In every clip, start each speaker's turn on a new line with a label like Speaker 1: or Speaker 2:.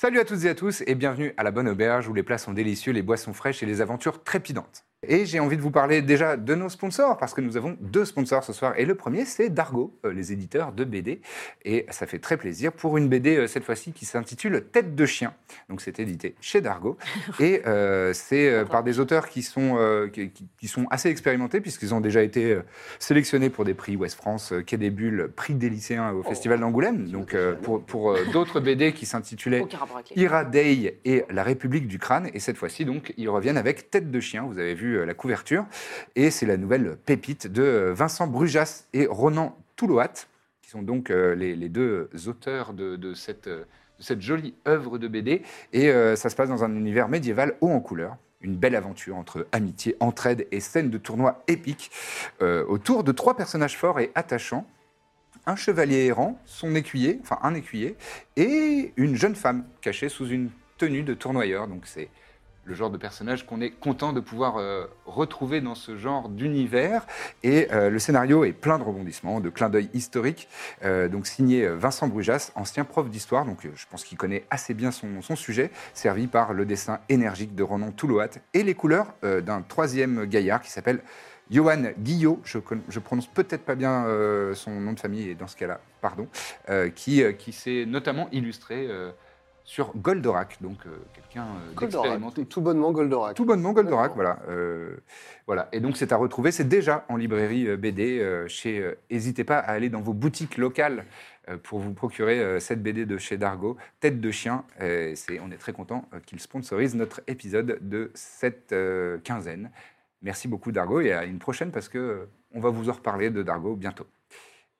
Speaker 1: Salut à toutes et à tous et bienvenue à la Bonne Auberge où les plats sont délicieux, les boissons fraîches et les aventures trépidantes. Et j'ai envie de vous parler déjà de nos sponsors parce que nous avons deux sponsors ce soir et le premier c'est Dargo, euh, les éditeurs de BD et ça fait très plaisir pour une BD euh, cette fois-ci qui s'intitule Tête de chien. Donc c'est édité chez Dargo et euh, c'est euh, par des auteurs qui sont euh, qui, qui- qui sont assez expérimentés puisqu'ils ont déjà été euh, sélectionnés pour des prix Ouest France, euh, Quai des Bulles, prix des lycéens au Festival d'Angoulême. Donc euh, pour pour euh, d'autres BD qui s'intitulaient
Speaker 2: Aucun rapport avec les.
Speaker 1: Ira Day et La République du Crâne. Et cette fois-ci, donc, ils reviennent avec Tête de Chien. Vous avez vu euh, la couverture. Et c'est la nouvelle pépite de euh, Vincent Brujas et Ronan Touloat, qui sont donc euh, les, les deux auteurs de, de cette, euh, de cette jolie œuvre de BD. Et euh, ça se passe dans un univers médiéval haut en couleur. Une belle aventure entre amitié, entraide et scène de tournoi épique euh, autour de trois personnages forts et attachants. Un chevalier errant, son écuyer, enfin un écuyer, et une jeune femme cachée sous une tenue de tournoyeur. Donc c'est le genre de personnage qu'on est content de pouvoir euh, retrouver dans ce genre d'univers. Et euh, le scénario est plein de rebondissements, de clins d'œil historiques. Euh, donc signé euh, Vincent Brujas, ancien prof d'histoire, donc euh, je pense qu'il connaît assez bien son, son sujet, servi par le dessin énergique de Ronan Touloat et les couleurs euh, d'un troisième gaillard qui s'appelle Johan Guillot, je, con- je prononce peut-être pas bien euh, son nom de famille, et dans ce cas-là, pardon, euh, qui, euh, qui s'est notamment illustré euh, sur Goldorak, donc euh, quelqu'un euh,
Speaker 3: Goldorak,
Speaker 1: d'expérimenté.
Speaker 3: tout, tout bonnement Goldorak.
Speaker 1: Tout bonnement Goldorak,
Speaker 3: D'accord.
Speaker 1: voilà. Euh, voilà. Et donc c'est à retrouver, c'est déjà en librairie euh, BD euh, chez. euh, N'hésitez pas à aller dans vos boutiques locales euh, pour vous procurer euh, cette BD de chez Dargo, Tête de chien. Euh, c'est, on est très content euh, qu'ils sponsorisent notre épisode de cette euh, quinzaine. Merci beaucoup Dargo et à une prochaine parce que euh, on va vous en reparler de Dargo bientôt.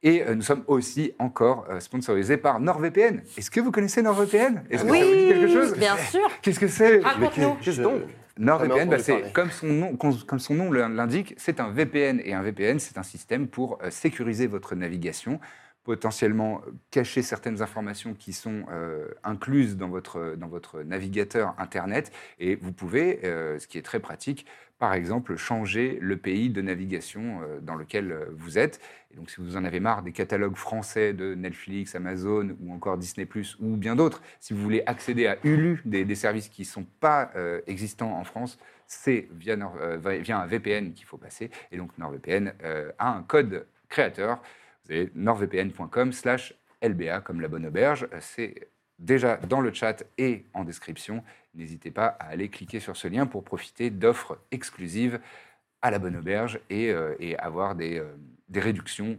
Speaker 1: Et euh, nous sommes aussi encore euh, sponsorisés par NordVPN. Est-ce que vous connaissez NordVPN Est-ce que ça vous dit quelque chose
Speaker 2: bien sûr.
Speaker 1: Qu'est-ce que c'est
Speaker 2: Raconte-nous.
Speaker 1: Qu'est-ce
Speaker 3: Je-
Speaker 1: donc
Speaker 3: J'en ai
Speaker 1: NordVPN,
Speaker 3: entendu
Speaker 1: bah, c'est
Speaker 3: parler.
Speaker 1: comme son nom, cons- comme son nom l'indique, c'est un VPN et un VPN, c'est un système pour euh, sécuriser votre navigation, potentiellement euh, cacher certaines informations qui sont euh, incluses dans votre dans votre navigateur internet et vous pouvez, euh, ce qui est très pratique, par exemple changer le pays de navigation euh, dans lequel euh, vous êtes. Et donc si vous en avez marre des catalogues français de Netflix, Amazon ou encore Disney ⁇ ou bien d'autres, si vous voulez accéder à Hulu, des, des services qui ne sont pas euh, existants en France, c'est via, Nord- euh, vi- via un VPN qu'il faut passer. Et donc NordVPN euh, a un code créateur. Vous avez nordvpn.com slash LBA comme la bonne auberge. Euh, C'est déjà dans le chat et en description. N'hésitez pas à aller cliquer sur ce lien pour profiter d'offres exclusives à la bonne auberge et, euh, et avoir des, euh, des réductions.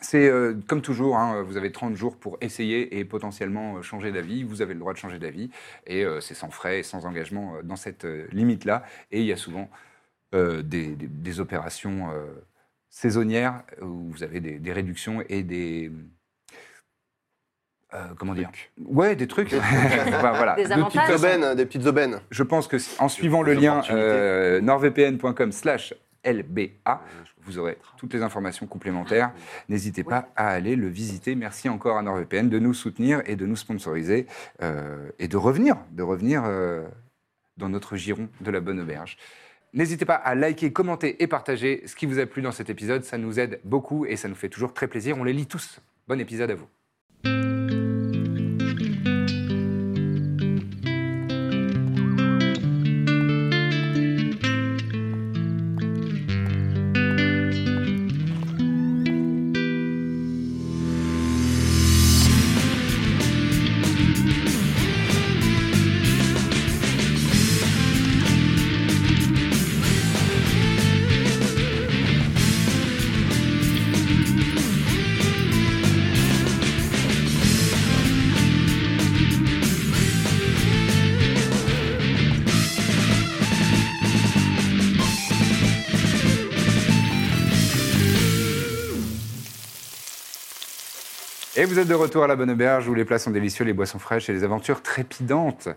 Speaker 1: C'est euh, comme toujours, hein, vous avez 30 jours pour essayer et potentiellement euh, changer d'avis. Vous avez le droit de changer d'avis et euh, c'est sans frais et sans engagement euh, dans cette euh, limite-là. Et il y a souvent euh, des, des- des opérations euh, saisonnières où vous avez des, des réductions et des. euh, comment dire Ouais, des trucs. Enfin, voilà.
Speaker 2: Des
Speaker 1: De toute
Speaker 2: avantages.
Speaker 3: Des
Speaker 1: façon,
Speaker 3: aubaines, hein, des petites aubaines.
Speaker 1: je pense que si- en suivant
Speaker 4: Des
Speaker 1: le lien
Speaker 4: opportunités.
Speaker 1: euh, nordvpn.com slash
Speaker 3: Ah,
Speaker 1: lba, vous aurez toutes les informations complémentaires. N'hésitez pas à aller le visiter. Merci encore à NordVPN de nous soutenir et de nous sponsoriser euh, et de revenir, de revenir euh, dans notre giron de la bonne auberge. N'hésitez pas à liker, commenter et partager ce qui vous a plu dans cet épisode. Ça nous aide beaucoup et ça nous fait toujours très plaisir. On les lit tous. Bon épisode à vous. Et vous êtes de retour à la Bonne Auberge où les plats sont délicieux, les boissons fraîches et les aventures trépidantes.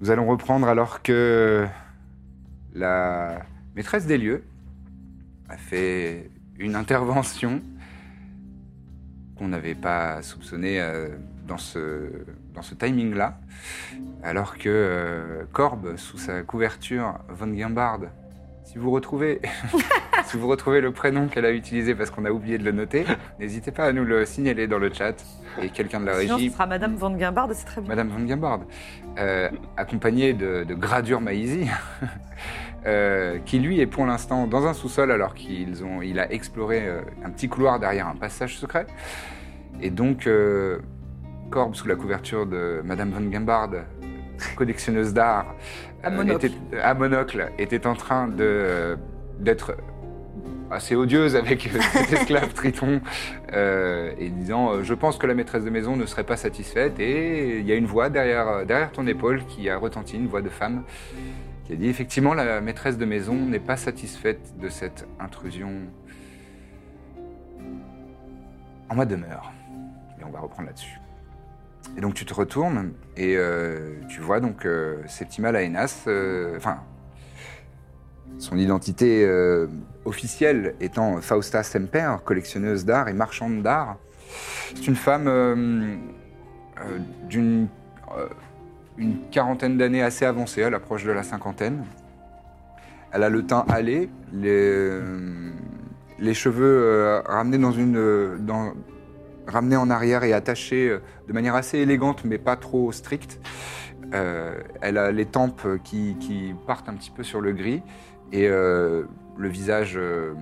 Speaker 1: Nous allons reprendre alors que la maîtresse des lieux a fait une intervention qu'on n'avait pas soupçonnée euh, dans ce, dans ce timing-là, alors que euh, Corbe, sous sa couverture Von Guimbard, si vous retrouvez, si vous retrouvez le prénom qu'elle a utilisé parce qu'on a oublié de le noter, n'hésitez pas à nous le signaler dans le chat et quelqu'un de la
Speaker 2: Sinon, ce
Speaker 1: régie
Speaker 2: sera Madame Van Guimbard, c'est très bien.
Speaker 1: Madame Van Gambard, euh, accompagnée de, de Gradure Maïsi, euh, qui lui est pour l'instant dans un sous-sol alors qu'il ont, il a exploré euh, un petit couloir derrière un passage secret. Et donc, euh, Corbe, sous la couverture de Madame Van Gambard, collectionneuse d'art, euh,
Speaker 2: À monocle.
Speaker 1: était- à monocle, était en train de, euh, d'être assez odieuse avec euh, cet esclave Triton euh, et disant euh, Je pense que la maîtresse de maison ne serait pas satisfaite. Et il y a une voix derrière, euh, derrière ton épaule qui a retenti, une voix de femme, qui a dit Effectivement, la maîtresse de maison n'est pas satisfaite de cette intrusion en ma demeure. Et on va reprendre là-dessus. Et donc tu te retournes et euh, tu vois donc euh, Septima Laenas, euh, enfin son identité euh, officielle étant Fausta Semper, collectionneuse d'art et marchande d'art. C'est une femme euh, euh, d'une euh, une quarantaine d'années assez avancée, à l'approche de la cinquantaine. Elle a le teint hâlé, les, euh, les cheveux euh, ramenés dans une euh, dans- ramenés en arrière et attachés euh, de manière assez élégante mais pas trop stricte. Euh, elle a les tempes qui, qui partent un petit peu sur le gris et euh, le visage euh,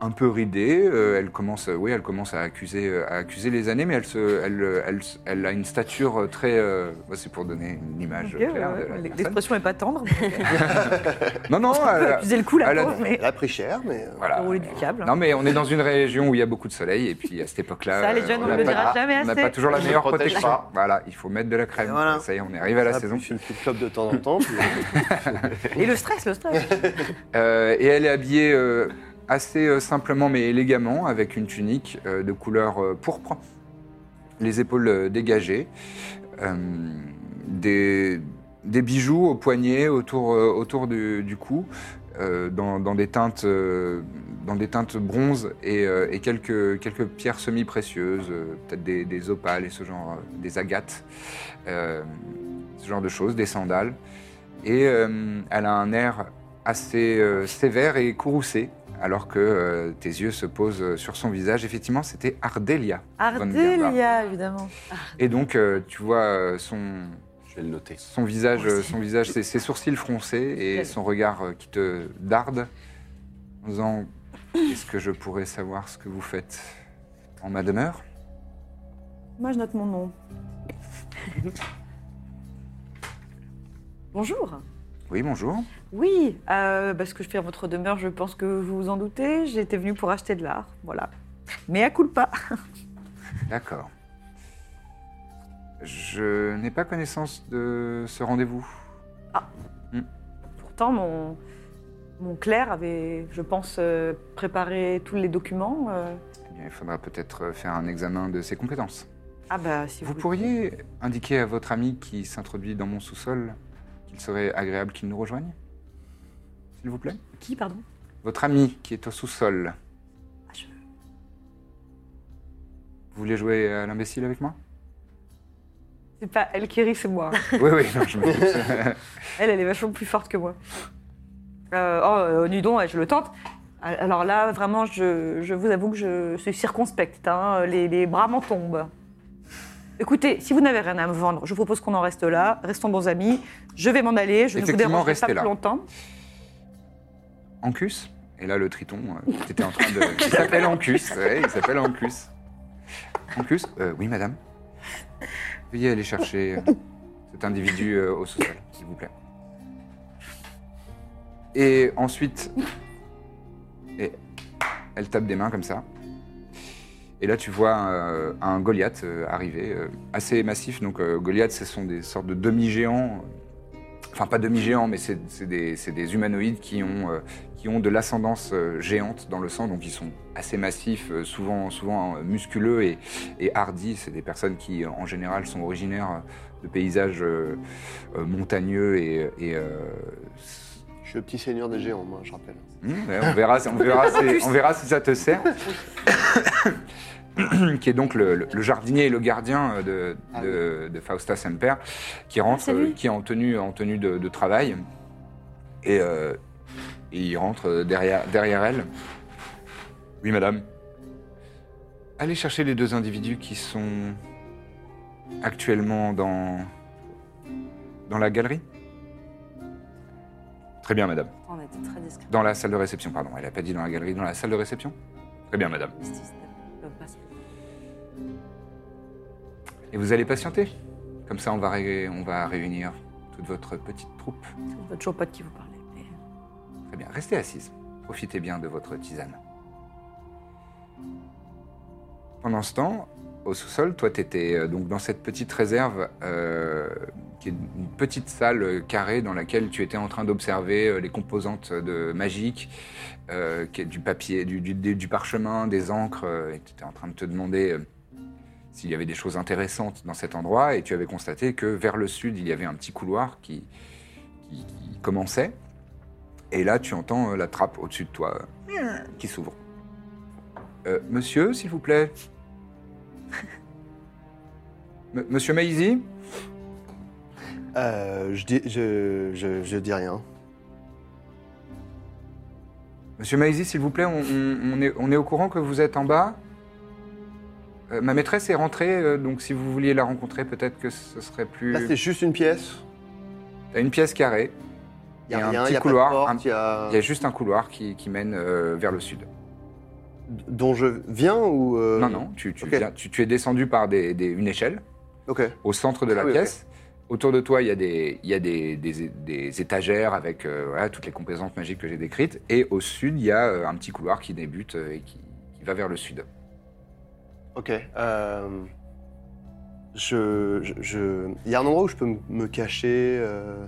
Speaker 1: un peu ridé. Euh, elle commence, euh, oui, elle commence à accuser, euh, à accuser les années, mais elle, se, elle, euh, elle se- elle a une stature euh, très. euh, ouais, c'est pour donner une image
Speaker 2: Ok, ouais,
Speaker 1: claire. de la
Speaker 2: ouais,
Speaker 1: personne.
Speaker 2: L'expression n'est pas tendre.
Speaker 1: Non, non,
Speaker 2: On peut
Speaker 1: elle-
Speaker 2: accuser le coup, la
Speaker 1: elle a-
Speaker 2: pauvre, mais
Speaker 3: Elle a pris cher, mais. euh,
Speaker 1: voilà.
Speaker 2: rouler du câble.
Speaker 1: Non, mais on est dans une région où il y a beaucoup de soleil, et puis à cette époque-là,
Speaker 2: Ça, les
Speaker 1: euh,
Speaker 2: jeunes, on
Speaker 1: n'a
Speaker 2: le
Speaker 1: pas-
Speaker 2: dira jamais
Speaker 1: on n'a
Speaker 2: assez.
Speaker 1: pas toujours la
Speaker 3: On ne
Speaker 1: meilleure
Speaker 3: protège
Speaker 1: protection.
Speaker 3: pas.
Speaker 1: Voilà, il faut mettre de la crème.
Speaker 3: Et voilà.
Speaker 1: Ça y est, on est arrivé à la
Speaker 3: ça
Speaker 1: saison.
Speaker 3: puffe une petite clope de temps en temps. puis- euh,
Speaker 2: Et le stress, le stress.
Speaker 1: Euh, et elle est habillée euh, assez euh, simplement mais élégamment, avec une tunique euh, de couleur euh, pourpre, les épaules euh, dégagées, euh, des, des bijoux au poignet, autour, euh, autour du, du cou, euh, dans, dans des teintes, euh, dans des teintes bronze et, euh, et quelques, quelques pierres semi-précieuses, euh, peut-être des, des opales et ce genre, euh, des agates, euh, ce genre de choses, des sandales. Et euh, elle a un air assez euh, sévère et courroucée, alors que euh, tes yeux se posent sur son visage. Effectivement, c'était Ardelia. Von Gerlach.
Speaker 2: Ardelia, évidemment.
Speaker 1: Et donc, euh, tu vois euh, son,
Speaker 3: Je vais le noter.
Speaker 1: son visage,
Speaker 2: Oh, c'est-
Speaker 1: son visage ses, ses sourcils froncés et
Speaker 2: Quel-
Speaker 1: son regard euh, qui te darde en disant Est-ce que je pourrais savoir ce que vous faites en ma demeure
Speaker 2: Moi, je note mon nom. Bonjour.
Speaker 1: Oui, bonjour.
Speaker 2: Oui, euh, parce que je fais à votre demeure, je pense que vous vous en doutez. J'étais venue pour acheter de l'art, voilà. Mais à culpa.
Speaker 1: D'accord. Je n'ai pas connaissance de ce rendez-vous.
Speaker 2: Pourtant, mon, mon clerc avait, je pense, euh, préparé tous les documents. euh.
Speaker 1: Eh bien, il faudra peut-être faire un examen de ses compétences.
Speaker 2: Ah bah, si vous...
Speaker 1: Vous pourriez indiquer à votre ami qui s'introduit dans mon sous-sol qu'il serait agréable qu'il nous rejoigne S'il vous plaît
Speaker 2: Qui, pardon
Speaker 1: Votre ami qui est au sous-sol.
Speaker 2: Ah, je-
Speaker 1: Vous voulez jouer à l'imbécile avec moi
Speaker 2: C'est pas elle qui rit, c'est moi.
Speaker 1: Oui, oui, non, je me doute.
Speaker 2: Elle, elle est vachement plus forte que moi. Euh, oh, euh, dis donc, ouais, je le tente. Alors là, vraiment, je, je vous avoue que je suis circonspecte. hein, Les, les bras m'en tombent. Écoutez, si vous n'avez rien à me vendre, je vous propose qu'on en reste là. Restons bons amis. Je vais m'en aller. Je ne vous
Speaker 1: Effectivement,
Speaker 2: dérangerai
Speaker 1: restez
Speaker 2: pas
Speaker 1: là.
Speaker 2: plus longtemps.
Speaker 1: Ancus Et là, le triton, euh, qui était en train de. Il s'appelle Ancus. ouais, il s'appelle Ancus. Ancus Euh, Oui, madame. Veuillez aller chercher euh, cet individu euh, au sous-sol, s'il vous plaît. Et ensuite. Et elle tape des mains comme ça. Et là, tu vois euh, un Goliath euh, arriver, euh, assez massif. Donc, euh, Goliath, ce sont des sortes de demi-géants enfin pas demi-géants, mais c'est c'est des, c'est des humanoïdes qui ont, euh, qui ont de l'ascendance euh, géante dans le sang, donc ils sont assez massifs, euh, souvent, souvent euh, musculeux et, et hardis. C'est des personnes qui, euh, en général, sont originaires de paysages euh, euh, montagneux et... et, euh, s-
Speaker 3: Je suis le petit seigneur des géants, moi, je rappelle.
Speaker 1: Hmm, ouais, on, verra, on, verra si, on verra si ça te sert. qui est donc le, le- le jardinier et le gardien euh, de,
Speaker 3: Ah
Speaker 1: de- de Fausta Semper, qui rentre,
Speaker 2: Ah, c'est lui.
Speaker 1: euh, qui est en tenue, en tenue de, de travail. Et, euh, et il rentre euh, derrière, derrière elle. Oui, madame. Allez chercher les deux individus qui sont actuellement dans, dans la galerie. Très bien, madame.
Speaker 4: On a été très discret.
Speaker 1: Dans la salle de réception, pardon. Elle n'a pas dit dans la galerie, dans la salle de réception Très bien, madame. Et vous allez patienter Comme ça, on va, ré- on va réunir toute votre petite troupe.
Speaker 4: Je ne toujours pas de qui vous parlez. mais-
Speaker 1: Très bien, restez assise. Profitez bien de votre tisane. Pendant ce temps, au sous-sol, toi, tu étais donc dans cette petite réserve, euh, qui est une petite salle euh, carrée dans laquelle tu étais en train d'observer euh, les composantes de magique, euh, qui est du papier, du, du- du- du parchemin, des encres, euh, et tu étais en train de te demander euh, s'il y avait des choses intéressantes dans cet endroit, et tu avais constaté que vers le sud, il y avait un petit couloir qui- qui- qui commençait. Et là, tu entends euh, la trappe au-dessus de toi euh, qui s'ouvre. Euh, monsieur, s'il vous plaît. M- monsieur Maisy
Speaker 3: Euh, je dis, je, je, je dis rien.
Speaker 1: Monsieur Maisy, s'il vous plaît, on, on- on est, on est au courant que vous êtes en bas. Euh, ma maîtresse est rentrée, euh, donc si vous vouliez la rencontrer, peut-être que ce serait plus.
Speaker 3: Là, c'est juste une pièce.
Speaker 1: T'as une pièce carrée.
Speaker 3: Il y a
Speaker 1: Il y a un
Speaker 3: rien,
Speaker 1: petit
Speaker 3: il y a
Speaker 1: couloir,
Speaker 3: pas de porte,
Speaker 1: un-
Speaker 3: il y a-
Speaker 1: Il y a juste un couloir qui, qui mène euh, vers le sud.
Speaker 3: Dont je viens ou... euh,
Speaker 1: Non, non, tu, tu
Speaker 3: ok.
Speaker 1: viens- tu- tu es descendu par des- des- une échelle.
Speaker 3: Ok.
Speaker 1: au centre de la
Speaker 3: Ah oui,
Speaker 1: pièce. Autour de toi, il y a des, il y a des, des- des étagères avec euh, voilà, toutes les composantes magiques que j'ai décrites. Et au sud, il y a euh, un petit couloir qui débute euh, et qui, qui va vers le sud.
Speaker 3: Ok. euh, Je, je, je- Il y a un endroit où je peux me- me cacher. euh,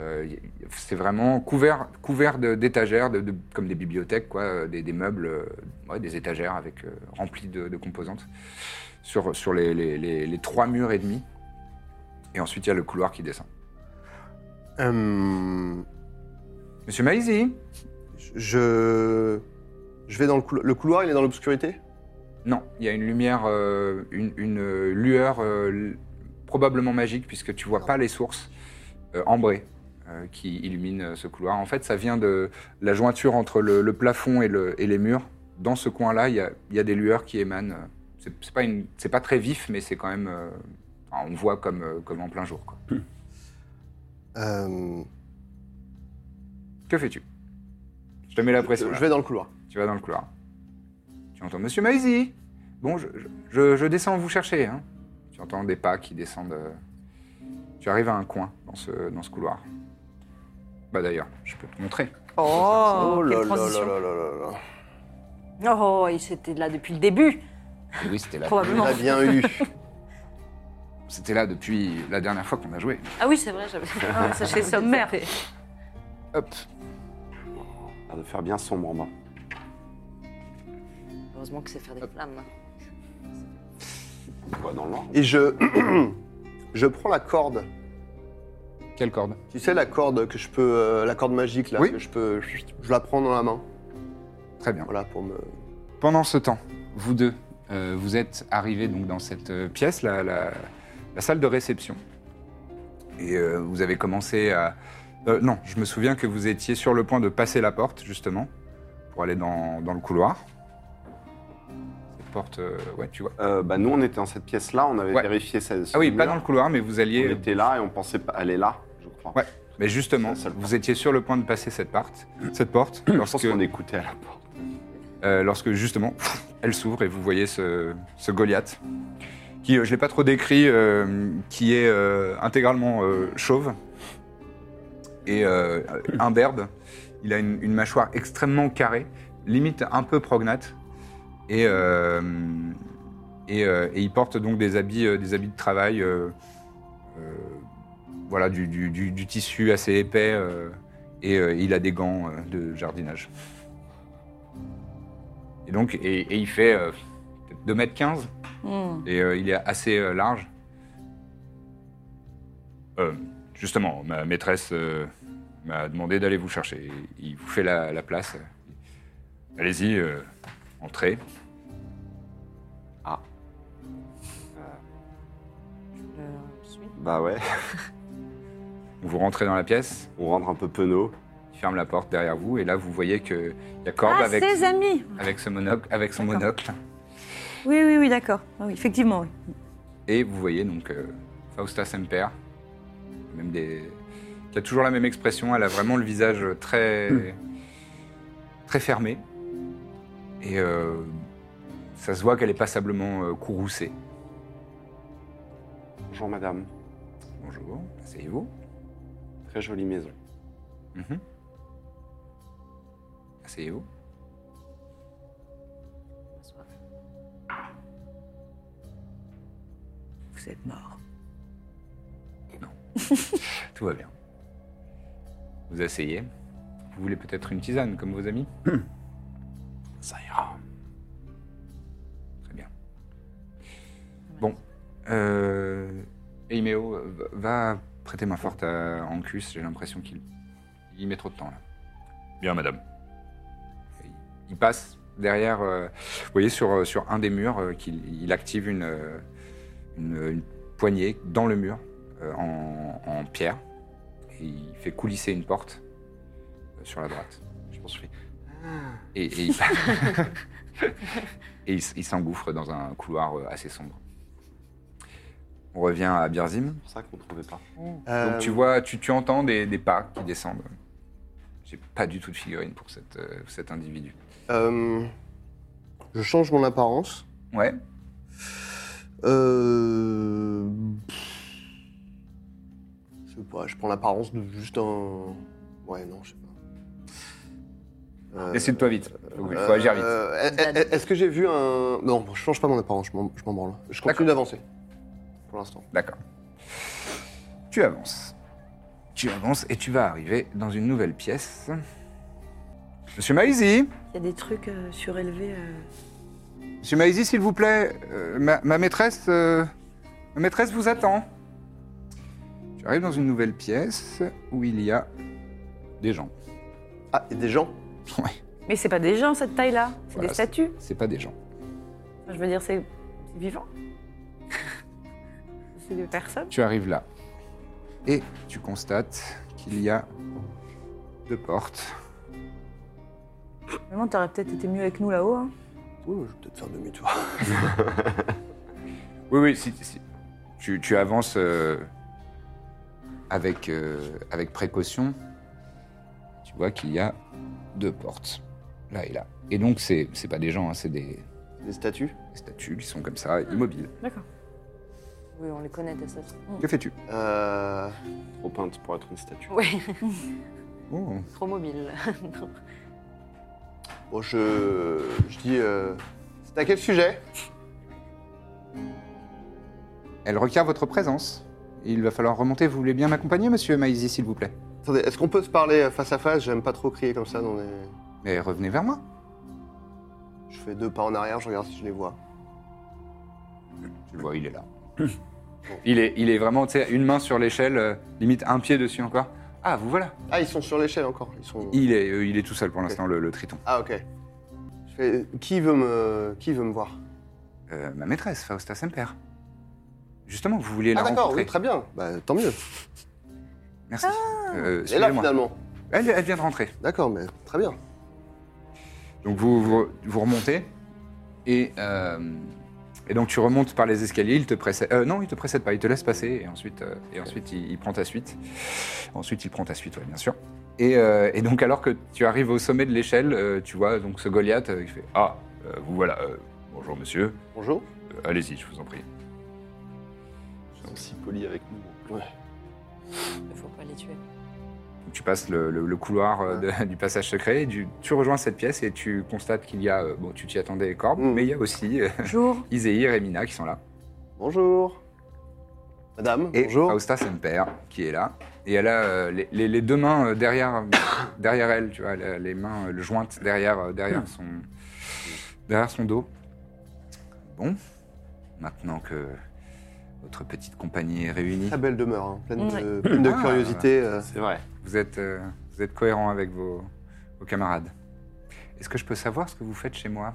Speaker 1: Euh, y- c'est vraiment couvert, couvert de- d'étagères, de, de- comme des bibliothèques, quoi, euh, des, des meubles, euh, ouais, des étagères avec, euh, remplies de, de composantes sur, sur les, les- les- les trois murs et demi. Et ensuite, il y a le couloir qui descend.
Speaker 3: euh,
Speaker 1: Monsieur Maisy
Speaker 3: Je... Je vais dans le couloir. Le couloir, il est dans l'obscurité
Speaker 1: Non, il y a une lumière, euh, une, une, euh, lueur euh, l- probablement magique, puisque tu vois pas les sources euh, ambrées euh, qui illuminent euh, ce couloir. En fait, ça vient de la jointure entre le, le plafond et, le- et les murs. Dans ce coin-là, il y a, il y a des lueurs qui émanent. C'est c'est pas, une- c'est pas très vif, mais c'est quand même. euh, enfin, on voit comme, euh, comme en plein jour. quoi.
Speaker 3: Euh,
Speaker 1: Que fais-tu Je te mets la pression.
Speaker 3: Euh, Je
Speaker 1: là.
Speaker 3: vais dans le couloir.
Speaker 1: Tu vas dans le couloir. Tu entends Monsieur Maisy Bon, je, je- je- je descends vous chercher. hein. Tu entends des pas qui descendent. euh. Tu arrives à un coin dans ce, dans ce couloir. Bah d'ailleurs, je peux te montrer.
Speaker 2: Oh,
Speaker 3: là
Speaker 2: quelle
Speaker 3: là là
Speaker 2: transition.
Speaker 3: là là là là.
Speaker 4: Oh, et c'était là depuis le début.
Speaker 1: Oui, c'était là.
Speaker 3: On
Speaker 2: Probablement.
Speaker 3: l'a bien eu.
Speaker 1: C'était là depuis la dernière fois qu'on a joué.
Speaker 4: Ah oui, c'est vrai, j'avais.
Speaker 2: Ah, ça, c'est sommaire.
Speaker 1: Hop.
Speaker 5: L'air Ah, de faire bien sombre en bas.
Speaker 4: Heureusement que c'est faire des flammes.
Speaker 5: On voit dans le noir.
Speaker 3: Et je... je prends la corde.
Speaker 1: Quelle corde
Speaker 3: Tu sais la corde que je peux... euh, la corde magique, là,
Speaker 1: Oui.
Speaker 3: que je peux... Je la prends dans la main.
Speaker 1: Très bien.
Speaker 3: Voilà, pour me...
Speaker 1: Pendant ce temps, vous deux, euh, vous êtes arrivés donc dans cette euh, pièce, la, la- la salle de réception. Et euh, vous avez commencé à... euh, non, je me souviens que vous étiez sur le point de passer la porte, justement, pour aller dans, dans le couloir. Cette porte, euh, ouais, tu vois.
Speaker 5: Euh, bah, nous, on était dans cette pièce-là, on avait
Speaker 1: Ouais.
Speaker 5: vérifié ça.
Speaker 1: Ah oui, pas dans le couloir, mais vous alliez...
Speaker 5: On était là et on pensait pas aller là, je crois.
Speaker 1: Ouais, Mais justement,
Speaker 5: C'est la seule
Speaker 1: vous
Speaker 5: porte.
Speaker 1: étiez sur le point de passer cette, part, cette porte,
Speaker 5: Je pense
Speaker 1: lorsque,
Speaker 5: qu'on écoutait à la porte.
Speaker 1: euh, lorsque justement, elle s'ouvre et vous voyez ce, ce Goliath, qui, euh, je ne l'ai pas trop décrit, euh, qui est euh, intégralement euh, chauve et euh, imberbe. Il a une, une mâchoire extrêmement carrée, limite un peu prognate, et, euh, et, euh, et il porte donc des habits, euh, des habits de travail. euh, euh, voilà, du, du- du- du tissu assez épais euh, et euh, il a des gants euh, de jardinage. Et donc, et, et il fait euh, peut-être 2m15
Speaker 2: Hmm.
Speaker 1: et euh, il est assez euh, large. Euh, justement, ma maîtresse euh, m'a demandé d'aller vous chercher. Il vous fait la, la place. Allez-y, euh, entrez.
Speaker 4: Euh,
Speaker 5: Bah ouais,
Speaker 1: Vous rentrez dans la pièce,
Speaker 5: on rentre un peu penaud.
Speaker 1: il ferme la porte derrière vous et là vous voyez qu'il y a Corbe
Speaker 2: Ah,
Speaker 1: avec,
Speaker 2: ses amis
Speaker 1: avec, ce monocle, avec son
Speaker 2: D'accord.
Speaker 1: monocle.
Speaker 2: Oui, oui, oui, d'accord. Ah oui, effectivement, oui.
Speaker 1: Et vous voyez donc euh, Fausta Semper, même des... qui a toujours la même expression, elle a vraiment le visage très, très fermé. Et euh, ça se voit qu'elle est passablement euh, courroucée.
Speaker 5: Bonjour madame,
Speaker 1: Bonjour, asseyez-vous.
Speaker 5: très jolie maison.
Speaker 1: Mhm. Asseyez-vous.
Speaker 2: Vous êtes mort.
Speaker 1: Tout va bien. Vous asseyez. Vous voulez peut-être une tisane comme vos amis
Speaker 5: Ça ira.
Speaker 1: Très bien. Bon. Euh, Eimeo, va- va prêter main forte à Ancus. J'ai l'impression qu'il il met trop de temps là. Bien, madame. Il passe derrière. euh, vous voyez sur, euh, sur un des murs euh, qu'il il active une, euh, une, une poignée dans le mur euh, en, en pierre. Et il fait coulisser une porte euh, sur la droite. Je pense que je fais. Et, et il, et il s- il s'engouffre dans un couloir euh, assez sombre. On revient à Birzim.
Speaker 5: C'est pour ça qu'on trouvait pas.
Speaker 3: Euh,
Speaker 1: Donc tu vois, tu, tu entends des, des pas qui descendent. J'ai pas du tout de figurine pour cette, euh, cet individu.
Speaker 3: euh, je change mon apparence.
Speaker 1: Ouais.
Speaker 3: Euh, pff, Je sais pas, je prends l'apparence de juste un. Ouais, non, je sais pas. Euh,
Speaker 1: Décide-toi vite. Faut, faut agir vite.
Speaker 3: euh, est- est- Est-ce que j'ai vu un. Non, bon, je change pas mon apparence, je m'en je m'en branle. Je continue d'avancer. Pour l'instant.
Speaker 1: D'accord. Tu avances. Tu avances et tu vas arriver dans une nouvelle pièce. Monsieur Maïzi
Speaker 4: Il y a des trucs euh, surélevés. euh.
Speaker 1: Monsieur Maïzi, s'il vous plaît, euh, ma, ma maîtresse, euh, ma maîtresse vous attend. Tu arrives dans une nouvelle pièce où il y a des gens.
Speaker 3: Ah, il y a des gens
Speaker 1: Ouais,
Speaker 2: Mais c'est pas des gens, cette taille-là. C'est
Speaker 1: Voilà,
Speaker 2: des statues.
Speaker 1: c'est pas des gens.
Speaker 2: Enfin, Je veux dire, c'est c'est vivant. c'est des personnes.
Speaker 1: Tu arrives là et tu constates qu'il y a deux portes.
Speaker 2: Maman, t'aurais peut-être été mieux avec nous là-haut. hein.
Speaker 3: Ouh, je vais peut-être faire demi-tour.
Speaker 1: Oui, oui, si, si- Tu, tu avances euh, avec, euh, avec précaution. Tu vois qu'il y a deux portes, là et là. Et donc, c'est c'est pas des gens, hein, c'est des,
Speaker 3: Des statues
Speaker 1: des statues qui sont comme ça, immobiles.
Speaker 4: Oui, on les connaît, des statues.
Speaker 1: Que fais-tu
Speaker 3: Euh.
Speaker 5: Trop peinte pour être une statue.
Speaker 4: Oui,
Speaker 1: Oh,
Speaker 4: trop mobile.
Speaker 3: Bon, je. Je dis. euh, C'est à quel sujet
Speaker 1: Elle requiert votre présence. Il va falloir remonter. Vous voulez bien m'accompagner, monsieur Maïzi, s'il vous plaît
Speaker 3: Attendez, est-ce qu'on peut se parler face à face J'aime pas trop crier comme ça dans les.
Speaker 1: Mais revenez vers moi.
Speaker 3: Je fais deux pas en arrière, je regarde si je les vois.
Speaker 1: Tu le vois, il est là. il, est, il est vraiment, tu sais, une main sur l'échelle, euh, limite un pied dessus encore. Ah, vous voilà.
Speaker 3: Ah, ils sont sur l'échelle encore. Ils sont.
Speaker 1: Il est, euh, il est tout seul pour l'instant, le, le triton.
Speaker 3: Ah, ok. Je fais. Qui veut me. Qui veut me voir
Speaker 1: Euh, ma maîtresse, Fausta Semper. Justement, vous vouliez la
Speaker 3: Ah, d'accord,
Speaker 1: rencontrer.
Speaker 3: oui, très bien. Bah, tant mieux.
Speaker 1: Merci. Euh,
Speaker 3: Et là,
Speaker 1: suivez-moi.
Speaker 3: finalement.
Speaker 1: elle, elle vient de rentrer.
Speaker 3: D'accord, mais très bien.
Speaker 1: Donc vous, vous, vous remontez et, euh, et donc tu remontes par les escaliers. Il te précède. euh, non, il te précède pas. Il te laisse passer et ensuite euh, et ensuite il, il prend ta suite. Ensuite il prend ta suite, ouais, bien sûr. Et, euh, et donc alors que tu arrives au sommet de l'échelle, euh, tu vois donc ce Goliath euh, qui fait Ah, euh, vous voilà. euh, bonjour monsieur.
Speaker 3: Bonjour.
Speaker 1: Euh, Allez-y, je vous en prie.
Speaker 5: Ils sont si polis avec nous.
Speaker 4: Il faut pas les tuer.
Speaker 1: Tu passes le, le- le couloir euh, de- du passage secret, et tu, tu rejoins cette pièce et tu constates qu'il y a, euh, bon, tu t'y attendais, Corbe,
Speaker 3: Mm.
Speaker 1: mais il y a aussi euh,
Speaker 2: Bonjour.
Speaker 1: Iséir et Mina qui sont là.
Speaker 3: Bonjour. Madame,
Speaker 1: Et
Speaker 3: bonjour.
Speaker 1: Fausta Semper, qui est là. Et elle a euh, les, les- les deux mains euh, derrière, derrière elle, tu vois, elle a les mains euh, le jointes derrière, euh, derrière, son, derrière son dos. Bon, maintenant que votre petite compagnie est réunie,
Speaker 3: Très belle demeure, hein, pleine,
Speaker 4: Ouais.
Speaker 3: de, pleine de
Speaker 1: Ah.
Speaker 3: curiosité. euh.
Speaker 5: C'est vrai.
Speaker 1: vous êtes, euh, vous êtes cohérent avec vos, vos camarades. Est-ce que je peux savoir ce que vous faites chez moi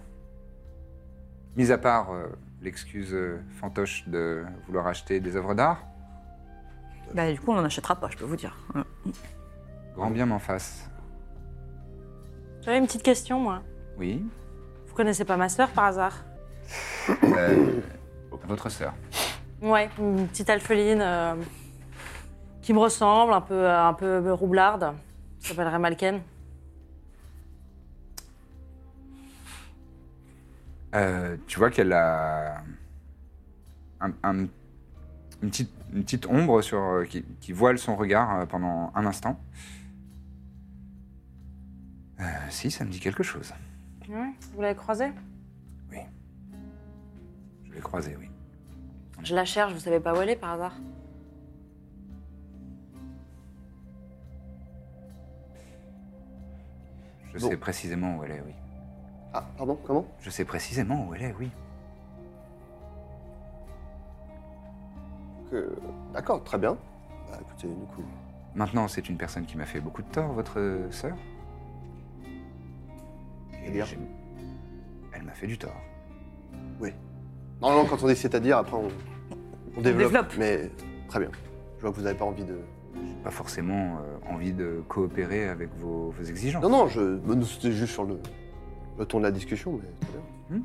Speaker 1: Mis à part euh, l'excuse euh, fantoche de vouloir acheter des œuvres d'art,
Speaker 2: Bah, du coup, on n'en achètera pas, je peux vous dire. Voilà.
Speaker 1: grand bien m'en fasse.
Speaker 4: J'avais une petite question, moi.
Speaker 1: Oui,
Speaker 4: Vous connaissez pas ma sœur par hasard
Speaker 1: Euh, votre sœur.
Speaker 4: Ouais, une petite alpheline euh, qui me ressemble, un peu, un peu roublarde. Ça s'appellerait Malken.
Speaker 1: Euh, tu vois qu'elle a un- un- une, petite, une petite ombre sur, euh, qui, qui voile son regard euh, pendant un instant. Euh, si, ça me dit quelque chose.
Speaker 4: Ouais, vous l'avez croisée
Speaker 1: Je l'ai croisée, oui.
Speaker 4: Je la cherche, vous savez pas où elle est par hasard
Speaker 1: Je
Speaker 3: Bon.
Speaker 1: sais précisément où elle est, oui.
Speaker 3: Ah, pardon, comment
Speaker 1: Je sais précisément où elle est, oui.
Speaker 3: Que- D'accord, très bien. Bah, écoutez, du coup,
Speaker 1: Maintenant, c'est une personne qui m'a fait beaucoup de tort, votre sœur. Et
Speaker 6: Eh
Speaker 3: C'est-à-dire
Speaker 1: j'ai- Elle m'a fait du tort.
Speaker 3: Normalement, quand on dit c'est-à-dire, après on, on développe,
Speaker 2: développe.
Speaker 3: Mais très bien. Je vois que vous n'avez pas envie de.
Speaker 1: Pas forcément euh, envie de coopérer avec vos, vos exigences.
Speaker 3: Non, non, je. bon, nous, C'était juste sur le... le ton de la discussion, mais très bien.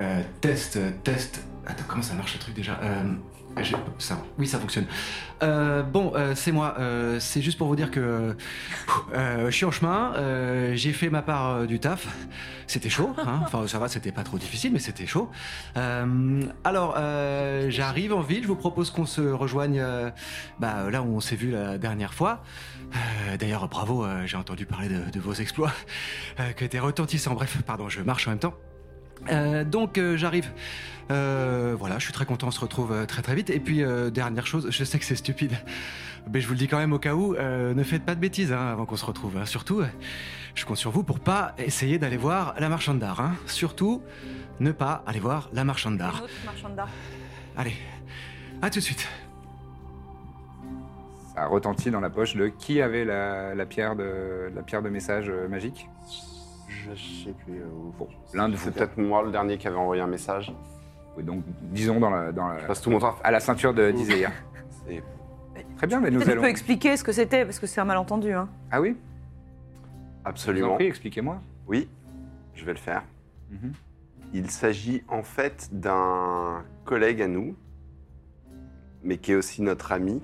Speaker 6: Euh, test, euh, test. Attends, comment ça marche ce truc déjà Euh, j'ai- ça, Oui, ça fonctionne. Euh, bon, euh, c'est moi. Euh, c'est juste pour vous dire que euh, je suis en chemin. euh, J'ai fait ma part euh, du taf. C'était chaud. hein. Enfin, ça va, c'était pas trop difficile, mais c'était chaud. Euh, alors, euh, j'arrive en ville. Je vous propose qu'on se rejoigne euh, bah, là où on s'est vu la dernière fois. Euh, D'ailleurs, bravo, euh, j'ai entendu parler de, de vos exploits euh, qui étaient retentissants. Bref, pardon, je marche en même temps. Euh, donc euh, j'arrive. Euh, voilà, je suis très content, on se retrouve euh, très très vite. Et puis euh, dernière chose, je sais que c'est stupide, mais je vous le dis quand même au cas où, euh, ne faites pas de bêtises hein, avant qu'on se retrouve. hein. Surtout, euh, je compte sur vous pour pas essayer d'aller voir la marchande d'art. hein. Surtout, ne pas aller voir la marchande
Speaker 2: Une
Speaker 6: d'art.
Speaker 2: autre marchande d'art.
Speaker 6: Allez, à tout de suite.
Speaker 1: Ça retentit dans la poche de qui avait la, la pierre, de, la pierre de message euh, magique
Speaker 3: Je sais plus. euh, où-
Speaker 1: Bon, l'un de vous.
Speaker 5: C'est peut-être moi le dernier qui avait envoyé un message.
Speaker 1: Oui, donc, disons dans la, dans la-
Speaker 5: Je passe tout mon temps à
Speaker 1: à la ceinture de Dizéa.
Speaker 5: Et-
Speaker 1: Très bien, mais nous
Speaker 2: Peut-être tu
Speaker 1: allons.
Speaker 2: peux expliquer ce que c'était, parce que c'est un malentendu. Hein.
Speaker 1: Ah oui Je vous en
Speaker 5: Absolument.
Speaker 1: prie, expliquez-moi.
Speaker 5: Oui, je vais le faire.
Speaker 1: Mhm.
Speaker 5: Il s'agit en fait d'un collègue à nous, mais qui est aussi notre ami,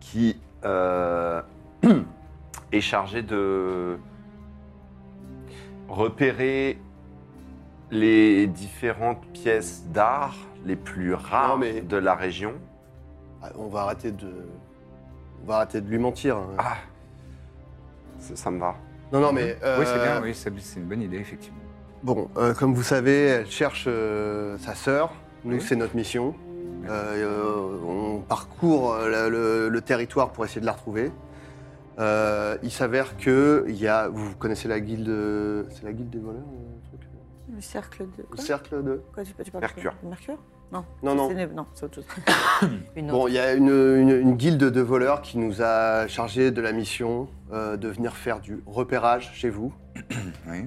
Speaker 5: qui euh, est chargé de repérer les différentes pièces d'art les plus rares
Speaker 3: mais-
Speaker 5: de la région.
Speaker 3: Ah, on va arrêter de. On va arrêter de lui mentir. hein.
Speaker 5: Ah, ça, ça me va.
Speaker 3: non, non, mais.
Speaker 1: Oui, c'est bien,
Speaker 3: euh,
Speaker 1: oui, c'est c'est une bonne idée, effectivement.
Speaker 3: Bon, euh, comme vous savez, elle cherche euh, sa sœur. Nous,
Speaker 1: Oui.
Speaker 3: c'est notre mission. Euh, euh, on parcourt euh, la- le, le territoire pour essayer de la retrouver. Euh, il s'avère que il y a, vous connaissez la guilde, c'est la guilde des voleurs, euh, le truc
Speaker 2: Le cercle de.
Speaker 3: le cercle de.
Speaker 2: Quoi, tu, tu parles
Speaker 5: Mercure.
Speaker 2: de Mercure
Speaker 3: Non, non.
Speaker 2: C'est- Non, c'est autre chose.
Speaker 4: Une autre.
Speaker 3: Bon, il y a une, une- une guilde de voleurs qui nous a chargé de la mission euh, de venir faire du repérage chez vous.
Speaker 1: Oui.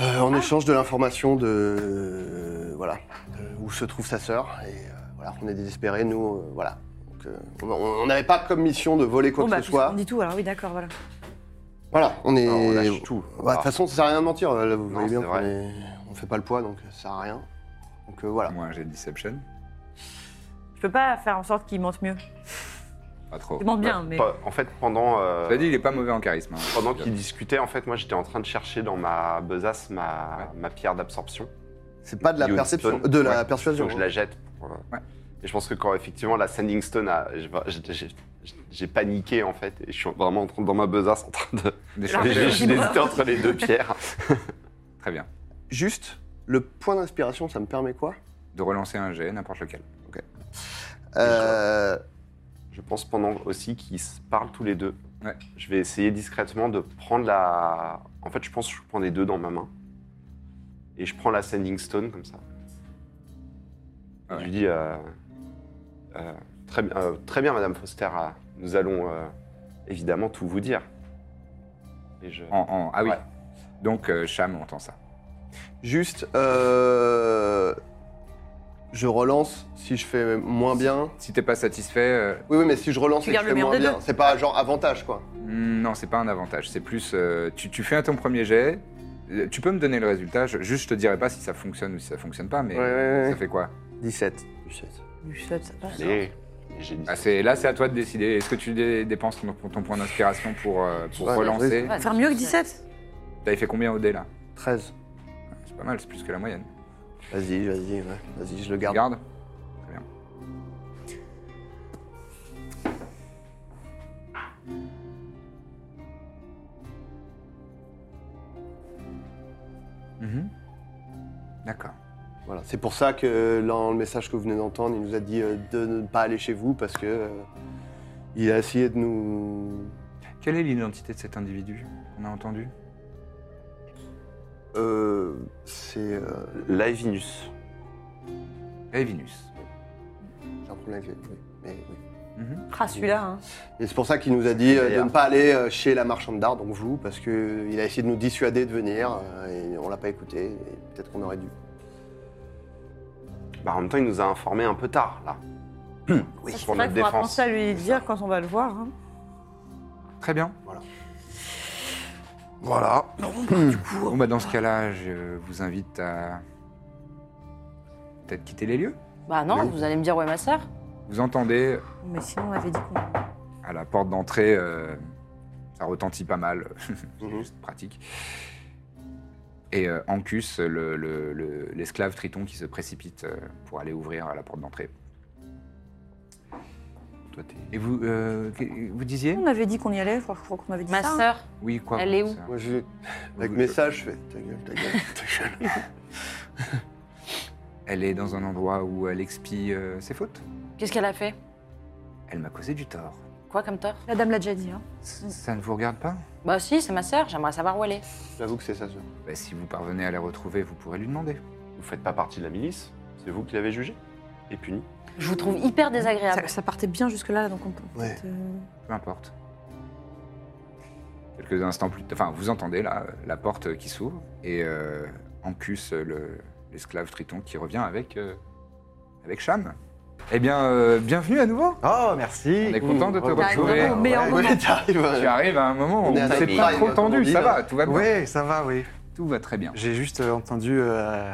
Speaker 3: Euh,
Speaker 2: Ah.
Speaker 3: en échange de l'information de euh, voilà de où se trouve sa sœur et euh, voilà on est désespérés nous euh, voilà Donc, euh, on- on n'avait pas comme mission de voler quoi
Speaker 2: bon,
Speaker 3: que
Speaker 2: bah,
Speaker 3: ce
Speaker 2: tu-
Speaker 3: soit
Speaker 2: on dit tout, alors oui, d'accord, voilà.
Speaker 3: voilà on est
Speaker 5: Non, Ah, on lâche tout.
Speaker 3: Bah, de toute façon ça sert à rien de mentir là, vous
Speaker 5: Non,
Speaker 3: voyez bien
Speaker 5: c'est
Speaker 3: qu'on
Speaker 5: vrai.
Speaker 3: est- on fait pas le poids donc ça sert à rien donc euh, voilà
Speaker 1: Moi, j'ai Deception.
Speaker 2: Je peux pas faire en sorte qu'il mente mieux.
Speaker 1: Pas trop.
Speaker 2: Il mente bien, mais.
Speaker 5: Pe- En fait, pendant... euh,
Speaker 1: T'as dit, il est pas mauvais en charisme. hein.
Speaker 5: Pendant qu'ils discutaient, en fait, moi, j'étais en train de chercher dans ma besace ma, ma pierre d'absorption.
Speaker 3: c'est pas de la
Speaker 5: Yodstone.
Speaker 3: perception de la
Speaker 5: Ouais.
Speaker 3: persuasion hein.
Speaker 5: Donc, je la jette. pour, euh,
Speaker 1: Ouais.
Speaker 5: Et je pense que quand, effectivement, la Sanding Stone a... je- je- je- je- J'ai paniqué, en fait, et je suis vraiment en train- dans ma besace en train
Speaker 1: Ah,
Speaker 5: de...
Speaker 1: D'échanger.
Speaker 2: Alors,
Speaker 5: J'ai hésité entre les deux pierres.
Speaker 1: Très bien.
Speaker 3: hein. juste le point d'inspiration ça me permet quoi
Speaker 1: De relancer un jet, n'importe lequel.
Speaker 3: Euh,
Speaker 5: Je pense pendant aussi qu'ils se parlent tous les deux.
Speaker 1: Ouais.
Speaker 5: Je vais essayer discrètement de prendre la. En fait, je pense que je prends les deux dans ma main. Et je prends la Sending Stone comme ça.
Speaker 1: Ah ouais.
Speaker 5: Je lui dis euh, euh, très, bi- euh, très bien, Madame Foster, euh, nous allons euh, évidemment tout vous dire. Et je.
Speaker 1: En- en- ah oui.
Speaker 5: Ouais.
Speaker 1: Donc, euh, Cham entend ça.
Speaker 3: Juste, euh, je relance si je fais moins bien.
Speaker 1: Si t'es pas satisfait, euh,
Speaker 3: Oui, oui, mais si je relance
Speaker 2: Tu
Speaker 3: et que je
Speaker 2: gardes le
Speaker 3: fais
Speaker 2: meilleur
Speaker 3: moins
Speaker 2: des
Speaker 3: bien,
Speaker 2: deux.
Speaker 3: c'est pas genre avantage quoi.
Speaker 1: mm, non, c'est pas un avantage. C'est plus, euh, tu, tu fais ton premier jet. euh, Tu peux me donner le résultat. Je, juste, je te dirai pas si ça fonctionne ou si ça fonctionne pas, mais
Speaker 3: Ouais, ouais, ouais.
Speaker 1: ça fait quoi
Speaker 3: 17.
Speaker 5: Allez, et j'ai dit.
Speaker 1: Ah, c'est- Là, c'est à toi de décider. Est-ce que tu dé- dépenses ton, ton point d'inspiration pour, euh, pour
Speaker 3: Ouais,
Speaker 1: relancer
Speaker 3: ouais,
Speaker 2: Faire mieux que 17
Speaker 1: T'avais fait combien au dé là
Speaker 3: 13.
Speaker 1: C'est pas mal, c'est plus que la moyenne.
Speaker 3: Vas-y, vas-y, ouais. vas-y, je le garde.
Speaker 1: Regarde. Mhm. D'accord.
Speaker 3: Voilà. C'est pour ça que dans le message que vous venez d'entendre, il nous a dit euh, de ne pas aller chez vous parce que euh, il a essayé de nous.
Speaker 1: Quelle est l'identité de cet individu qu'on a entendu
Speaker 3: Euh, c'est. euh,
Speaker 5: Laevinus.
Speaker 1: Evinus.
Speaker 3: J'ai un problème avec les- oui, mais oui.
Speaker 2: Ah, celui-là, hein.
Speaker 3: Et c'est pour ça qu'il nous a dit euh, de
Speaker 5: D'ailleurs.
Speaker 3: ne pas aller euh, chez la marchande d'art, donc vous, parce qu'il a essayé de nous dissuader de venir, euh, et on l'a pas écouté, et peut-être qu'on aurait dû.
Speaker 5: Bah, en même temps, il nous a informé un peu tard, là.
Speaker 1: Hmm.
Speaker 2: Ça, c'est
Speaker 5: Pour
Speaker 2: vrai
Speaker 5: notre
Speaker 2: qu'il faudra
Speaker 5: défense.
Speaker 2: penser à lui dire quand on va le voir. hein.
Speaker 1: Très bien.
Speaker 3: Voilà.
Speaker 1: Bon, bah, dans ce cas-là, je vous invite à peut-être quitter les lieux.
Speaker 4: Bah non,
Speaker 1: Oui.
Speaker 4: vous allez me dire, ouais, ma sœur.
Speaker 1: Vous entendez
Speaker 2: Mais sinon, on avait dit qu'on.
Speaker 1: à la porte d'entrée, euh, ça retentit pas mal,
Speaker 3: Mhm.
Speaker 1: juste pratique. Et euh, Ancus, le- le- le- l'esclave Triton qui se précipite euh, pour aller ouvrir à la porte d'entrée.
Speaker 5: Toi, t'es-
Speaker 1: Et vous, euh, qu'est- vous disiez
Speaker 2: On avait dit qu'on y allait, je crois- je crois qu'on avait dit
Speaker 4: Ma
Speaker 2: ça. hein.
Speaker 4: sœur.
Speaker 1: Oui, quoi
Speaker 4: Elle est
Speaker 1: vous-
Speaker 4: où
Speaker 1: ça-
Speaker 3: Moi, je, avec
Speaker 1: vous-
Speaker 3: message, je fais ta gueule, ta gueule, ta gueule.
Speaker 1: Elle est dans un endroit où elle expie euh, ses fautes.
Speaker 4: Qu'est-ce qu'elle a fait
Speaker 1: Elle m'a causé du tort.
Speaker 4: Quoi comme tort
Speaker 2: La dame l'a déjà dit. Hein.
Speaker 4: Mmh.
Speaker 1: Ça ça ne vous regarde pas
Speaker 4: Bah si, c'est ma sœur, j'aimerais savoir où elle est.
Speaker 3: J'avoue que c'est ça, ça.
Speaker 1: Bah, Si vous parvenez à la retrouver, vous pourrez lui demander.
Speaker 5: Vous faites pas partie de la milice. C'est vous qui l'avez jugé et puni.
Speaker 4: Je vous trouve hyper désagréable.
Speaker 2: Ça, ça partait bien jusque-là, donc on peut.
Speaker 3: Ouais.
Speaker 2: peut-être, euh,
Speaker 1: Peu importe. Quelques instants plus tard, enfin, vous entendez la, la porte qui s'ouvre et euh, Ancus, le- l'esclave Triton, qui revient avec, euh, avec Cham. Eh bien, euh, bienvenue à nouveau.
Speaker 6: Oh, merci.
Speaker 1: On est content de te
Speaker 6: Rebonjour.
Speaker 1: retrouver.
Speaker 2: au meilleur
Speaker 6: Ouais.
Speaker 3: Oui,
Speaker 2: moment.
Speaker 3: t'arrives.
Speaker 1: Tu
Speaker 3: euh,
Speaker 1: arrives à un moment
Speaker 3: On
Speaker 1: où
Speaker 3: est à
Speaker 1: c'est
Speaker 3: la
Speaker 1: pas
Speaker 3: taille,
Speaker 1: trop
Speaker 3: hein, comme on
Speaker 1: tendu,
Speaker 3: dit,
Speaker 1: ça
Speaker 3: là.
Speaker 1: va, tout va bien.
Speaker 6: Ouais, ça va, oui.
Speaker 1: Tout va très bien.
Speaker 6: J'ai juste euh, entendu euh,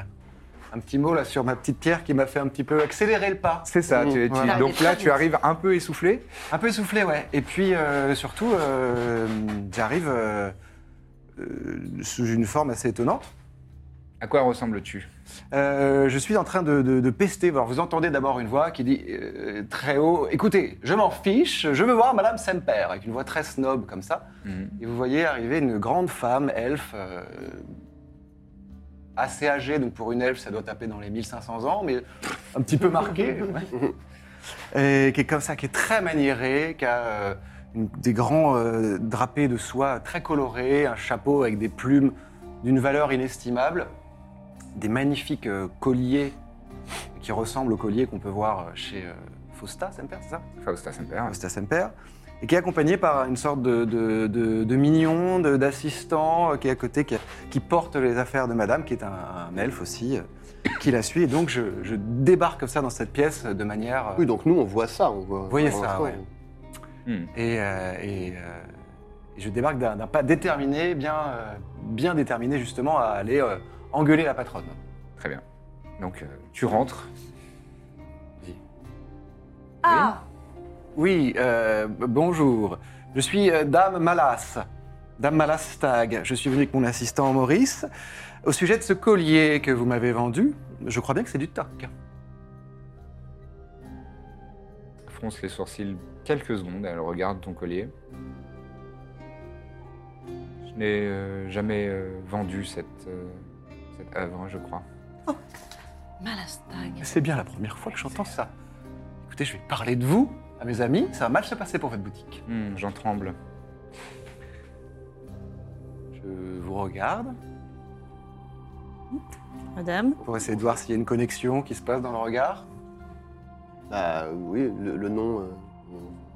Speaker 6: un petit mot là sur ma petite pierre qui m'a fait un petit peu accélérer le pas.
Speaker 1: C'est ça, tu- tu-
Speaker 6: Voilà.
Speaker 1: donc là tu arrives un peu essoufflé.
Speaker 6: Un peu soufflé, ouais. Et puis euh, surtout, euh, j'arrive euh, euh, sous une forme assez étonnante.
Speaker 1: À quoi ressembles-tu
Speaker 6: Euh, je suis en train de, de- de pester. Alors, vous entendez d'abord une voix qui dit euh, très haut Écoutez, je m'en fiche, je veux voir Madame Semper, avec une voix très snob comme ça.
Speaker 1: Mhm.
Speaker 6: Et vous voyez arriver une grande femme, elfe, euh, assez âgée, donc pour une elfe, ça doit taper dans les 1500 ans, mais un petit peu marquée. ouais. Et qui est comme ça, qui est très maniérée, qui a euh, une- des grands euh, drapés de soie très colorés, un chapeau avec des plumes d'une valeur inestimable, des magnifiques euh, colliers qui ressemblent aux colliers qu'on peut voir chez euh, Fausta, Semper, c'est ça
Speaker 1: Fausta Semper.
Speaker 6: Costa Semper, et qui est accompagné par une sorte de, de, de- de mignon, de- d'assistant euh, qui est à côté, qui, qui porte les affaires de madame, qui est un, un elfe aussi, euh, qui la suit. Et donc je, je débarque comme ça dans cette pièce euh, de manière. euh,
Speaker 3: Oui, donc nous, on voit ça, on voit.
Speaker 6: Vous voyez
Speaker 3: on
Speaker 6: ça,
Speaker 3: voit
Speaker 6: ouais.
Speaker 1: Hmm.
Speaker 6: et, euh, et, euh, et je débarque d'un d'un pas déterminé, bien, euh, bien déterminé justement à aller euh, engueuler la patronne.
Speaker 1: Très bien. Donc euh, tu rentres.
Speaker 4: Ah
Speaker 6: Oui, euh, b- bonjour. Je suis euh, Dame Malas. Dame Malas Stag. Je suis venu avec mon assistant Maurice. Au sujet de ce collier que vous m'avez vendu, je crois bien que c'est du toc.
Speaker 1: fronce les sourcils quelques secondes, elle regarde ton collier. Je n'ai euh, jamais euh, vendu cette, euh, cette œuvre, je crois.
Speaker 4: Malastag.
Speaker 6: C'est bien la première fois que j'entends ça. écoutez, je vais parler de vous à mes amis, ça va mal se passer pour votre boutique.
Speaker 1: Hmm, J'en tremble.
Speaker 6: Je vous regarde
Speaker 2: Madame
Speaker 6: pour essayer de voir s'il y a une connexion qui se passe dans le regard.
Speaker 3: Bah oui, le, le nom.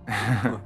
Speaker 3: euh,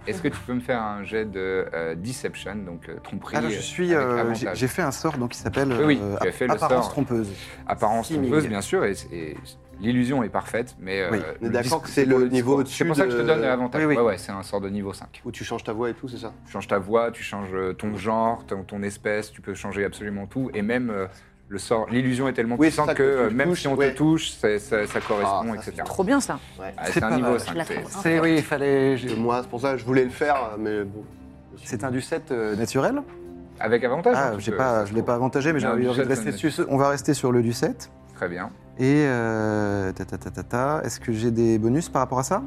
Speaker 1: Est-ce que tu peux me faire un jet de euh, deception, donc euh, tromperie
Speaker 6: Alors, je
Speaker 1: euh,
Speaker 6: suis,
Speaker 1: avec
Speaker 6: euh, j'ai
Speaker 1: avantage.
Speaker 6: j'ai fait un sort donc qui s'appelle
Speaker 1: Oui, oui,
Speaker 6: euh,
Speaker 1: tu as fait le
Speaker 6: apparence
Speaker 1: sort.
Speaker 6: trompeuse.
Speaker 1: Apparence
Speaker 6: Six mille.
Speaker 1: trompeuse, bien sûr, et, et l'illusion est parfaite, mais. euh,
Speaker 6: Oui,
Speaker 3: on est
Speaker 1: le
Speaker 3: d'accord
Speaker 1: discours-
Speaker 3: que c'est
Speaker 1: pour
Speaker 3: le niveau
Speaker 1: discours.
Speaker 3: au-dessus
Speaker 1: C'est pour ça que je te
Speaker 3: de-
Speaker 1: donne l'avantage.
Speaker 6: Oui, oui.
Speaker 1: Ouais, ouais, c'est un sort de niveau 5.
Speaker 3: Où tu changes ta voix et tout, c'est ça
Speaker 1: Tu changes ta voix, tu changes euh, ton genre, ton, ton espèce, tu peux changer absolument tout, et même. euh, le sort, l'illusion est tellement
Speaker 3: Oui, c'est
Speaker 1: puissante
Speaker 3: ça
Speaker 1: que,
Speaker 3: que tu
Speaker 1: euh,
Speaker 3: le
Speaker 1: même
Speaker 3: touches,
Speaker 1: si on
Speaker 3: ouais.
Speaker 1: te touche, c'est- ça, ça correspond,
Speaker 3: Ah, ça, c'est
Speaker 1: etc.
Speaker 2: Trop bien ça.
Speaker 1: Ah,
Speaker 6: C'est
Speaker 1: c'est
Speaker 6: pas
Speaker 1: un niveau
Speaker 6: mal.
Speaker 1: 5.
Speaker 4: Je la
Speaker 1: c'est-
Speaker 4: trouve
Speaker 6: C'est oui, il fallait.
Speaker 3: Que
Speaker 6: je-
Speaker 3: Moi, c'est pour ça que je voulais le faire, mais bon.
Speaker 6: C'est un du 7 euh, naturel.
Speaker 1: Avec avantage hein,
Speaker 6: Ah,
Speaker 1: tu
Speaker 6: j'ai
Speaker 1: peux-
Speaker 6: pas, je l'ai pas avantagé, mais j'ai
Speaker 1: Non,
Speaker 6: envie
Speaker 1: du
Speaker 6: de
Speaker 1: sept,
Speaker 6: rester
Speaker 1: on est-
Speaker 6: sur. ce- On va rester sur le du 7.
Speaker 1: Très bien.
Speaker 6: Et euh, ta, ta, ta, ta, ta. est-ce que j'ai des bonus par rapport à ça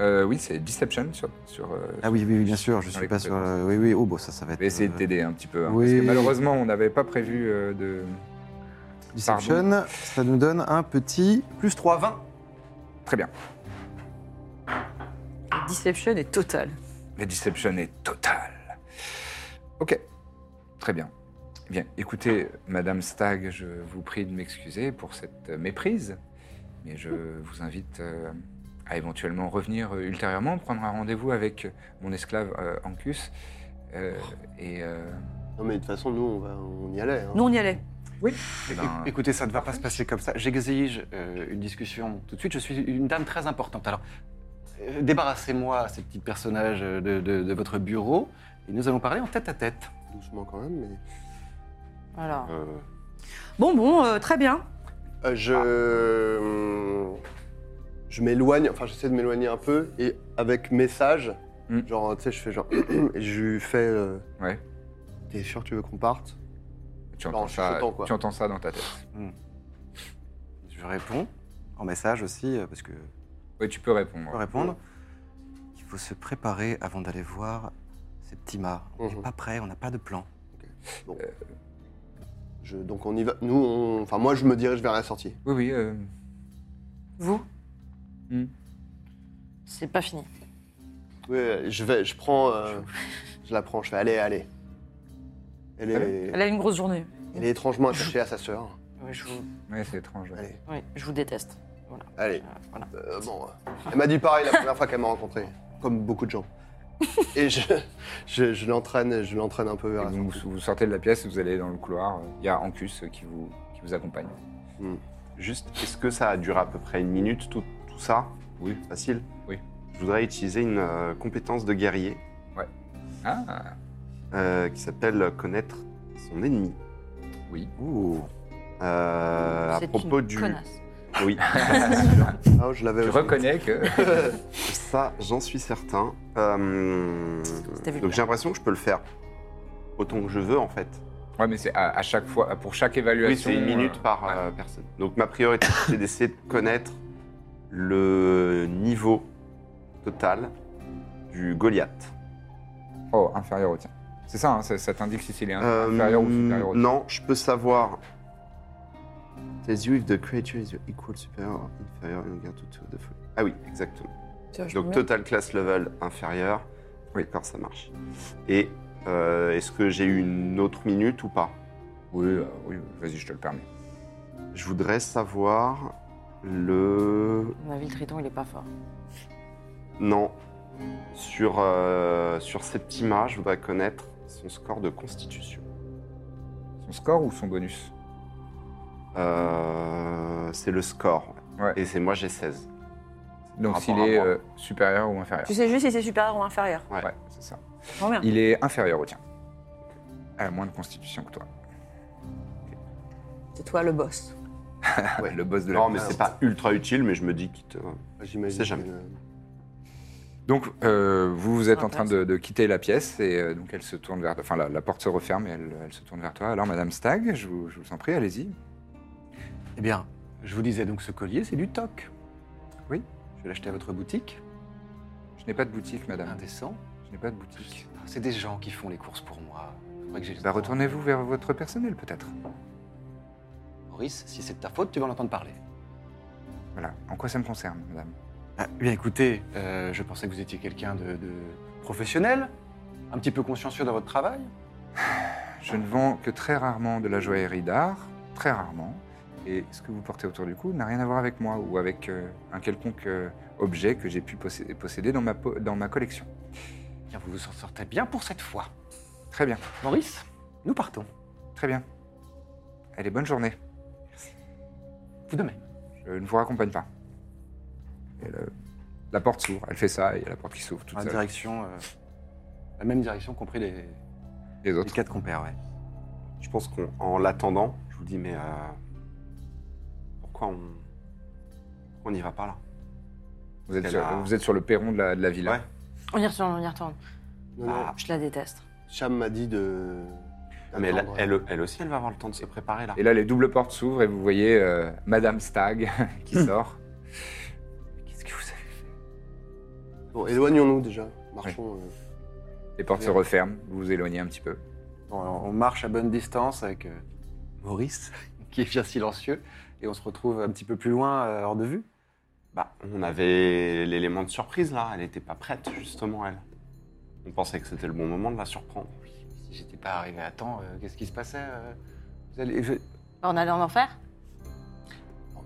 Speaker 1: Euh, oui, c'est Deception sur. sur euh,
Speaker 6: Ah oui, oui, oui, bien sûr, je
Speaker 1: Dans
Speaker 6: suis
Speaker 1: les
Speaker 6: pas sur.
Speaker 1: compétences.
Speaker 6: euh, oui, oui, oh bon, ça, ça va
Speaker 1: Je
Speaker 6: être.
Speaker 1: vais essayer de
Speaker 6: euh,
Speaker 1: t'aider un petit peu. hein,
Speaker 6: Oui.
Speaker 1: Parce que malheureusement, on n'avait pas prévu euh, de.
Speaker 6: Deception, ça nous donne un petit plus 3, 20.
Speaker 1: Très bien.
Speaker 2: Le Deception est total.
Speaker 1: La Deception est totale. Ok. Très bien. Eh Bien, écoutez, Madame Stag, je vous prie de m'excuser pour cette euh, méprise, mais je vous invite euh, à éventuellement revenir euh, ultérieurement, prendre un rendez-vous avec mon esclave euh, Ancus. euh, et euh,
Speaker 3: Non, mais de toute façon, nous, on, va, on y allait. hein.
Speaker 2: Nous, on y allait.
Speaker 1: ben,
Speaker 6: Éc- Écoutez, ça ne va pas se passer comme ça. J'exige euh, une discussion tout de suite. Je suis une dame très importante. Alors, euh, débarrassez-moi ces petits personnages euh, de, de- de votre bureau et nous allons parler en tête à tête.
Speaker 3: Doucement quand même, mais.
Speaker 4: Alors,
Speaker 2: Bon, bon, euh, très bien.
Speaker 3: Euh, je. hum, Je m'éloigne, enfin, j'essaie de m'éloigner un peu, et avec message,
Speaker 1: Hmm.
Speaker 3: genre, tu sais, je fais genre. et je lui fais. euh,
Speaker 1: Ouais.
Speaker 3: T'es sûr que tu veux qu'on parte
Speaker 1: tu, entends
Speaker 3: non, je suis
Speaker 1: ça,
Speaker 3: content, quoi.
Speaker 1: tu entends ça dans ta tête.
Speaker 6: Je réponds en message aussi, euh, parce que
Speaker 1: Oui, tu peux répondre.
Speaker 6: je peux répondre. Il faut se préparer avant d'aller voir ces petits mâts. On n'est
Speaker 3: Mhm.
Speaker 6: pas prêt, on n'a pas de plan.
Speaker 3: Je- Donc on y va. Nous, on- enfin moi, je me dirige vers la sortie.
Speaker 1: Oui, oui. euh,
Speaker 4: vous
Speaker 1: Hmm.
Speaker 4: C'est pas fini.
Speaker 3: Oui, euh, je vais, je prends, euh, je la prends, je fais allez, allez. Elle est,
Speaker 2: Elle a une grosse journée.
Speaker 3: elle est étrangement attachée à sa sœur.
Speaker 4: Oui, je vous,
Speaker 1: ouais, c'est étrange. ouais.
Speaker 3: Allez,
Speaker 4: oui, je vous déteste. Voilà.
Speaker 3: allez.
Speaker 4: Euh, voilà.
Speaker 3: Euh, bon, euh, elle m'a dit pareil la première fois qu'elle m'a rencontré, comme beaucoup de gens. Et je, je, je l'entraîne, je l'entraîne un peu vers
Speaker 1: Et
Speaker 3: la
Speaker 1: vous,
Speaker 3: sortie.
Speaker 1: vous sortez de la pièce, vous allez dans le couloir. Il y a Ancus euh, qui vous, qui vous accompagne.
Speaker 5: Juste, est-ce que ça a duré à peu près une minute, tout, tout ça
Speaker 1: Oui.
Speaker 5: Facile
Speaker 1: Oui.
Speaker 5: Je voudrais utiliser une euh, compétence de guerrier
Speaker 1: Ah,
Speaker 5: euh, qui s'appelle connaître son ennemi.
Speaker 1: oui.
Speaker 6: Ouh.
Speaker 5: Euh, à
Speaker 4: C'est
Speaker 5: propos
Speaker 4: une
Speaker 5: du.
Speaker 4: connasse.
Speaker 5: Oui,
Speaker 3: Ah, je l'avais.
Speaker 1: Je
Speaker 3: aussi.
Speaker 1: reconnais que.
Speaker 5: ça, j'en suis certain. Euh,
Speaker 4: C'était vulgaire.
Speaker 5: donc j'ai l'impression que je peux le faire autant que je veux en fait.
Speaker 1: Ouais, mais c'est à, à chaque fois, pour chaque
Speaker 5: Oui,
Speaker 1: évaluation.
Speaker 5: c'est une minute
Speaker 1: euh,
Speaker 5: par
Speaker 1: ouais.
Speaker 5: euh, personne. Donc ma priorité, c'est d'essayer de connaître le niveau total du Goliath.
Speaker 1: Oh, inférieur au tien. C'est ça, hein, ça, ça t'indique si c'est
Speaker 5: Euh,
Speaker 1: inférieur ou supérieur au tien.
Speaker 5: Non, je peux savoir. Says you if the creature is your equal, superior or inferior, you get to two of the full. Ah oui, exactement. Donc total class level inférieur. Oui, d'accord, ça marche. Et euh, est-ce que j'ai eu une autre minute ou pas
Speaker 1: Oui, euh, oui vas-y, je te le permets.
Speaker 5: Je voudrais savoir le.
Speaker 4: À mon avis, le triton, il est pas fort.
Speaker 5: Non. Sur, euh, sur Septima, je voudrais connaître son score de constitution.
Speaker 1: Son score ou son bonus
Speaker 5: Euh, c'est le score.
Speaker 1: Ouais.
Speaker 5: Et c'est moi, j'ai 16.
Speaker 1: Donc
Speaker 5: Par
Speaker 1: s'il
Speaker 5: rapport à
Speaker 1: est
Speaker 5: moi.
Speaker 1: euh, supérieur ou inférieur.
Speaker 2: Tu sais juste si c'est supérieur ou inférieur.
Speaker 5: sais-
Speaker 1: Ouais, c'est ça.
Speaker 2: Trop bien.
Speaker 1: Il est inférieur au tien. À moins de constitution que toi.
Speaker 2: C'est toi le boss.
Speaker 1: Ouais, le boss de la
Speaker 5: Non, mais
Speaker 3: Ah,
Speaker 5: c'est
Speaker 3: ouais.
Speaker 5: pas ultra utile, mais je me dis quitte. euh,
Speaker 3: J'imagine.
Speaker 5: C'est jamais.
Speaker 3: euh,
Speaker 1: Donc, euh, vous, vous êtes en train
Speaker 4: Intéressant.
Speaker 1: de, de quitter la pièce et euh, donc elle se tourne vers, enfin la, la porte se referme et elle, elle se tourne vers toi. Alors, Madame Stag, je vous, je vous en prie, allez-y.
Speaker 6: Eh bien, je vous disais donc ce collier, c'est du toc.
Speaker 1: Oui.
Speaker 6: Je vais l'acheter à votre boutique.
Speaker 1: Je n'ai pas de boutique, Madame.
Speaker 6: Indécent. Ah,
Speaker 1: Je n'ai pas de boutique.
Speaker 6: C'est des gens qui font les courses pour moi. Faudrait que j'ai le
Speaker 1: Bah,
Speaker 6: temps.
Speaker 1: retournez-vous vers votre personnel, peut-être.
Speaker 6: Maurice, si c'est de ta faute, tu vas en entendre parler.
Speaker 1: Voilà. En quoi ça me concerne, Madame
Speaker 6: Ah,
Speaker 3: eh
Speaker 6: bien écoutez, euh, je pensais que vous étiez quelqu'un de, de professionnel, un petit peu consciencieux dans votre travail.
Speaker 1: Je ne vends que très rarement de la joaillerie d'art, très rarement. Et ce que vous portez autour du cou n'a rien à voir avec moi ou avec euh, un quelconque euh, objet que j'ai pu possé- posséder dans ma, po- dans ma collection.
Speaker 6: Bien, vous vous en sortez bien pour cette fois.
Speaker 1: Très bien,
Speaker 6: Maurice, nous partons.
Speaker 1: très bien. Allez, bonne journée.
Speaker 6: Vous demain.
Speaker 1: Je ne vous raccompagne pas. Et le- la porte s'ouvre, elle fait ça, et il y a la porte qui s'ouvre
Speaker 3: Ah,
Speaker 1: toute
Speaker 6: En
Speaker 1: seule.
Speaker 6: direction, euh, la même direction, compris les,
Speaker 1: Les
Speaker 6: les
Speaker 1: autres.
Speaker 6: quatre compères, ouais.
Speaker 5: Je pense qu'en l'attendant, je vous dis, mais euh, pourquoi on on n'y va pas là
Speaker 1: Vous êtes,
Speaker 5: Elle
Speaker 1: sur,
Speaker 5: a-
Speaker 1: vous êtes sur le perron de la, de la villa.
Speaker 5: Ouais.
Speaker 4: On y retourne, on y retourne.
Speaker 3: Non, non,
Speaker 6: Ah.
Speaker 4: Je la déteste.
Speaker 3: Cham m'a dit de.
Speaker 5: Mais elle,
Speaker 3: d'attendre.
Speaker 5: elle- elle aussi, elle va avoir le temps de se préparer là.
Speaker 1: Et là, les doubles portes s'ouvrent et vous voyez euh, Madame Stag qui sort. Qu'est-ce que vous avez
Speaker 3: Bon, éloignons-nous déjà. Marchons. euh,
Speaker 1: Les portes se referment, vous vous éloignez un petit peu.
Speaker 6: Bon, alors, on marche à bonne distance avec euh, Maurice, qui est bien silencieux, et on se retrouve un petit peu plus loin, euh, hors de vue.
Speaker 5: Bah, on avait l'élément de surprise là, elle n'était pas prête justement elle. On pensait que c'était le bon moment de la surprendre.
Speaker 6: Si j'étais pas arrivé à temps, euh, qu'est-ce qui se passait euh, vous allez- je-
Speaker 4: On allait en enfer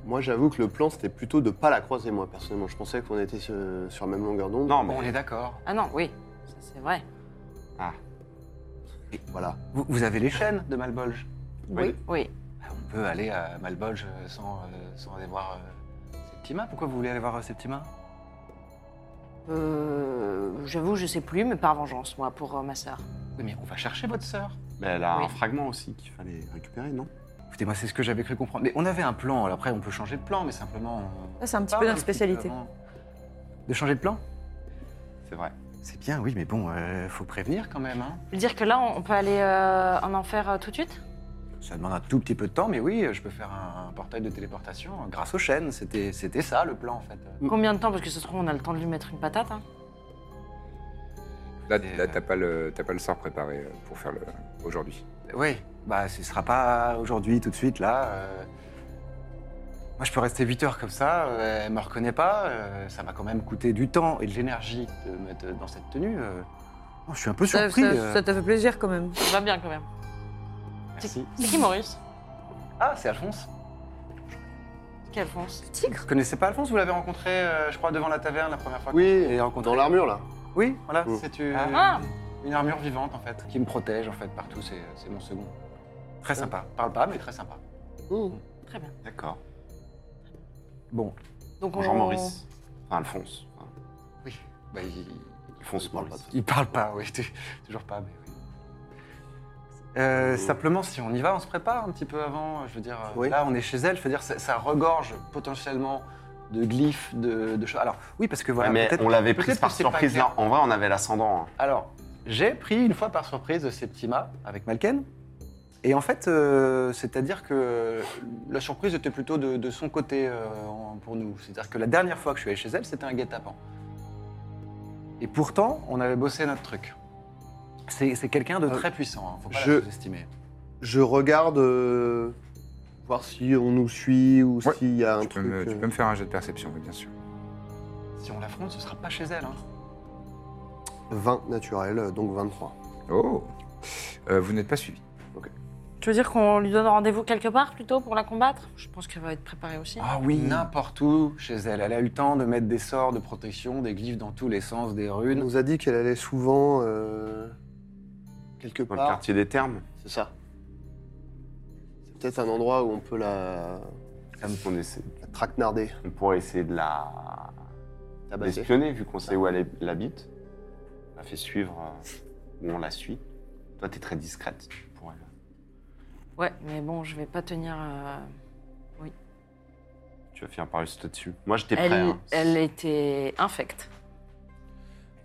Speaker 3: Moi, j'avoue que le plan, c'était plutôt de pas la croiser, moi, personnellement. Je pensais qu'on était sur, sur la même longueur d'onde.
Speaker 5: Non,
Speaker 6: Bon, On
Speaker 5: mais
Speaker 6: est d'accord.
Speaker 4: Ah non, oui, ça, c'est vrai.
Speaker 3: Voilà.
Speaker 6: Vous, vous avez les chaînes de Malbolge
Speaker 5: Oui.
Speaker 4: Oui.
Speaker 6: Ah, On peut aller à Malbolge euh, sans, euh, sans aller voir euh, Septima. Pourquoi vous voulez aller voir euh, Septima
Speaker 4: Euh, J'avoue, je sais plus, mais par vengeance, moi, pour euh, ma sœur.
Speaker 6: Oui, mais on va chercher votre sœur.
Speaker 5: mais elle a
Speaker 4: Oui.
Speaker 5: un fragment aussi qu'il fallait récupérer, non
Speaker 6: Écoutez, moi, c'est ce que j'avais cru comprendre. Mais on avait un plan. Alors Après, on peut changer de plan, mais simplement. on
Speaker 2: Ça, Ah, c'est un petit
Speaker 6: parle
Speaker 2: peu notre
Speaker 6: petit
Speaker 2: spécialité.
Speaker 6: avant. De changer de plan
Speaker 5: C'est vrai.
Speaker 6: C'est bien, oui, mais bon, euh, faut prévenir quand même. hein.
Speaker 4: Je veux dire que là, on peut aller euh, en enfer euh, tout de suite
Speaker 6: Ça demande un tout petit peu de temps, mais oui, euh, je peux faire un, un portail de téléportation euh, grâce aux chaînes. C'était, c'était ça le plan en fait. Euh,
Speaker 5: Mm.
Speaker 4: Combien de temps Parce que ça se trouve, on a le temps de lui mettre une patate. hein.
Speaker 1: Là,
Speaker 6: Et,
Speaker 1: là
Speaker 6: euh,
Speaker 1: t'as pas, le- t'as pas le sort préparé euh, pour faire le aujourd'hui.
Speaker 6: Oui, bah ce sera pas aujourd'hui, tout de suite, là. euh. Moi, je peux rester 8 heures comme ça, euh, elle me reconnaît pas, euh, ça m'a quand même coûté du temps et de l'énergie de me mettre dans cette tenue. euh. Oh, je suis un peu
Speaker 2: Ça,
Speaker 6: surpris.
Speaker 2: ça-
Speaker 6: euh.
Speaker 2: ça te fait plaisir quand même.
Speaker 4: Ça va bien quand même.
Speaker 6: Merci.
Speaker 4: C'est qui Maurice
Speaker 6: Ah, c'est Alphonse.
Speaker 4: C'est qui Alphonse
Speaker 6: Vous connaissez pas Alphonse Vous l'avez rencontré, euh, je crois, devant la taverne la première fois.
Speaker 3: Oui,
Speaker 6: que-
Speaker 3: et dans l'armure, là.
Speaker 6: Oui, voilà,
Speaker 3: Mm.
Speaker 6: c'est une,
Speaker 5: Euh,
Speaker 4: Ah.
Speaker 6: une armure vivante en fait, qui me protège en fait partout, c'est c'est mon second. Très sympa, parle pas mais très sympa.
Speaker 4: Très bien.
Speaker 5: D'accord.
Speaker 6: Bon,
Speaker 4: Donc on...
Speaker 5: Bonjour Maurice. Enfin, Alphonse. Enfin,
Speaker 6: oui, bah, il,
Speaker 5: Alphonse
Speaker 3: parle
Speaker 5: Maurice.
Speaker 6: Il parle pas, oui, tu- toujours pas, mais oui. Euh, simplement, si on y va, on se prépare un petit peu avant. Je veux dire, euh,
Speaker 3: Oui.
Speaker 6: là, on est chez elle. Je veux dire, ça, ça regorge potentiellement de glyphes, de, de choses. Alors, oui, parce que voilà.
Speaker 5: Ouais, mais
Speaker 6: peut-être-
Speaker 5: on l'avait prise
Speaker 6: peut-être
Speaker 5: par
Speaker 6: que c'est pas
Speaker 5: surprise
Speaker 6: clair.
Speaker 5: là. En vrai, on avait l'ascendant. hein.
Speaker 6: Alors, j'ai pris une fois par surprise Septima avec Malken. Et en fait, euh, c'est-à-dire que la surprise était plutôt de, de son côté euh, en- pour nous. C'est-à-dire que la dernière fois que je suis allé chez elle, c'était un guet-apens. Et pourtant, on avait bossé notre truc. C'est c'est quelqu'un de
Speaker 3: Euh,
Speaker 6: très puissant, hein, faut pas
Speaker 3: je-
Speaker 6: la sous-estimer.
Speaker 3: Je regarde euh, voir si on nous suit ou
Speaker 1: Ouais.
Speaker 3: s'il y a un
Speaker 1: Tu peux,
Speaker 3: truc.
Speaker 1: me, tu
Speaker 3: euh,
Speaker 1: peux me faire un jet de perception, oui, bien sûr.
Speaker 6: Si on l'affronte, ce sera pas chez elle. hein.
Speaker 3: 20 naturel, euh, donc 23.
Speaker 1: Oh Euh, Vous n'êtes pas suivi.
Speaker 4: Tu veux dire qu'on lui donne rendez-vous quelque part plutôt pour la combattre Je pense qu'elle va être préparée aussi.
Speaker 6: Ah oui, n'importe où chez elle. Elle a eu le temps de mettre des sorts de protection, des glyphes dans tous les sens, des
Speaker 3: On
Speaker 6: runes.
Speaker 3: nous a dit qu'elle allait souvent euh, quelque
Speaker 5: Dans
Speaker 3: part.
Speaker 6: Ah.
Speaker 5: le quartier des termes.
Speaker 3: C'est ça. C'est peut-être un endroit où on peut la,
Speaker 5: On, essaie-
Speaker 3: la traquenarder,
Speaker 5: on pourrait essayer de la
Speaker 4: Ah bah
Speaker 3: tabasser.
Speaker 5: d'espionner vu qu'on sait où elle est- elle habite. On la fait suivre euh, où on la suit. Toi, t'es très discrète pour elle.
Speaker 4: Ouais, mais bon, je vais pas tenir. euh,
Speaker 5: Tu vas finir par rester dessus. Moi, j'étais prêt.
Speaker 4: Elle,
Speaker 5: hein.
Speaker 4: elle était infecte.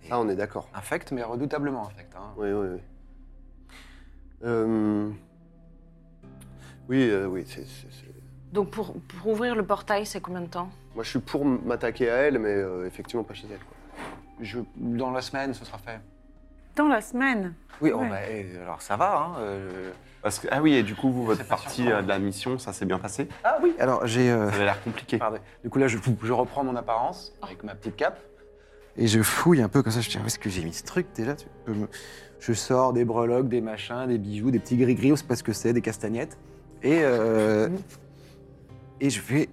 Speaker 3: Ça, Ah, on est d'accord.
Speaker 6: Infect, mais redoutablement infect. hein.
Speaker 3: Oui, oui, oui. Euh, Oui, euh, oui, c'est- c'est- c'est-
Speaker 4: Donc pour, pour ouvrir le portail, c'est combien de temps
Speaker 3: Moi, je suis pour m'attaquer à elle, mais euh, effectivement pas chez elle. quoi.
Speaker 6: Je- dans la semaine, ce sera fait.
Speaker 2: dans la semaine.
Speaker 6: Oui, oh,
Speaker 2: Ouais.
Speaker 6: bah, eh, alors ça va. hein, euh,
Speaker 5: Parce que, ah oui, et du coup, vous, votre
Speaker 6: C'est pas
Speaker 5: partie
Speaker 6: surprenant.
Speaker 5: euh, de la mission, ça s'est bien passé
Speaker 6: Ah oui, alors j'ai. euh,
Speaker 5: Ça avait l'air compliqué.
Speaker 6: Pardon. Du coup, là, je, je reprends mon apparence avec ma petite cape. Et je fouille un peu comme ça. Je dis, Ah, où est-ce que j'ai mis ce truc déjà tu peux me- Je sors des breloques, des machins, des bijoux, des petits gris-gris, on sait pas ce que c'est, des castagnettes. Et, euh, et je fais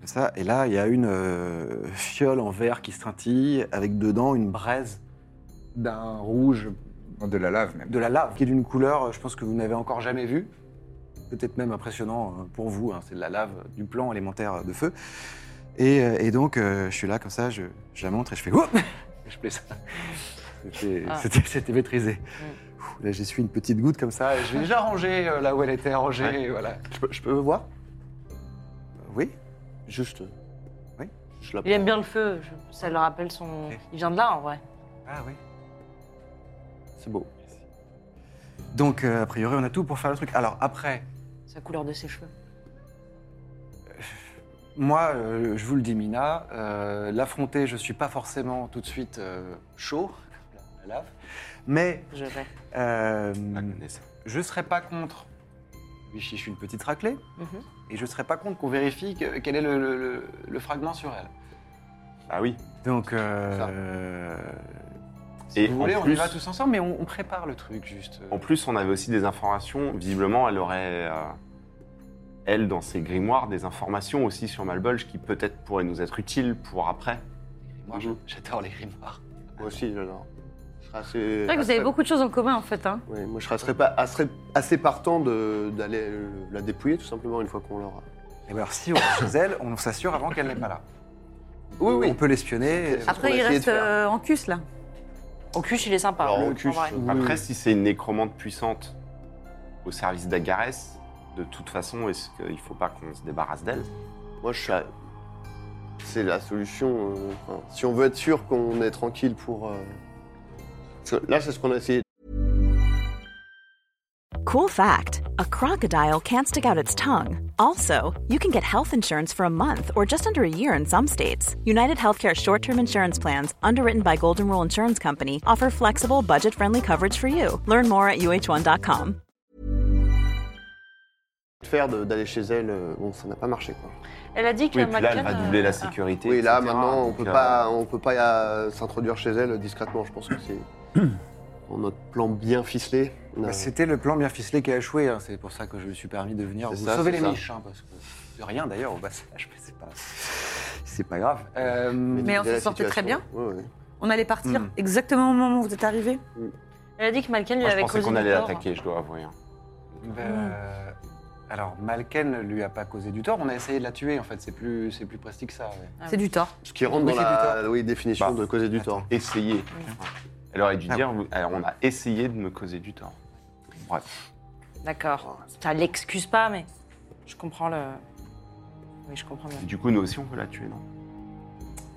Speaker 6: comme ça. Et là, il y a une euh, fiole en verre qui scintille, avec dedans une braise d'un rouge
Speaker 1: De la lave, même.
Speaker 6: de la lave, qui est d'une couleur, euh, je pense que vous n'avez encore jamais vue. Peut-être même impressionnant euh, pour vous, hein, c'est de la lave euh, du plan élémentaire euh, de feu. Et, euh, et donc, euh, je suis là comme ça, je, je la montre et je fais Ouh Je plais ça. C'était
Speaker 4: Ah.
Speaker 6: c'était- c'était maîtrisé. Ouh, Là, j'essuie une petite goutte comme ça, et je l'ai déjà rangée euh, là où elle était rangée,
Speaker 5: Ouais.
Speaker 6: et voilà.
Speaker 5: Je peux, je peux voir
Speaker 6: Oui
Speaker 5: Juste.
Speaker 6: Oui.
Speaker 5: Je la
Speaker 4: Il aime bien le feu, je- ça le rappelle son.
Speaker 6: Ok.
Speaker 4: Il vient de là en vrai.
Speaker 6: Ah oui.
Speaker 5: C'est beau.
Speaker 6: Donc, euh, a priori, on a tout pour faire le truc. Alors, après,
Speaker 4: Sa couleur de ses cheveux.
Speaker 6: Moi, euh, je vous le dis, Mina, euh, l'affronter, je suis pas forcément tout de suite euh, chaud, la, la lave, mais
Speaker 4: Je vais.
Speaker 6: euh,
Speaker 5: Je la connais, Ah, ça.
Speaker 6: je serais pas contre. Vichy, je suis une petite raclée,
Speaker 4: Mhm.
Speaker 6: et je serais pas contre qu'on vérifie que- quel est le, le- le- le fragment sur elle.
Speaker 5: Ah oui.
Speaker 6: Donc, euh, si
Speaker 5: Et
Speaker 6: vous
Speaker 5: en
Speaker 6: voulez, on y
Speaker 5: plus-
Speaker 6: va tous ensemble, mais on, on prépare le truc juste. euh,
Speaker 5: En plus, on avait aussi des informations. Visiblement, elle aurait, euh, elle, dans ses grimoires, des informations aussi sur Malbolge qui peut-être pourraient nous être utiles pour après.
Speaker 6: Moi, je- j'adore les grimoires.
Speaker 3: Moi aussi, j'adore. Je serais assez.
Speaker 2: C'est vrai que vous avez beaucoup de choses en commun en fait. Hein.
Speaker 3: Oui, moi je serais pas assez, assez partant de- d'aller euh, la dépouiller tout simplement une fois qu'on l'aura.
Speaker 6: Et ben alors, si on va chez elle, on s'assure avant qu'elle n'est pas là.
Speaker 3: Oui, oui.
Speaker 6: On peut l'espionner.
Speaker 3: C'est ce qu'on
Speaker 2: Après,
Speaker 3: a
Speaker 2: il
Speaker 3: essayé
Speaker 2: reste
Speaker 3: de faire.
Speaker 2: euh, en cusse là.
Speaker 4: Ocuche, il est sympa.
Speaker 3: Alors,
Speaker 4: le-
Speaker 3: Ocuche,
Speaker 4: en vrai.
Speaker 3: euh,
Speaker 5: Après, si c'est une nécromante puissante au service d'Agarès, de toute façon, est-ce qu'il faut pas qu'on se débarrasse d'elle
Speaker 3: Moi je suis. à- C'est la solution. euh, enfin, si on veut être sûr qu'on est tranquille pour. euh, parce que Là, c'est ce qu'on a essayé
Speaker 7: Cool fact a crocodile can't stick out its tongue. Also, you can get health insurance for a month or just under a year in some states. United Healthcare short term insurance plans, underwritten by Golden Rule Insurance Company, offer flexible, budget friendly coverage for you. Learn more at uh1.com.
Speaker 3: de faire, de- d'aller chez elle. euh, Bon, ça n'a pas marché quoi.
Speaker 4: Elle a dit que
Speaker 5: Oui,
Speaker 4: la
Speaker 5: puis là, elle va
Speaker 4: Madeleine,
Speaker 5: doubler
Speaker 4: euh,
Speaker 5: la sécurité.
Speaker 3: Oui, là
Speaker 5: etc..
Speaker 3: maintenant, on
Speaker 5: Donc,
Speaker 3: peut
Speaker 5: euh,
Speaker 3: pas, on peut pas euh, s'introduire chez elle discrètement. Je pense que c'est dans notre plan bien ficelé. on a-
Speaker 6: Bah, C'était le plan bien ficelé qui a échoué, hein. c'est pour ça que je me suis permis de venir
Speaker 3: C'est
Speaker 6: vous
Speaker 3: ça,
Speaker 6: sauver
Speaker 3: c'est
Speaker 6: les
Speaker 3: ça.
Speaker 6: miches, hein, parce que de rien d'ailleurs au passage, mais c'est pas, c'est pas grave. Euh,
Speaker 2: Mais on
Speaker 3: déjà,
Speaker 2: s'en
Speaker 3: la
Speaker 2: sortait très
Speaker 3: situation- ouais, ouais.
Speaker 2: On allait partir
Speaker 6: Hmm.
Speaker 2: exactement au moment où vous êtes arrivés.
Speaker 4: Elle a dit que Malken lui
Speaker 5: Moi, je
Speaker 4: avait causé
Speaker 5: pensais qu'on
Speaker 4: du
Speaker 5: allait
Speaker 4: tort.
Speaker 5: l'attaquer, je dois avouer. hein.
Speaker 6: bah, alors Malken lui a pas causé du tort, on a essayé de la tuer en fait, c'est plus, c'est plus presque que ça. ouais.
Speaker 4: Ah
Speaker 2: C'est
Speaker 4: oui.
Speaker 2: du tort.
Speaker 3: Ce qui rentre
Speaker 6: Oui,
Speaker 3: dans
Speaker 6: c'est
Speaker 3: la
Speaker 6: du
Speaker 3: oui, définition
Speaker 6: Bah,
Speaker 3: de causer du tort.
Speaker 5: Essayer. Elle aurait dû
Speaker 6: Ah
Speaker 5: dire, vous- alors, on a essayé de me causer du tort. Bref.
Speaker 4: D'accord. Ça l'excuse pas, mais je comprends le. Oui, je comprends bien.
Speaker 5: Et du coup, nous aussi, on peut la tuer, non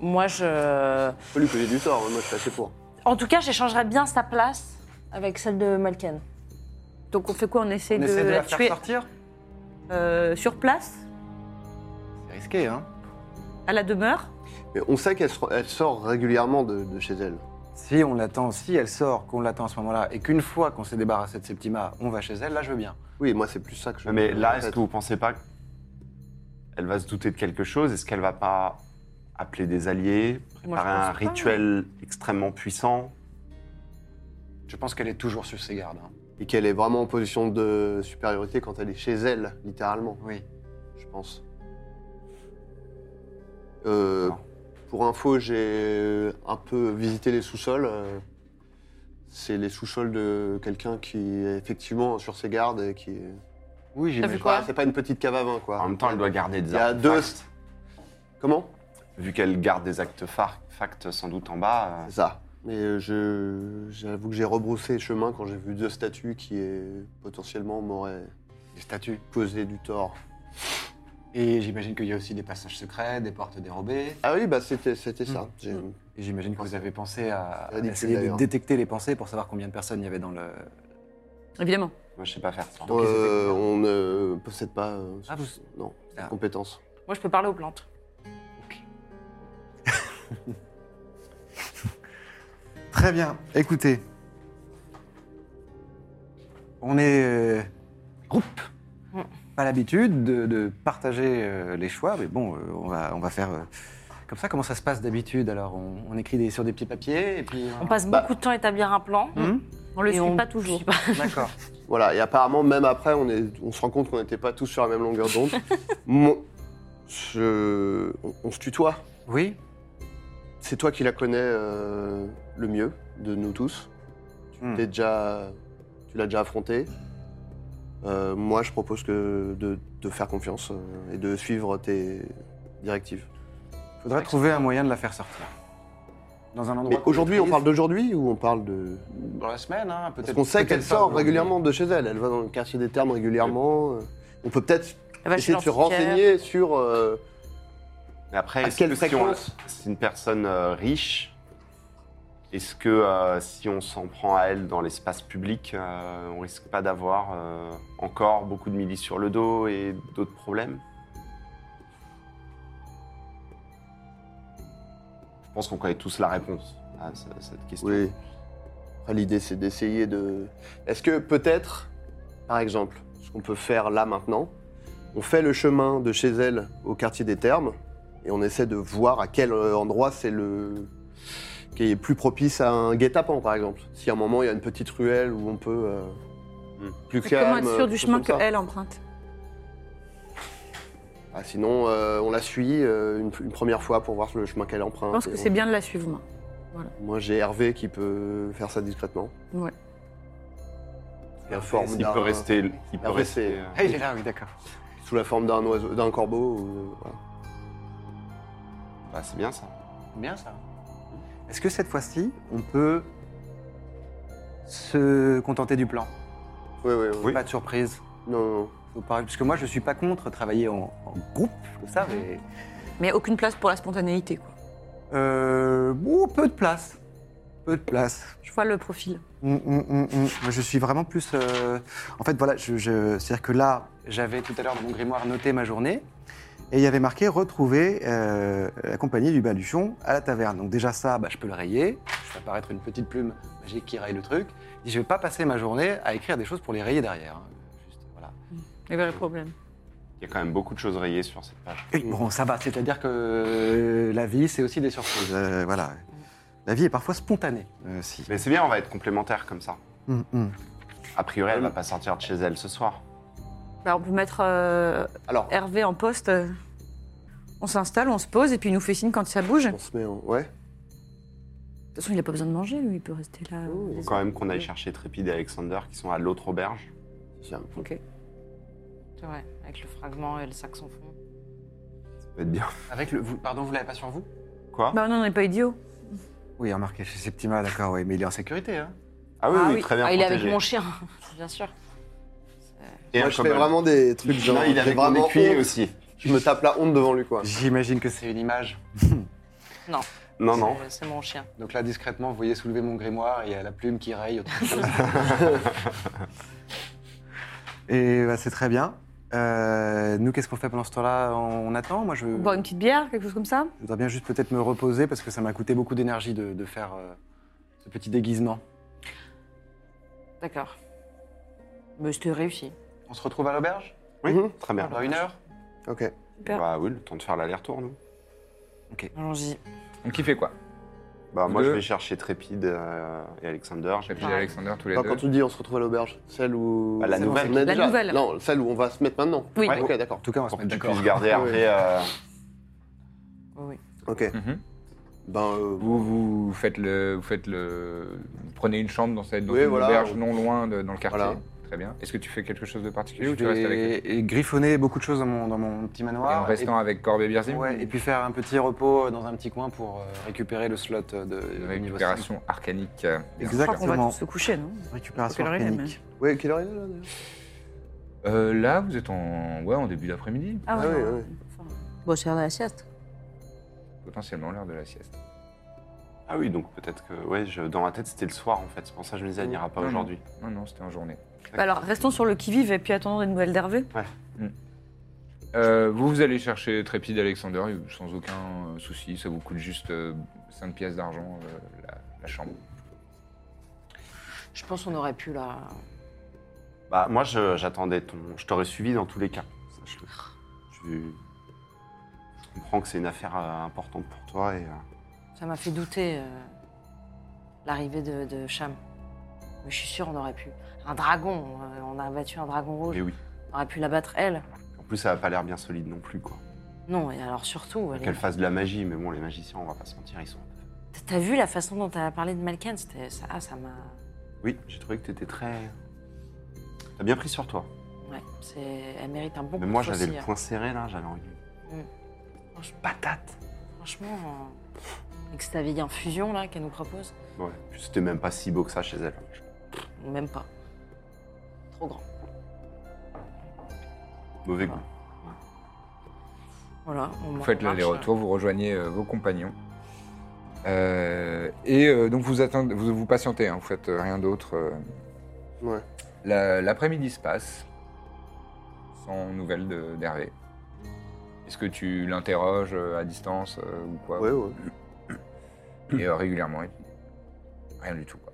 Speaker 4: Moi, je.
Speaker 3: On peut lui causer du tort. Moi, je suis assez pour.
Speaker 4: En tout cas, j'échangerais bien sa place avec celle de Malken.
Speaker 2: Donc on fait quoi On essaie
Speaker 6: On
Speaker 2: de,
Speaker 6: essaie de
Speaker 2: la
Speaker 6: la faire
Speaker 2: tuer
Speaker 6: sortir
Speaker 2: euh, sur place,
Speaker 6: C'est risqué, hein
Speaker 2: à la demeure.
Speaker 3: Mais on sait qu'elle se- elle sort régulièrement de, de chez elle.
Speaker 6: Si on l'attend, si elle sort, qu'on l'attend à ce moment-là, et qu'une fois qu'on s'est débarrassé de Septima, on va chez elle, là je veux bien.
Speaker 3: Oui, moi, c'est plus ça que je.
Speaker 5: Ouais, Mais là, est-ce
Speaker 3: en fait.
Speaker 5: que vous pensez pas qu'elle va se douter de quelque chose Est-ce qu'elle va pas appeler des alliés,
Speaker 4: Moi,
Speaker 5: par un
Speaker 4: je pense pas. hein.
Speaker 5: rituel extrêmement puissant
Speaker 6: Je pense qu'elle est toujours sur ses gardes. hein.
Speaker 3: Et qu'elle est vraiment en position de supériorité quand elle est chez elle, littéralement,
Speaker 6: Oui.
Speaker 3: je pense. Euh,
Speaker 5: Non.
Speaker 3: pour info, j'ai un peu visité les sous-sols. euh, C'est les sous-sols de quelqu'un qui est effectivement sur ses gardes et qui. est-
Speaker 6: Oui, j'ai
Speaker 4: T'as
Speaker 3: Mais
Speaker 4: vu
Speaker 3: c'est
Speaker 4: quoi
Speaker 3: pas- C'est pas une petite cave à vin, quoi.
Speaker 5: En même temps, elle doit garder des
Speaker 3: Il y a
Speaker 5: artefacts.
Speaker 3: deux. Comment
Speaker 5: Vu qu'elle garde des actes fa- facts sans doute en bas, euh,
Speaker 3: C'est ça. Mais euh, je, j'avoue que j'ai rebroussé chemin quand j'ai vu deux statues qui euh, potentiellement m'auraient
Speaker 6: des statues.
Speaker 3: causé du tort.
Speaker 6: Et j'imagine qu'il y a aussi des passages secrets, des portes dérobées.
Speaker 3: Ah oui, bah c'était, c'était ça.
Speaker 6: Mm.
Speaker 3: J'ai-
Speaker 6: Et j'imagine que vous avez pensé à
Speaker 3: C'est ridicule,
Speaker 6: essayer de
Speaker 3: d'ailleurs.
Speaker 6: détecter les pensées pour savoir combien de personnes il y avait dans le.
Speaker 2: Évidemment.
Speaker 5: moi, je sais pas faire ça.
Speaker 6: Donc, ils étaient
Speaker 3: Euh,
Speaker 6: combien
Speaker 3: on ne possède pas euh,
Speaker 6: Ah, vous-
Speaker 3: non,
Speaker 6: Ah.
Speaker 3: compétences.
Speaker 4: Moi, je peux parler aux plantes.
Speaker 6: Très bien. Écoutez, on est euh, groupe. Pas l'habitude de, de partager euh, les choix, mais bon, euh, on, va, on va faire euh, comme ça. Comment ça se passe d'habitude Alors, on, on écrit des, sur des petits papiers et puis.
Speaker 4: On
Speaker 5: Ah,
Speaker 4: passe
Speaker 5: bah.
Speaker 4: beaucoup de temps à établir un plan.
Speaker 6: Hmm
Speaker 4: On le
Speaker 2: Et
Speaker 4: suit
Speaker 2: on-
Speaker 4: pas toujours.
Speaker 6: D'accord.
Speaker 3: Voilà, et apparemment, même après, on, est, on se rend compte qu'on n'était pas tous sur la même longueur d'onde. Mon- je- on, on se tutoie.
Speaker 6: Oui
Speaker 3: C'est toi qui la connais euh, le mieux de nous tous. Tu
Speaker 6: Hmm.
Speaker 3: t'es déjà, tu l'as déjà affronté. Euh, moi, je propose que de, de faire confiance euh, et de suivre tes directives.
Speaker 6: Faudrait trouver un moyen de la faire sortir. Dans un endroit.
Speaker 3: Mais aujourd'hui, on
Speaker 6: maîtrise.
Speaker 3: parle d'aujourd'hui ou on parle de
Speaker 6: Dans la semaine, hein, peut-être.
Speaker 3: Parce qu'on sait
Speaker 6: peut-être
Speaker 3: qu'elle
Speaker 6: pas
Speaker 3: sort
Speaker 6: aujourd'hui.
Speaker 3: régulièrement de chez elle. Elle va dans le quartier des thermes régulièrement. Euh, On peut peut-être
Speaker 4: Elle va chez
Speaker 3: essayer de se
Speaker 4: l'antiquaire.
Speaker 3: renseigner sur. euh,
Speaker 5: Mais après,
Speaker 3: À
Speaker 5: est-ce
Speaker 3: quelle
Speaker 5: que si on-
Speaker 3: fréquence
Speaker 5: c'est une personne euh, riche, est-ce que euh, si on s'en prend à elle dans l'espace public, euh, on risque pas d'avoir euh, encore beaucoup de milices sur le dos et d'autres problèmes Je pense qu'on connaît tous la réponse à ce- cette question.
Speaker 3: Oui. Après, L'idée, c'est d'essayer de. Est-ce que peut-être, par exemple, ce qu'on peut faire là maintenant, on fait le chemin de chez elle au quartier des Thermes et on essaie de voir à quel euh, endroit c'est le. qui est plus propice à un guet-apens, par exemple. Si à un moment, il y a une petite ruelle où on peut. euh,
Speaker 5: Hmm.
Speaker 3: Plus
Speaker 2: Mais comment
Speaker 3: calme.
Speaker 2: être sûr du
Speaker 3: quelque
Speaker 2: chemin
Speaker 3: chose comme ça.
Speaker 2: qu'elle emprunte
Speaker 3: Ah, sinon, euh, on la suit euh, une, une première fois pour voir le chemin qu'elle emprunte.
Speaker 2: Je pense que
Speaker 3: Et
Speaker 2: c'est
Speaker 3: on-
Speaker 2: bien de la suivre, moi.
Speaker 3: Moi, j'ai Hervé qui peut faire ça discrètement.
Speaker 2: Ouais.
Speaker 3: Et en forme
Speaker 5: Il
Speaker 3: d'un-
Speaker 5: peut rester. Il peut
Speaker 3: Après, c'est-
Speaker 5: rester. euh,
Speaker 6: Ah, il est là, oui, d'accord.
Speaker 3: sous la forme d'un oiseau, d'un corbeau. ou- voilà.
Speaker 5: bah, c'est bien ça.
Speaker 6: Bien ça. Est-ce que cette fois-ci, on peut se contenter du plan
Speaker 3: Oui, oui, oui.
Speaker 6: Pas de surprise.
Speaker 3: Non, non, non.
Speaker 6: Faut pas- Parce que moi, je suis pas contre travailler en, en groupe, comme ça, mais.
Speaker 2: Mais aucune place pour la spontanéité, quoi.
Speaker 6: Euh, bon, peu de place. Peu de place.
Speaker 2: Je vois le profil.
Speaker 6: Mm, mm, mm, mm. Moi, Je suis vraiment plus. euh, En fait, voilà, je, je- c'est-à-dire que là, j'avais tout à l'heure dans mon grimoire noté ma journée. Et il y avait marqué retrouver euh, la compagnie du Baluchon à la taverne. Donc, déjà, ça, bah, je peux le rayer. Je fais apparaître une petite plume magique qui raye le truc. Et je vais pas passer ma journée à écrire des choses pour les rayer derrière. hein. Juste, voilà.
Speaker 2: Les vrais problèmes.
Speaker 5: Il y a quand même beaucoup de choses rayées sur cette page.
Speaker 6: Oui, bon, ça va. C'est-à-dire que euh, la vie, c'est aussi des surprises. Euh, voilà. La vie est parfois spontanée euh, aussi.
Speaker 5: Mais c'est bien, on va être complémentaires comme ça.
Speaker 6: Mm, mm.
Speaker 5: A priori, elle va pas sortir de chez elle ce soir.
Speaker 2: Bah, on peut mettre euh,
Speaker 3: Alors,
Speaker 2: Hervé en poste. euh, On s'installe, on se pose et puis il nous fait signe quand ça bouge. De
Speaker 3: on se met en. Ouais.
Speaker 2: toute façon, il a pas besoin de manger, lui. Il peut rester là. euh,
Speaker 5: Faut quand même qu'on aille chercher Trépide et Alexander qui sont à l'autre auberge.
Speaker 3: Tiens.
Speaker 4: C'est vrai, avec le fragment et le sac sans fond.
Speaker 5: Ça peut être bien.
Speaker 6: Avec le, vous- pardon, vous l'avez pas sur vous
Speaker 5: Quoi
Speaker 2: Bah non, on n'est pas idiot.
Speaker 6: Oui, remarquez, chez Septima, d'accord, oui, mais il est en sécurité. Hein.
Speaker 5: Ah oui,
Speaker 2: Ah
Speaker 5: oui,
Speaker 2: oui.
Speaker 5: très bien
Speaker 4: Ah, il est avec
Speaker 5: protégé.
Speaker 4: mon chien, bien sûr.
Speaker 5: Et
Speaker 3: Moi,
Speaker 5: un
Speaker 3: je fais
Speaker 5: kobold.
Speaker 3: vraiment des trucs genre.
Speaker 5: Non, il est
Speaker 3: j'ai
Speaker 5: avec
Speaker 3: vraiment
Speaker 5: mon écuyer
Speaker 3: honte.
Speaker 5: aussi.
Speaker 3: Je me tape la honte devant lui, quoi.
Speaker 6: J'imagine que c'est une image.
Speaker 5: Non, non.
Speaker 4: C'est- C'est mon chien.
Speaker 6: Donc là, discrètement, vous voyez soulever mon grimoire, il y a la plume qui raye. autre chose. Et bah, c'est très bien. Euh, nous, qu'est-ce qu'on fait pendant ce temps-là on, on attend Moi, je,
Speaker 2: On boit une petite bière, quelque chose comme ça.
Speaker 6: je voudrais bien juste peut-être me reposer parce que ça m'a coûté beaucoup d'énergie de, de faire euh, ce petit déguisement.
Speaker 4: D'accord. Mais c'était réussi.
Speaker 6: On se retrouve à l'auberge
Speaker 5: Oui,
Speaker 3: Mhm.
Speaker 5: très bien.
Speaker 6: Dans une heure
Speaker 3: Ok.
Speaker 5: Bah oui, le temps de faire l'aller-retour, nous.
Speaker 4: Allons-y.
Speaker 1: Donc il fait quoi
Speaker 5: Bah
Speaker 1: Vous
Speaker 5: moi,
Speaker 1: deux
Speaker 5: je vais chercher Trépide euh, et Alexander.
Speaker 1: J'ai appelé
Speaker 4: Pareil.
Speaker 1: Alexander tous les
Speaker 3: Enfin,
Speaker 1: deux.
Speaker 3: quand tu dis on se retrouve à l'auberge, celle où.
Speaker 5: Bah, la
Speaker 3: celle où on
Speaker 5: nouvelle.
Speaker 3: se met
Speaker 2: La
Speaker 3: déjà.
Speaker 2: nouvelle.
Speaker 3: Non, celle où on va se mettre maintenant.
Speaker 2: Oui.
Speaker 3: Ok, d'accord.
Speaker 6: En tout cas, on va se
Speaker 5: Pour que
Speaker 6: mettre
Speaker 5: tu
Speaker 6: d'accord.
Speaker 5: puisses garder Hervé. euh,
Speaker 4: Oui. oui.
Speaker 3: Ok.
Speaker 1: Mhm.
Speaker 3: Ben, euh,
Speaker 1: Vous, vous, vous faites le, vous faites le, vous prenez une chambre dans cette dans
Speaker 3: Oui,
Speaker 1: une
Speaker 3: voilà.
Speaker 1: auberge non loin de- dans le quartier.
Speaker 3: Voilà.
Speaker 1: Très bien. Est-ce que tu fais quelque chose de particulier
Speaker 6: Je
Speaker 1: ou tu restes avec eux
Speaker 6: vais griffonner beaucoup de choses dans mon, dans mon petit
Speaker 1: Et
Speaker 6: manoir.
Speaker 1: en restant avec Corbe et Birzim,
Speaker 6: Ouais, et puis faire un petit repos dans un petit coin pour euh, récupérer le slot de, de
Speaker 1: une
Speaker 6: niveau cinq.
Speaker 1: récupération arcanique. euh, bien sûr.
Speaker 2: Je crois qu'on va
Speaker 6: Exactement.
Speaker 2: tous se coucher, non
Speaker 6: Récupération
Speaker 2: Quelle heure il est,
Speaker 6: organique.
Speaker 3: Ouais, quelle heure il est là d'ailleurs
Speaker 1: Euh, là, vous êtes en, ouais, en début d'après-midi,
Speaker 2: Ah
Speaker 3: Ah oui,
Speaker 2: non.
Speaker 3: oui.
Speaker 2: Enfin,
Speaker 4: Bon, c'est l'heure de la sieste.
Speaker 1: potentiellement l'heure de la sieste.
Speaker 5: Ah oui, donc peut-être que... Ouais, je- dans ma tête, c'était le soir, en fait. C'est pour ça que je me disais, elle n'ira pas
Speaker 1: Non, non.
Speaker 5: aujourd'hui.
Speaker 1: Non, non, c'était en journée.
Speaker 2: bah alors, restons sur le qui-vive et puis attendons des nouvelles d'Hervé.
Speaker 1: Euh, vous, vous allez chercher Trépide Alexander sans aucun euh, souci. Ça vous coûte juste 5 pièces d'argent euh, la, la chambre.
Speaker 4: Je pense qu'on aurait pu là.
Speaker 5: Bah, moi, je- j'attendais ton. Je t'aurais suivi dans tous les cas. sache-le. Tu. Je comprends que c'est une affaire euh, importante pour toi et. euh,
Speaker 4: Ça m'a fait douter euh, l'arrivée de, de Cham. Mais je suis sûre on aurait pu. Un dragon, euh, on a battu un dragon rouge.
Speaker 5: Mais Eh oui.
Speaker 4: On aurait pu la battre elle.
Speaker 5: En plus, ça a pas l'air bien solide non plus, quoi.
Speaker 4: Non, et alors surtout, elle est-
Speaker 5: Qu'elle fasse Ah, de la magie, mais bon, les magiciens, on va pas se mentir, ils sont.
Speaker 4: t'as vu la façon dont t'as parlé de Malken C'était ça, ah, ça m'a.
Speaker 5: Oui, j'ai trouvé que t'étais très. T'as bien pris sur toi.
Speaker 4: Ouais, c'est. Elle mérite un bon.
Speaker 5: Mais moi,
Speaker 4: coup de
Speaker 5: j'avais
Speaker 4: faucille,
Speaker 5: le
Speaker 4: hein.
Speaker 5: poing serré là, j'avais envie.
Speaker 4: Franch- Patate. Franchement, euh, avec cette avieille infusion là qu'elle nous propose,
Speaker 5: Ouais. Puis c'était même pas si beau que ça chez elle.
Speaker 4: ou même pas. Trop grand.
Speaker 5: Mauvais goût.
Speaker 4: Voilà. On
Speaker 1: Vous
Speaker 4: on
Speaker 1: faites
Speaker 4: marche,
Speaker 1: l'aller-retour, vous rejoignez euh, vos compagnons. Euh, et euh, donc vous, attendez, vous vous patientez, hein, vous faites euh, rien d'autre. euh.
Speaker 3: Ouais.
Speaker 1: La- L'après-midi se passe, sans nouvelles de- d'Hervé. Est-ce que tu l'interroges euh, à distance euh, ou quoi
Speaker 3: Ouais, ouais.
Speaker 1: Et euh, régulièrement, et puis, rien du tout. Quoi.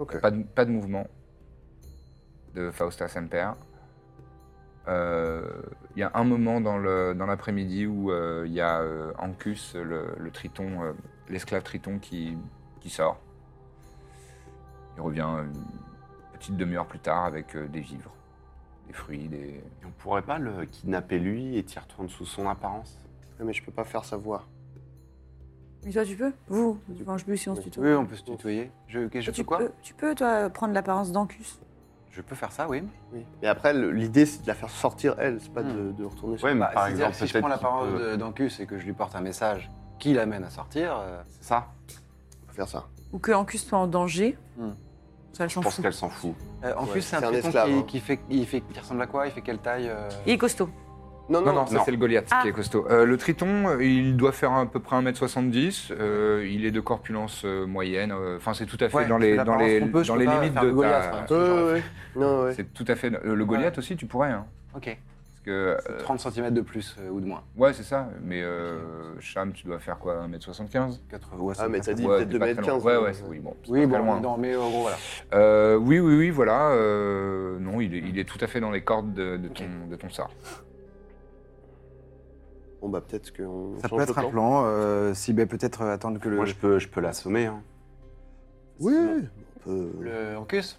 Speaker 3: Ok.
Speaker 1: Pas, de, pas de mouvement de Fausta Semper. Euh, Il y a un moment dans le- dans l'après-midi où euh, il y a euh, Ancus, le, le triton, euh, l'esclave triton qui, qui sort. Il revient une petite demi-heure plus tard avec euh, des vivres, des fruits, des...
Speaker 5: Et on pourrait pas le kidnapper lui et t'y retourner sous son apparence
Speaker 3: Ouais, mais je peux pas faire savoir.
Speaker 8: Mais toi, tu peux Vous Enfin, je peux si on se tutoie.
Speaker 6: Oui, on peut se tutoyer. Je, ok, je
Speaker 8: tu,
Speaker 6: peux quoi
Speaker 8: peux, tu peux, toi, prendre l'apparence d'Ancus
Speaker 6: Je peux faire ça, oui.
Speaker 3: Oui. Mais après, le- l'idée, c'est de la faire sortir, elle. C'est pas de, de retourner sur
Speaker 5: Ouais, mais
Speaker 6: Bah,
Speaker 5: par
Speaker 6: c'est-à-dire
Speaker 5: exemple,
Speaker 6: que si je
Speaker 5: peut-être
Speaker 6: prends
Speaker 5: qu'il
Speaker 6: l'apparence
Speaker 5: peut-
Speaker 6: de- d'Ancus et que je lui porte un message qui l'amène à sortir, euh,
Speaker 5: C'est ça
Speaker 3: faire ça.
Speaker 8: Ou que Ancus soit en danger
Speaker 6: Hmm.
Speaker 8: Ça, elle
Speaker 5: Je
Speaker 8: s'en
Speaker 5: pense
Speaker 8: fout.
Speaker 5: qu'elle s'en fout.
Speaker 6: euh, Ancus,
Speaker 3: Ouais,
Speaker 6: c'est un
Speaker 3: c'est un
Speaker 6: triton
Speaker 3: esclave,
Speaker 6: qui,
Speaker 3: hein.
Speaker 6: qui fait, il fait, il ressemble à quoi Il fait quelle taille euh
Speaker 2: Il est costaud.
Speaker 3: Non,
Speaker 1: Non, non, ça
Speaker 5: non.
Speaker 1: c'est le Goliath qui est costaud. Euh, le triton, euh, il doit faire à peu près 1m70. euh, il est de corpulence euh, moyenne. euh, Enfin, c'est tout à fait
Speaker 6: Ouais,
Speaker 1: dans
Speaker 6: parce que
Speaker 1: les, dans
Speaker 6: l'apparence
Speaker 1: les,
Speaker 6: qu'on peut, je
Speaker 1: dans
Speaker 6: peux
Speaker 1: les
Speaker 6: pas
Speaker 1: limites
Speaker 6: faire
Speaker 1: de
Speaker 6: le Goliath,
Speaker 1: ta-
Speaker 6: par exemple.
Speaker 3: Ouais, ouais, ouais. Non, ouais.
Speaker 1: C'est tout à fait. Le, le Goliath aussi, tu pourrais. Hein,
Speaker 6: Ok.
Speaker 1: parce que. euh,
Speaker 6: 30 cm de plus euh, ou de moins.
Speaker 1: ouais, c'est ça. Mais euh, Cham, tu dois faire quoi 1m75
Speaker 6: Quatre- ouais,
Speaker 3: Ah,
Speaker 6: c'est
Speaker 3: mais
Speaker 6: pas
Speaker 3: t'as
Speaker 6: ça.
Speaker 3: dit
Speaker 1: ouais,
Speaker 3: peut-être
Speaker 1: t'es
Speaker 3: 2
Speaker 1: pas
Speaker 3: mètres
Speaker 1: très loin.
Speaker 3: 15.
Speaker 1: Ouais, ouais, c'est- oui, bon. c'est
Speaker 6: Oui,
Speaker 1: pas
Speaker 6: bon,
Speaker 1: très loin.
Speaker 6: on est dans- mais en gros, voilà.
Speaker 1: Euh, oui, oui, oui, voilà. euh, non, il est, il est tout à fait dans les cordes de, de ton, de ton sort.
Speaker 3: Bon, bah, peut-être qu'on.
Speaker 9: Ça
Speaker 3: change
Speaker 9: peut
Speaker 3: de
Speaker 9: être un plan, euh, si ben, peut-être euh, attendre que le.
Speaker 5: Moi, je peux, je peux l'assommer. Hein.
Speaker 3: Oui, on peut.
Speaker 6: Le Ancus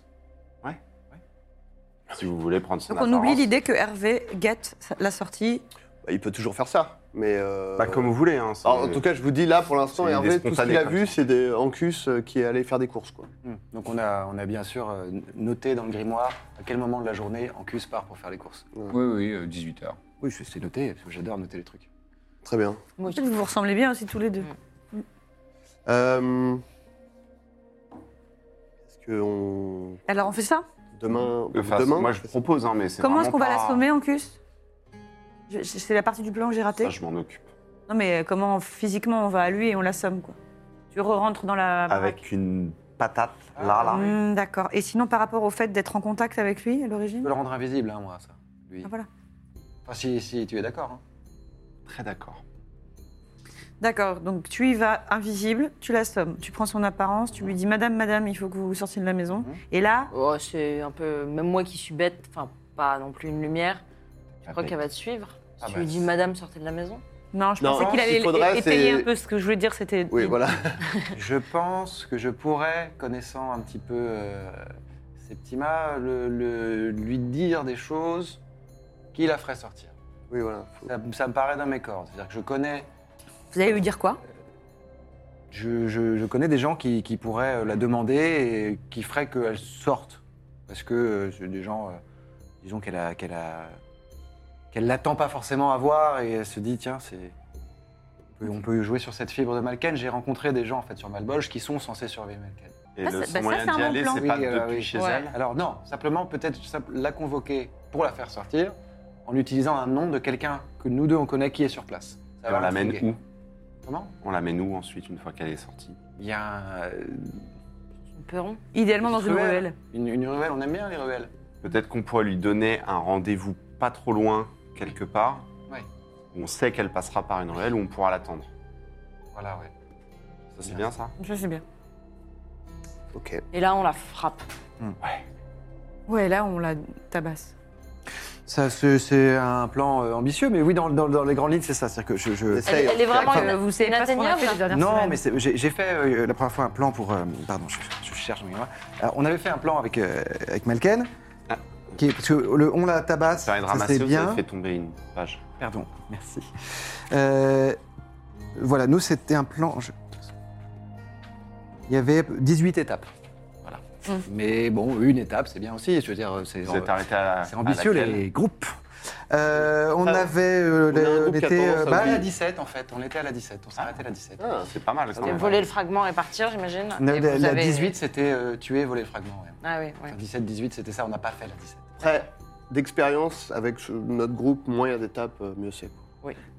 Speaker 5: Si vous voulez prendre son
Speaker 8: Donc, on
Speaker 5: apparence.
Speaker 8: oublie l'idée que Hervé guette la sortie.
Speaker 3: Bah, il peut toujours faire ça. Mais. euh,
Speaker 5: Bah, comme vous voulez. Hein, c'est-
Speaker 3: Alors, en tout cas, je vous dis là pour l'instant,
Speaker 5: C'est une
Speaker 3: Hervé,
Speaker 5: idée
Speaker 3: tout ce
Speaker 5: spontanée,
Speaker 3: qu'il a
Speaker 5: quoi.
Speaker 3: vu, c'est des Ancus euh, qui est allé faire des courses. Quoi.
Speaker 6: Hmm. Donc on a, on a bien sûr euh, noté dans le grimoire à quel moment de la journée Ancus part pour faire les courses.
Speaker 1: Oui, oui, euh, 18h.
Speaker 6: Oui, je sais noter, parce que j'adore noter les trucs.
Speaker 3: Très bien.
Speaker 4: Moi,
Speaker 8: Peut-être que vous vous ressemblez bien aussi tous les
Speaker 5: Mm.
Speaker 8: deux.
Speaker 3: Euh, Est-ce que on...
Speaker 8: Alors, on fait ça
Speaker 3: demain,
Speaker 5: Enfin,
Speaker 3: demain
Speaker 5: moi, je propose, hein, mais c'est.
Speaker 8: Comment est-ce
Speaker 5: vraiment
Speaker 8: qu'on va
Speaker 5: pas-
Speaker 8: l'assommer, Ancus Je- je- C'est la partie du plan que j'ai
Speaker 6: Ah,
Speaker 8: ratée.
Speaker 5: Ça, je m'en occupe.
Speaker 8: Non, mais euh, comment physiquement on va à lui et on l'assomme, quoi Tu re-rentres dans la. baraque.
Speaker 5: Avec une patate, là,
Speaker 6: Ah
Speaker 5: là.
Speaker 8: Hmm, D'accord. Et sinon, par rapport au fait d'être en contact avec lui à l'origine
Speaker 6: Je peux le rendre invisible, hein, moi, ça. Lui.
Speaker 8: Ah, voilà.
Speaker 6: Enfin, si, si tu es d'accord. hein.
Speaker 5: Très d'accord.
Speaker 8: D'accord, donc tu y vas invisible, tu l'assommes, tu prends son apparence, tu lui dis Madame, Madame, il faut que vous vous sortiez de la maison.
Speaker 5: Mm.
Speaker 6: Mhm.
Speaker 8: Et là,
Speaker 4: Oh, c'est un peu. Même moi qui suis bête, enfin, pas non plus une lumière, je crois
Speaker 5: Avec-
Speaker 4: qu'elle va te suivre. Si
Speaker 6: Ah
Speaker 4: tu
Speaker 6: bah.
Speaker 4: lui dis, madame, sortez de la maison.
Speaker 8: non, je
Speaker 3: Non,
Speaker 8: pensais qu'il
Speaker 3: ce qu'il
Speaker 8: allait
Speaker 3: faudrait,
Speaker 8: é- étayer
Speaker 3: c'est-
Speaker 8: un peu ce que je voulais dire, c'était.
Speaker 3: Oui, voilà.
Speaker 6: je pense que je pourrais, connaissant un petit peu euh, Septima, le- le- lui dire des choses qui la feraient sortir.
Speaker 3: Oui, voilà. Faut-
Speaker 6: Ça, ça me paraît dans mes cordes. C'est-à-dire que je connais,
Speaker 2: Vous allez lui dire quoi
Speaker 6: je, je- je connais des gens qui, qui pourraient euh, la demander et qui feraient qu'elle sorte. Parce que euh, c'est des gens, euh, disons qu'elle a, qu'elle a, qu'elle l'attend pas forcément à voir et elle se dit tiens c'est, on peut- on peut jouer sur cette fibre de Malken. J'ai rencontré des gens en fait sur Malbolge qui sont censés surveiller Malken.
Speaker 5: Et
Speaker 2: Ah,
Speaker 5: le
Speaker 2: c'est-
Speaker 5: seul
Speaker 2: bah, ça,
Speaker 5: moyen
Speaker 2: c'est un
Speaker 5: d'y
Speaker 2: bon
Speaker 5: aller,
Speaker 2: plan.
Speaker 5: c'est
Speaker 6: Oui,
Speaker 5: pas
Speaker 6: euh,
Speaker 5: depuis
Speaker 6: oui.
Speaker 5: chez
Speaker 2: Ouais.
Speaker 5: elle.
Speaker 6: Alors non, simplement peut-être simple- la convoquer pour la faire sortir en utilisant un nom de quelqu'un que nous deux on connaît qui est sur place. Ça
Speaker 5: Et
Speaker 6: va
Speaker 5: on l'amène
Speaker 6: l'intriguer.
Speaker 5: où
Speaker 6: Comment
Speaker 5: On l'amène où ensuite, une fois qu'elle est sortie
Speaker 6: Il y a un- euh,
Speaker 4: Une perron.
Speaker 8: Idéalement dans
Speaker 6: Petite
Speaker 8: une
Speaker 6: ruelle.
Speaker 8: ruelle.
Speaker 6: une, une ruelle. On aime bien les ruelles.
Speaker 5: Peut-être qu'on pourrait lui donner un rendez-vous pas trop loin, quelque part.
Speaker 6: Ouais.
Speaker 5: Où on sait qu'elle passera par une ruelle, où on pourra l'attendre.
Speaker 6: Voilà, ouais.
Speaker 5: Ça, c'est bien ça
Speaker 8: Ça, c'est bien.
Speaker 3: Ok.
Speaker 4: Et là, on la frappe.
Speaker 2: Ouais, là, on la tabasse.
Speaker 6: Ça, c'est c'est un plan euh, ambitieux, mais oui, dans, dans- dans les grandes lignes, c'est ça. C'est-à-dire que je. je-
Speaker 3: J'essaye,
Speaker 4: elle est
Speaker 3: en tout cas.
Speaker 4: vraiment-
Speaker 3: Enfin,
Speaker 4: Euh,
Speaker 2: vous savez pas ce qu'on a fait les dernières
Speaker 6: Non,
Speaker 2: semaines.
Speaker 6: mais c'est- j'ai j'ai fait euh, la première fois un plan pour. euh, pardon, je, je cherche. mes mémoires. Alors, on avait fait un plan avec, euh, avec Malken.
Speaker 5: Ah.
Speaker 6: Qui est- parce que le, on la tabasse,
Speaker 5: Ça va être
Speaker 6: Ah, ça
Speaker 5: ramassé,
Speaker 6: c'est
Speaker 5: vous avez
Speaker 6: bien.
Speaker 5: fait tomber une page.
Speaker 6: Pardon, merci. Euh, voilà, nous, c'était un plan. je- Il y avait 18 étapes. Voilà. Mais bon, une étape, c'est bien aussi. Je veux dire, c'est.
Speaker 5: Vous êtes arrêté à.
Speaker 6: C'est ambitieux,
Speaker 5: à laquelle
Speaker 6: les groupes. Euh, on
Speaker 5: Ah,
Speaker 6: avait. euh,
Speaker 5: on a un
Speaker 6: les- on
Speaker 5: groupe qui a
Speaker 6: était.
Speaker 5: tendance
Speaker 6: euh,
Speaker 5: à
Speaker 6: bah,
Speaker 10: On est à
Speaker 5: oublier.
Speaker 10: 17 en fait, on était à la 17, on s'est arrêté à la 17.
Speaker 5: Ah, c'est pas mal. quand
Speaker 4: Et
Speaker 5: même.
Speaker 4: voler le fragment et partir, j'imagine.
Speaker 6: Non,
Speaker 4: Et
Speaker 6: la-
Speaker 4: vous
Speaker 6: la
Speaker 4: avez-
Speaker 10: 18 c'était euh, tuer, voler le fragment. ouais.
Speaker 4: Ah oui, oui.
Speaker 10: Enfin, 17, 18 c'était ça, on n'a pas fait la 17.
Speaker 3: Après, d'expérience, avec ce- notre groupe, moins il y a d'étapes, euh, mieux c'est.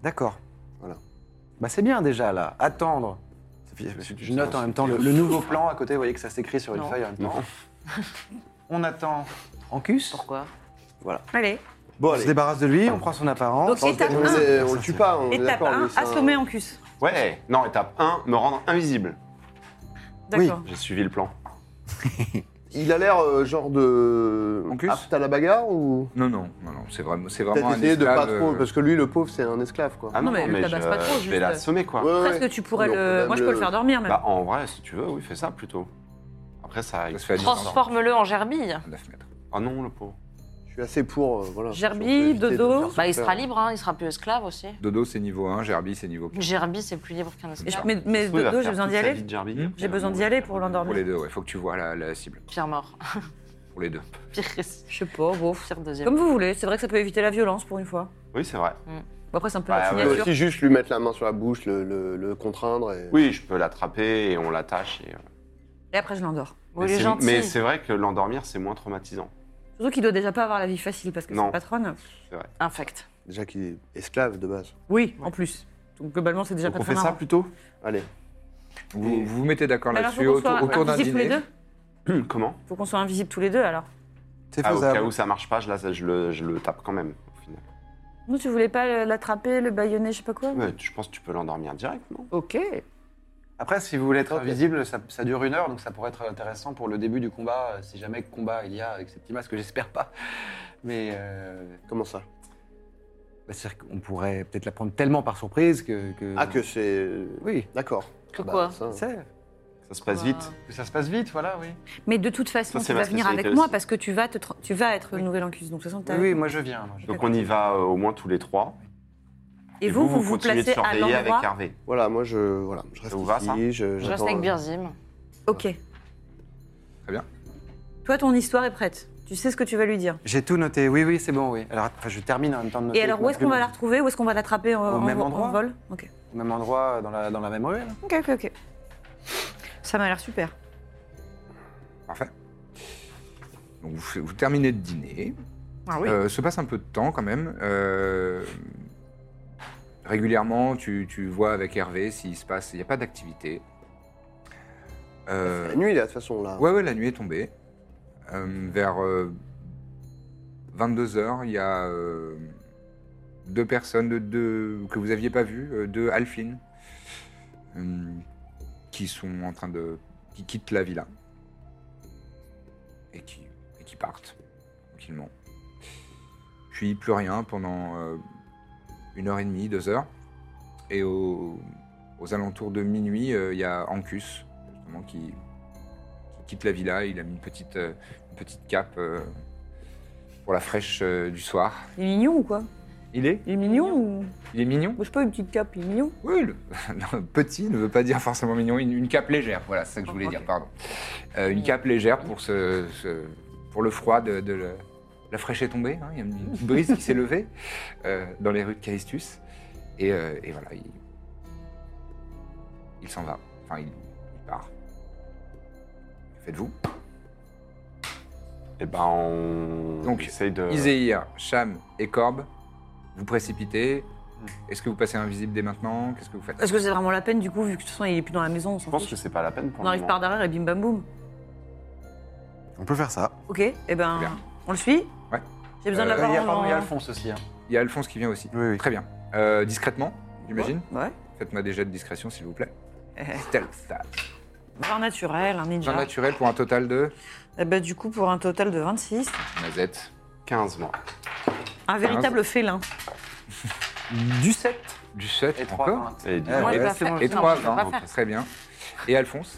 Speaker 6: D'accord.
Speaker 3: Voilà.
Speaker 6: Bah, c'est bien déjà, là. Attendre.
Speaker 10: Je note en même temps le, le nouveau plan à côté, vous voyez que ça s'écrit sur une
Speaker 4: Non.
Speaker 10: feuille en même temps. On attend Ancus.
Speaker 4: Pourquoi
Speaker 2: Allez,
Speaker 3: Bon,
Speaker 6: On se débarrasse de lui, on prend son apparence.
Speaker 2: Donc, étape
Speaker 3: On ne le tue pas, on est
Speaker 2: étape
Speaker 3: d'accord.
Speaker 2: 1,
Speaker 3: mais c'est un-
Speaker 2: assommer en cuisse.
Speaker 5: Ouais, non, étape 1, me rendre invisible.
Speaker 2: D'accord.
Speaker 5: J'ai suivi le plan.
Speaker 3: Il a l'air euh, genre de.
Speaker 1: Ancus
Speaker 3: apte à la bagarre ou.
Speaker 1: Non, non, non, non, c'est vraiment, c'est
Speaker 3: Peut-être
Speaker 1: vraiment un
Speaker 3: essayer de pas
Speaker 1: esclave,
Speaker 3: trop,
Speaker 1: euh,
Speaker 3: parce que lui, le pauvre, c'est un esclave, quoi.
Speaker 5: Ah
Speaker 2: Non, mais le
Speaker 5: je,
Speaker 2: tabasse pas trop,
Speaker 5: je vais
Speaker 2: juste- euh,
Speaker 5: l'assommer quoi.
Speaker 3: Ouais, ouais.
Speaker 2: Presque tu pourrais
Speaker 3: Mais on peut
Speaker 2: le.
Speaker 3: même
Speaker 2: Moi, je peux le faire dormir même.
Speaker 5: Bah, en vrai, si tu veux, oui, fais ça plutôt. Après, ça.
Speaker 1: Ça se fait à distance.
Speaker 4: Transforme-le en gerbille.
Speaker 1: à 9 mètres.
Speaker 5: Ah non, le pauvre.
Speaker 3: Je suis assez pour. euh, voilà. Si
Speaker 2: Gerbi,
Speaker 3: on peut éviter de
Speaker 2: dodo.
Speaker 3: faire souffrir.
Speaker 4: Bah, il sera libre, hein, il sera plus esclave aussi.
Speaker 1: Dodo, c'est niveau 1, Gerbi, c'est niveau
Speaker 4: Une gerbille, c'est plus libre qu'un
Speaker 2: Et je-
Speaker 4: esclave.
Speaker 2: Mais, mais
Speaker 5: Oui, il va
Speaker 2: Dodo, j'ai
Speaker 5: faire
Speaker 2: besoin
Speaker 5: toute
Speaker 2: d'y
Speaker 5: sa
Speaker 2: aller.
Speaker 5: vie de Gerbille.
Speaker 2: J'ai besoin d'y aller pour
Speaker 1: Pour
Speaker 2: l'endormir.
Speaker 1: les deux, ouais, faut que tu vois la, la cible.
Speaker 4: Pire mort.
Speaker 1: Pour les deux.
Speaker 4: Pire, je sais pas, bon, pire deuxième.
Speaker 2: Comme vous voulez, c'est vrai que ça peut éviter la violence pour une fois.
Speaker 5: Oui, c'est vrai.
Speaker 2: Bon, après, c'est un peu
Speaker 5: Bah,
Speaker 2: la
Speaker 3: On
Speaker 5: ouais.
Speaker 3: peut
Speaker 2: signature.
Speaker 3: aussi juste lui mettre la main sur la bouche, le, le- le contraindre. Et...
Speaker 5: Oui, je peux l'attraper et on l'attache. et, euh,
Speaker 2: Et après, je l'endors.
Speaker 4: Vous
Speaker 5: mais
Speaker 4: les
Speaker 5: c'est-
Speaker 4: gentils.
Speaker 5: Mais c'est vrai que l'endormir, c'est moins traumatisant.
Speaker 2: Surtout qu'il doit déjà pas avoir la vie facile parce que
Speaker 5: Non.
Speaker 2: c'est patronne.
Speaker 4: Infect.
Speaker 3: Déjà qu'il est esclave de base.
Speaker 2: Oui, en plus. Donc globalement, c'est déjà
Speaker 5: Donc
Speaker 2: pas
Speaker 5: on
Speaker 2: très
Speaker 5: fait ça
Speaker 2: marrant.
Speaker 5: plutôt
Speaker 3: Allez.
Speaker 1: Vous vous, vous mettez d'accord
Speaker 2: Mais alors, faut
Speaker 1: là-dessus
Speaker 2: qu'on
Speaker 1: autour,
Speaker 2: soit
Speaker 1: autour d'un
Speaker 2: invisibles tous les
Speaker 1: dîner.
Speaker 2: deux.
Speaker 5: Comment
Speaker 2: Faut qu'on soit invisibles tous les deux alors.
Speaker 6: C'est
Speaker 5: ah, Au cas
Speaker 6: faisable.
Speaker 5: où ça marche pas, je, la- je le, je le tape quand même. au final.
Speaker 2: Nous, tu voulais pas l'attraper, le baïonner, je sais pas quoi
Speaker 5: Ouais, je pense que tu peux l'endormir direct, non
Speaker 2: Ok.
Speaker 10: Après, si vous voulez être
Speaker 3: Ok.
Speaker 10: invisible, ça, ça dure une heure, donc ça pourrait être intéressant pour le début du combat, euh, si jamais combat il y a avec ces petits masques, que j'espère pas. Mais euh,
Speaker 3: Comment ça
Speaker 5: Mm.
Speaker 10: bah, c'est-à-dire qu'on pourrait peut-être la prendre tellement par surprise que. que-
Speaker 3: Ah, que c'est.
Speaker 10: Oui.
Speaker 3: D'accord.
Speaker 4: Que
Speaker 3: Bah,
Speaker 4: quoi
Speaker 6: Ah.
Speaker 3: ça-
Speaker 10: C'est-
Speaker 5: Ça se
Speaker 2: Bah,
Speaker 5: passe vite.
Speaker 10: Que ça se passe vite, voilà, oui.
Speaker 2: Mais de toute façon,
Speaker 5: Ça, c'est
Speaker 2: tu
Speaker 5: ma
Speaker 2: vas venir avec
Speaker 5: spécialité
Speaker 2: moi
Speaker 5: aussi.
Speaker 2: parce que tu vas, te tra- tu vas être le nouvel Ancus. Donc, de toute façon, t'as-
Speaker 10: Oui, oui, moi je viens. moi, je-
Speaker 5: Donc on y va euh, au moins tous les trois.
Speaker 2: Et, vous, vous vous,
Speaker 5: continuez
Speaker 2: placez
Speaker 5: de
Speaker 2: à
Speaker 5: surveiller avec
Speaker 2: l'endroit.
Speaker 5: Hervé.
Speaker 3: Voilà, moi je, voilà, je reste
Speaker 5: Ça vous va,
Speaker 3: ici,
Speaker 5: ça
Speaker 3: je,
Speaker 4: Je reste
Speaker 3: j'attends,
Speaker 4: avec
Speaker 3: euh,
Speaker 4: Birzim.
Speaker 2: Ok.
Speaker 1: Très bien.
Speaker 2: Toi, ton histoire est prête. Tu sais ce que tu vas lui dire.
Speaker 6: J'ai tout noté. Oui, oui, c'est bon, oui. Alors, enfin, Bah, je termine en même temps de noter.
Speaker 2: Et alors,
Speaker 6: avec
Speaker 2: où
Speaker 6: ma
Speaker 2: est-ce qu'on va la
Speaker 6: plume.
Speaker 2: retrouver Où est-ce qu'on va l'attraper en,
Speaker 6: Au
Speaker 2: en-
Speaker 6: même
Speaker 2: en
Speaker 6: endroit
Speaker 2: vol Ok.
Speaker 6: Au même endroit, dans la, dans la même rue. là.
Speaker 2: Ok, ok, ok. Ça m'a l'air super.
Speaker 1: Parfait. Donc vous, f- vous terminez de dîner.
Speaker 2: Ah oui.
Speaker 1: Euh, se passe un peu de temps quand même. Euh, régulièrement, tu, tu vois avec Hervé s'il se passe. Il n'y a pas d'activité. Euh,
Speaker 3: La nuit, là, de toute façon, là.
Speaker 1: Ouais, ouais, la nuit est tombée. Euh, vers 22h, il y a euh, deux personnes de, de- que vous n'aviez pas vues, euh, deux Alphines, euh, qui sont en train de. qui quittent la villa. Et qui, et qui partent, tranquillement. Puis plus rien pendant euh, une heure et demie, deux heures. Et au- aux alentours de minuit, euh, il y a Ancus, justement, qui, qui quitte la villa. Il a mis une petite, euh, une petite cape euh, pour la fraîche euh, du soir.
Speaker 2: Il est mignon ou quoi
Speaker 1: Il est
Speaker 2: Il est mignon ou.
Speaker 1: Il est mignon
Speaker 2: Moi, je peux une petite cape, il est mignon.
Speaker 1: Oui, le- non, petit ne veut pas dire forcément mignon. Une, une cape légère, voilà, c'est ça que je voulais dire, pardon. Euh, une cape légère pour, ce, ce- pour le froid de, de le- la fraîche est tombée. hein, Il y a une petite brise qui s'est levée euh, dans les rues de Callistus. Et, euh, et voilà, il, il s'en va. Enfin, il, il part. Faites-vous.
Speaker 5: Et ben on
Speaker 1: Donc,
Speaker 5: essaye
Speaker 6: Euh,
Speaker 5: de.
Speaker 1: Iséir, Cham et Corbe, vous précipitez. Est-ce que vous passez invisible dès maintenant Qu'est-ce que vous faites
Speaker 2: Est-ce que c'est vraiment la peine du coup, vu que de toute façon, il est plus dans la maison, on
Speaker 5: Je
Speaker 2: s'en
Speaker 5: pense
Speaker 2: fiche.
Speaker 5: que c'est pas la peine pour
Speaker 2: On
Speaker 5: le
Speaker 2: arrive
Speaker 5: moment.
Speaker 2: par derrière et bim bam boum.
Speaker 6: On peut faire ça.
Speaker 2: Ok, et ben,
Speaker 1: Très bien.
Speaker 2: on le suit
Speaker 1: Ouais.
Speaker 2: J'ai besoin de
Speaker 1: Euh,
Speaker 2: l'avoir.
Speaker 10: Il y a,
Speaker 2: en-
Speaker 10: pardon, il y a Alphonse aussi. hein.
Speaker 1: Il y a Alphonse qui vient aussi.
Speaker 6: Oui, oui.
Speaker 1: Très bien. Euh, discrètement, j'imagine.
Speaker 2: Ouais.
Speaker 1: Faites-moi des jets de discrétion, s'il vous plaît. Stealth.
Speaker 8: Vin naturel, un ninja.
Speaker 1: Vin naturel pour un total de
Speaker 8: Eh ben, du coup, pour un total de 26,
Speaker 1: Mazette. 15 mois.
Speaker 8: un véritable félin.
Speaker 1: Du 7. Du 7
Speaker 6: Et trois
Speaker 10: hein.
Speaker 1: encore
Speaker 6: vingt. Et dix.
Speaker 1: Ah
Speaker 6: Moi,
Speaker 1: ouais,
Speaker 6: je vais
Speaker 1: c'est
Speaker 6: faire-
Speaker 1: bon,
Speaker 6: non,
Speaker 1: Et
Speaker 6: je vais
Speaker 1: 3
Speaker 6: pas faire.
Speaker 1: Très bien. Et Alphonse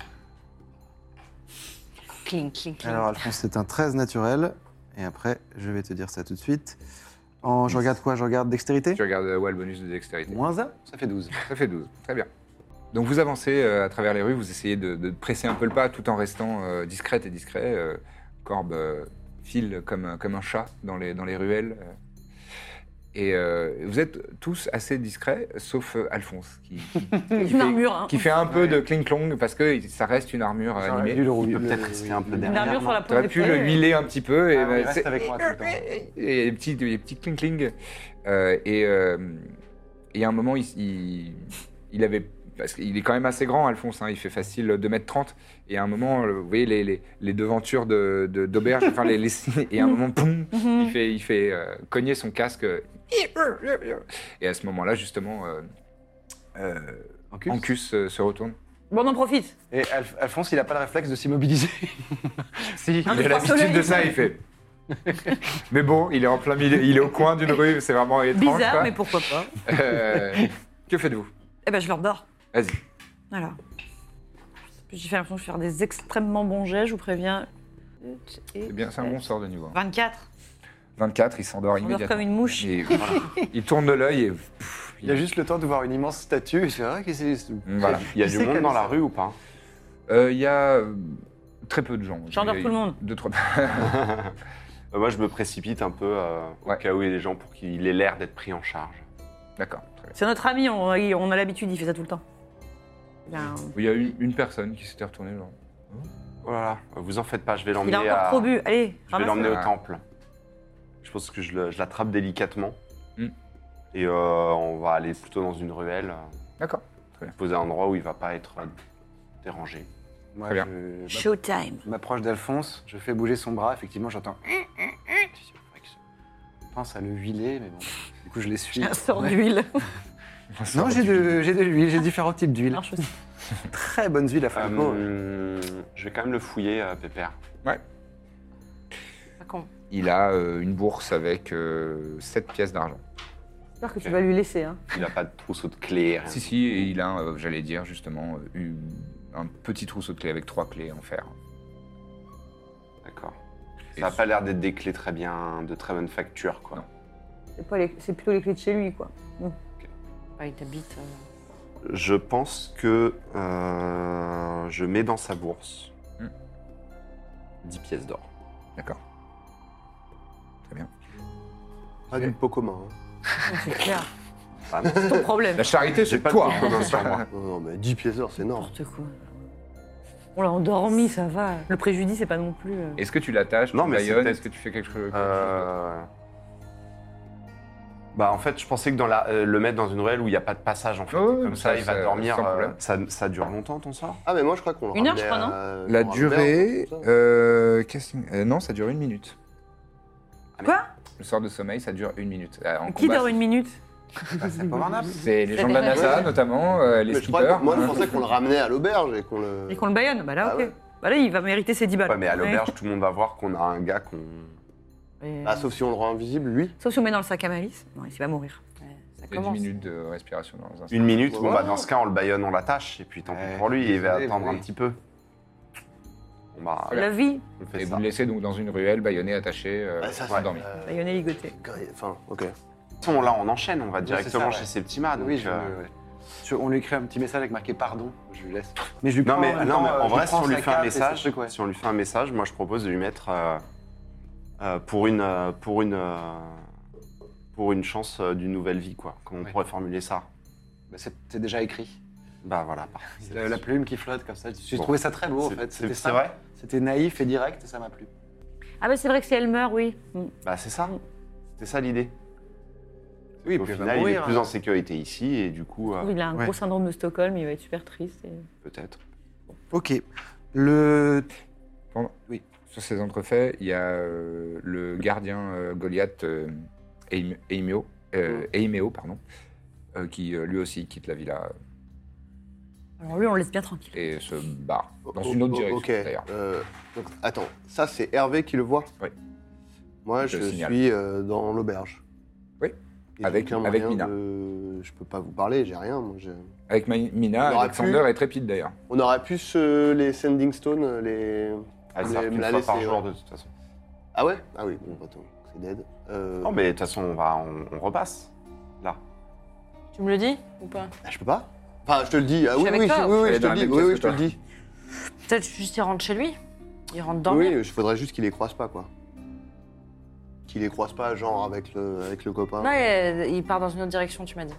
Speaker 4: Cling, cling, cling.
Speaker 9: Alors, Alphonse, c'est un 13 naturel. Et après, je vais te dire ça tout de suite. En, je regarde quoi Je regarde dextérité
Speaker 1: Tu regardes euh, ouais, le bonus de dextérité.
Speaker 9: Moins un
Speaker 6: Ça fait 12.
Speaker 1: Ça fait 12. Très bien. Donc vous avancez euh, à travers les rues, vous essayez de, de presser un peu le pas tout en restant euh, discrète et discret. euh, Corbe euh, file comme, un- comme un chat dans les, dans les ruelles. euh. et euh, vous êtes tous assez discrets, sauf euh, Alphonse, qui, qui-
Speaker 8: Une armure, hein.
Speaker 1: qui fait un peu de cling-clong parce que ça reste une armure
Speaker 6: J'aurais
Speaker 1: animée.
Speaker 6: dû le
Speaker 5: Il
Speaker 6: rouiller.
Speaker 5: peut peut-être rester un peu
Speaker 8: Une
Speaker 5: derrière.
Speaker 8: armure sur la
Speaker 1: Tu
Speaker 8: paume
Speaker 1: aurais
Speaker 8: des
Speaker 1: pu
Speaker 8: pieds.
Speaker 1: le huiler un petit peu. Et,
Speaker 6: Ah oui,
Speaker 1: bah,
Speaker 6: reste
Speaker 1: c'est-
Speaker 6: avec moi tout le temps.
Speaker 1: et les petits, les petits cling cling. Euh, et, euh, et à un moment, il, il, il avait. Parce qu'il est quand même assez grand, Alphonse, hein, il fait facile 2m30. Et à un moment, euh, vous voyez les, les, les devantures d'auberge, de, d'auberge, enfin les, les Et à un moment, poum, il fait, il fait euh, cogner son casque. Et à ce moment-là, justement, euh, euh,
Speaker 6: Ancus
Speaker 1: Ancus euh, se retourne.
Speaker 8: Bon, on en profite.
Speaker 6: Et Alf- Alphonse, il n'a pas le réflexe de s'immobiliser.
Speaker 1: Si,
Speaker 8: Un
Speaker 1: il a
Speaker 8: froid
Speaker 1: l'habitude
Speaker 8: Hein, soleil.
Speaker 1: de ça, il fait. mais bon, il est en plein milieu, il est au coin d'une rue, c'est vraiment étrange.
Speaker 8: Bizarre,
Speaker 1: quoi.
Speaker 8: mais pourquoi pas.
Speaker 1: Euh, que faites-vous
Speaker 8: Eh ben, je leur dors.
Speaker 1: Vas-y.
Speaker 8: Voilà. J'ai fait l'impression de faire des extrêmement bons jets, je vous préviens.
Speaker 1: C'est Eh bien, c'est un bon sort de niveau.
Speaker 8: 24.
Speaker 1: 24, il s'endort
Speaker 8: On dort
Speaker 1: immédiatement.
Speaker 8: comme une mouche.
Speaker 1: Et voilà. il tourne de l'œil et pff, Mm,
Speaker 6: Il a juste le temps de voir une immense statue. C'est vrai que c'est.
Speaker 1: Voilà.
Speaker 5: Il y a
Speaker 6: Qui
Speaker 5: du
Speaker 6: c'est
Speaker 5: monde
Speaker 6: qui
Speaker 5: dans
Speaker 6: a
Speaker 5: la
Speaker 6: ça
Speaker 5: rue ou pas
Speaker 1: Euh, Il y a euh, très peu de gens.
Speaker 8: J'endors
Speaker 1: Il y a
Speaker 8: tout le monde.
Speaker 1: Deux, trois.
Speaker 5: Euh, Moi, je me précipite un peu euh,
Speaker 1: Ouais.
Speaker 5: au cas où il y a des gens pour qu'il ait l'air d'être pris en charge.
Speaker 1: D'accord. très bien.
Speaker 8: C'est notre ami, on, il- on a l'habitude, il fait ça tout le temps. Eh ben, Il a, un-
Speaker 1: Il y a une, une personne qui s'était retournée. Genre.
Speaker 5: Voilà. Euh, Vous en faites pas, je vais
Speaker 8: il
Speaker 5: l'emmener
Speaker 8: a encore
Speaker 5: à...
Speaker 8: trop bu. Allez,
Speaker 5: Je vais
Speaker 8: ramasse-le.
Speaker 5: l'emmener au
Speaker 1: Ah.
Speaker 5: temple. Je pense que je le- je l'attrape délicatement.
Speaker 1: Hmm.
Speaker 5: Et euh, on va aller plutôt dans une ruelle, euh,
Speaker 1: D'accord.
Speaker 5: poser un endroit où il va pas être euh, dérangé.
Speaker 6: Moi,
Speaker 1: Très bien.
Speaker 6: je-
Speaker 8: Showtime.
Speaker 6: Je m'approche d'Alphonse, je fais bouger son bras, effectivement j'entends. Je pense à le huiler, mais bon. Du coup je les suis.
Speaker 8: Un sort d'huile.
Speaker 6: Non, j'ai de, j'ai de l'huile, j'ai différents types d'huile.
Speaker 2: Ah,
Speaker 8: Marche aussi.
Speaker 6: Très bonnes huiles à faire.
Speaker 5: Euh, je vais quand même le fouiller, euh, Pépère.
Speaker 4: Pas con.
Speaker 1: Il a euh, une bourse avec 7 pièces d'argent.
Speaker 8: J'espère que tu vas lui laisser. Hein.
Speaker 5: Il a pas de trousseau de clés. rien.
Speaker 1: Si, si, et il a, euh, j'allais dire justement, euh, une- un petit trousseau de clés avec trois clés en fer.
Speaker 5: D'accord.
Speaker 1: Et
Speaker 5: Ça a pas l'air d'être des clés très bien, de très bonne facture, quoi.
Speaker 1: Non.
Speaker 8: C'est pas les- c'est plutôt les clés de chez lui, quoi.
Speaker 4: Avec ta bite. euh,
Speaker 5: Je pense que euh, je mets dans sa bourse
Speaker 1: Hmm.
Speaker 5: 10 pièces d'or.
Speaker 1: D'accord.
Speaker 3: Pas du pot commun. hein.
Speaker 8: C'est clair.
Speaker 5: Vraiment.
Speaker 8: C'est ton problème.
Speaker 1: La charité,
Speaker 5: J'ai
Speaker 1: c'est
Speaker 5: pas de
Speaker 1: toi.
Speaker 5: compte commun sur moi.
Speaker 3: Non, non, mais 10 pièces d'or, c'est énorme.
Speaker 8: N'importe quoi. On l'a endormi, ça va. Le préjudice, c'est pas non plus. euh,
Speaker 1: Est-ce que tu l'attaches
Speaker 5: Non,
Speaker 1: tu
Speaker 5: mais
Speaker 1: baïonnes,
Speaker 5: c'est peut-être-
Speaker 1: Est-ce que tu fais quelque chose
Speaker 5: Euh, Bah en fait, je pensais que dans la, euh, le mettre dans une ruelle où il n'y a pas de passage en fait,
Speaker 1: Ouais, ouais,
Speaker 5: comme ça,
Speaker 1: ça,
Speaker 5: il va
Speaker 1: ça-
Speaker 5: dormir.
Speaker 1: sans
Speaker 5: euh,
Speaker 1: problème.
Speaker 5: ça, ça dure longtemps ton sort
Speaker 3: Ah, mais moi, je crois qu'on le
Speaker 4: Une heure,
Speaker 3: ramenait
Speaker 4: je crois, non
Speaker 3: à-
Speaker 1: La
Speaker 3: qu'on le
Speaker 1: durée.
Speaker 3: ramenait à-
Speaker 1: euh, casting- euh, non, ça dure une minute.
Speaker 8: Quoi
Speaker 1: Le sort de sommeil, ça dure une minute. Euh, en
Speaker 8: Qui
Speaker 1: combat,
Speaker 8: dort une minute
Speaker 6: C'est pas nap.
Speaker 1: C'est les gens de la NASA, notamment, euh, les
Speaker 3: Mais je crois que-
Speaker 1: skippers.
Speaker 3: moi, je
Speaker 1: hein.
Speaker 3: pensais qu'on le ramenait à l'auberge et qu'on le.
Speaker 8: Et qu'on le baïonne Bah là,
Speaker 3: Ah
Speaker 8: ok.
Speaker 3: ouais.
Speaker 8: Bah là, il va mériter ses 10 balles.
Speaker 5: Ouais, mais à l'auberge, tout le monde va voir qu'on a un gars qu'on.
Speaker 8: Ouais.
Speaker 3: Ah, sauf si on le rend invisible, lui.
Speaker 8: euh, Sauf si on met dans le sac à malice. Non, il va mourir.
Speaker 4: ouais, ça
Speaker 1: Il y a 10
Speaker 4: commence.
Speaker 1: minutes de respiration dans un instant.
Speaker 5: Une minute,
Speaker 3: Ouais,
Speaker 5: bon
Speaker 3: ouais.
Speaker 5: bah dans ce cas, on le baïonne, on l'attache, et puis tant
Speaker 6: Ouais,
Speaker 5: pis pour lui, il va
Speaker 6: désolé,
Speaker 5: attendre
Speaker 6: mais
Speaker 5: un
Speaker 6: oui.
Speaker 5: petit peu. Bon bah,
Speaker 8: La vie,
Speaker 5: on fait
Speaker 1: Et vous
Speaker 5: ça.
Speaker 1: le laissez donc dans une ruelle, baïonné, attaché, euh,
Speaker 3: Ah, ça, c'est-
Speaker 1: endormi.
Speaker 3: euh,
Speaker 8: baïonner, ligoter.
Speaker 3: Enfin, ok.
Speaker 5: De toute façon, là, on enchaîne, on va
Speaker 6: Ouais,
Speaker 5: directement
Speaker 6: c'est ça,
Speaker 5: chez
Speaker 6: ouais.
Speaker 5: Septima. Donc,
Speaker 6: oui, je-
Speaker 5: euh,
Speaker 6: ouais. Je- on lui écrit un petit message avec marqué pardon, je lui laisse. Mais je lui
Speaker 5: Non
Speaker 6: prends
Speaker 5: mais,
Speaker 6: même
Speaker 5: non,
Speaker 6: temps,
Speaker 5: mais
Speaker 6: euh,
Speaker 5: en
Speaker 6: je
Speaker 5: vrai, si
Speaker 6: prends
Speaker 5: on lui
Speaker 6: sa
Speaker 5: fait un
Speaker 6: cape et ses
Speaker 5: message,
Speaker 6: trucs, ouais.
Speaker 5: si on lui fait un message, moi je propose de lui mettre euh, euh, pour une euh, pour une euh, pour une chance euh, d'une nouvelle vie quoi. Comment on
Speaker 6: Ouais.
Speaker 5: pourrait formuler ça
Speaker 6: Bah, c'est c'est déjà écrit.
Speaker 5: Bah voilà. par-
Speaker 6: La, la plume qui flotte comme ça. J'ai
Speaker 5: Bon.
Speaker 6: trouvé ça très beau en
Speaker 5: C'est-
Speaker 6: fait.
Speaker 5: c'est-
Speaker 6: C'était
Speaker 5: c'est
Speaker 6: simple.
Speaker 5: vrai
Speaker 6: C'était naïf et direct et ça m'a plu.
Speaker 8: Ah, bah c'est vrai que si elle meurt, oui. Mm.
Speaker 5: Bah c'est ça. C'était ça l'idée.
Speaker 6: Oui,
Speaker 5: Au
Speaker 6: puis elle va
Speaker 5: final, il est
Speaker 6: mourir,
Speaker 5: plus
Speaker 6: hein.
Speaker 5: en sécurité ici et du coup euh,
Speaker 8: Il a un
Speaker 9: Ouais.
Speaker 8: gros syndrome de Stockholm, il va être super triste. et-
Speaker 5: peut-être.
Speaker 9: Ok. Le.
Speaker 1: Sur ces entrefaits, il y a euh, le gardien euh, Goliath euh, Eim- Eimeo, euh, Eimeo, pardon, euh, qui euh, lui aussi quitte la villa.
Speaker 2: Alors lui, on le laisse bien tranquille.
Speaker 1: et se barre dans
Speaker 3: Oh,
Speaker 1: une autre
Speaker 3: oh,
Speaker 1: direction
Speaker 3: Ok.
Speaker 1: d'ailleurs.
Speaker 3: euh, donc, attends, ça c'est Hervé qui le voit
Speaker 1: Oui.
Speaker 3: Moi
Speaker 1: Je
Speaker 3: je,
Speaker 1: le signale.
Speaker 3: suis euh, dans l'auberge.
Speaker 1: Oui.
Speaker 3: Et
Speaker 1: Avec-
Speaker 3: donc, il y a
Speaker 1: avec
Speaker 3: moyen
Speaker 1: Mina.
Speaker 3: de- Je peux pas vous parler, j'ai rien. moi, j'ai-
Speaker 1: Avec Ma- Mina,
Speaker 3: On aurait
Speaker 1: Alexander
Speaker 3: pu-
Speaker 1: est trépide d'ailleurs.
Speaker 3: On aurait pu se- les Sending Stones, les.
Speaker 5: Ah,
Speaker 3: les-
Speaker 5: ça arrive
Speaker 3: me
Speaker 5: une
Speaker 3: la
Speaker 5: fois par
Speaker 3: laisser,
Speaker 5: jour
Speaker 3: ouais.
Speaker 5: de toute façon.
Speaker 3: Ah ouais Ah oui, bon, attends, c'est dead. Euh,
Speaker 1: Oh,
Speaker 5: Non, mais de toute façon, on, va, on, on repasse. Là.
Speaker 4: Tu me le dis ou pas
Speaker 6: Bah,
Speaker 3: ah, Je peux pas Enfin, je te le dis. Ah,
Speaker 4: Je suis
Speaker 3: oui,
Speaker 4: avec
Speaker 3: oui,
Speaker 4: toi.
Speaker 3: je- oui, oui,
Speaker 1: Elle est
Speaker 3: je te
Speaker 1: dans la
Speaker 3: le dis.
Speaker 1: même
Speaker 3: Oui,
Speaker 1: pièce
Speaker 3: oui,
Speaker 1: que
Speaker 3: je te le
Speaker 1: toi.
Speaker 3: dis.
Speaker 4: Peut-être juste il rentre chez lui. Il rentre dormir.
Speaker 3: Oui, je faudrait juste qu'il les croise pas, quoi. Qu'il les croise pas, genre avec le, avec le copain.
Speaker 4: Non, il, il part dans une autre direction, tu m'as dit.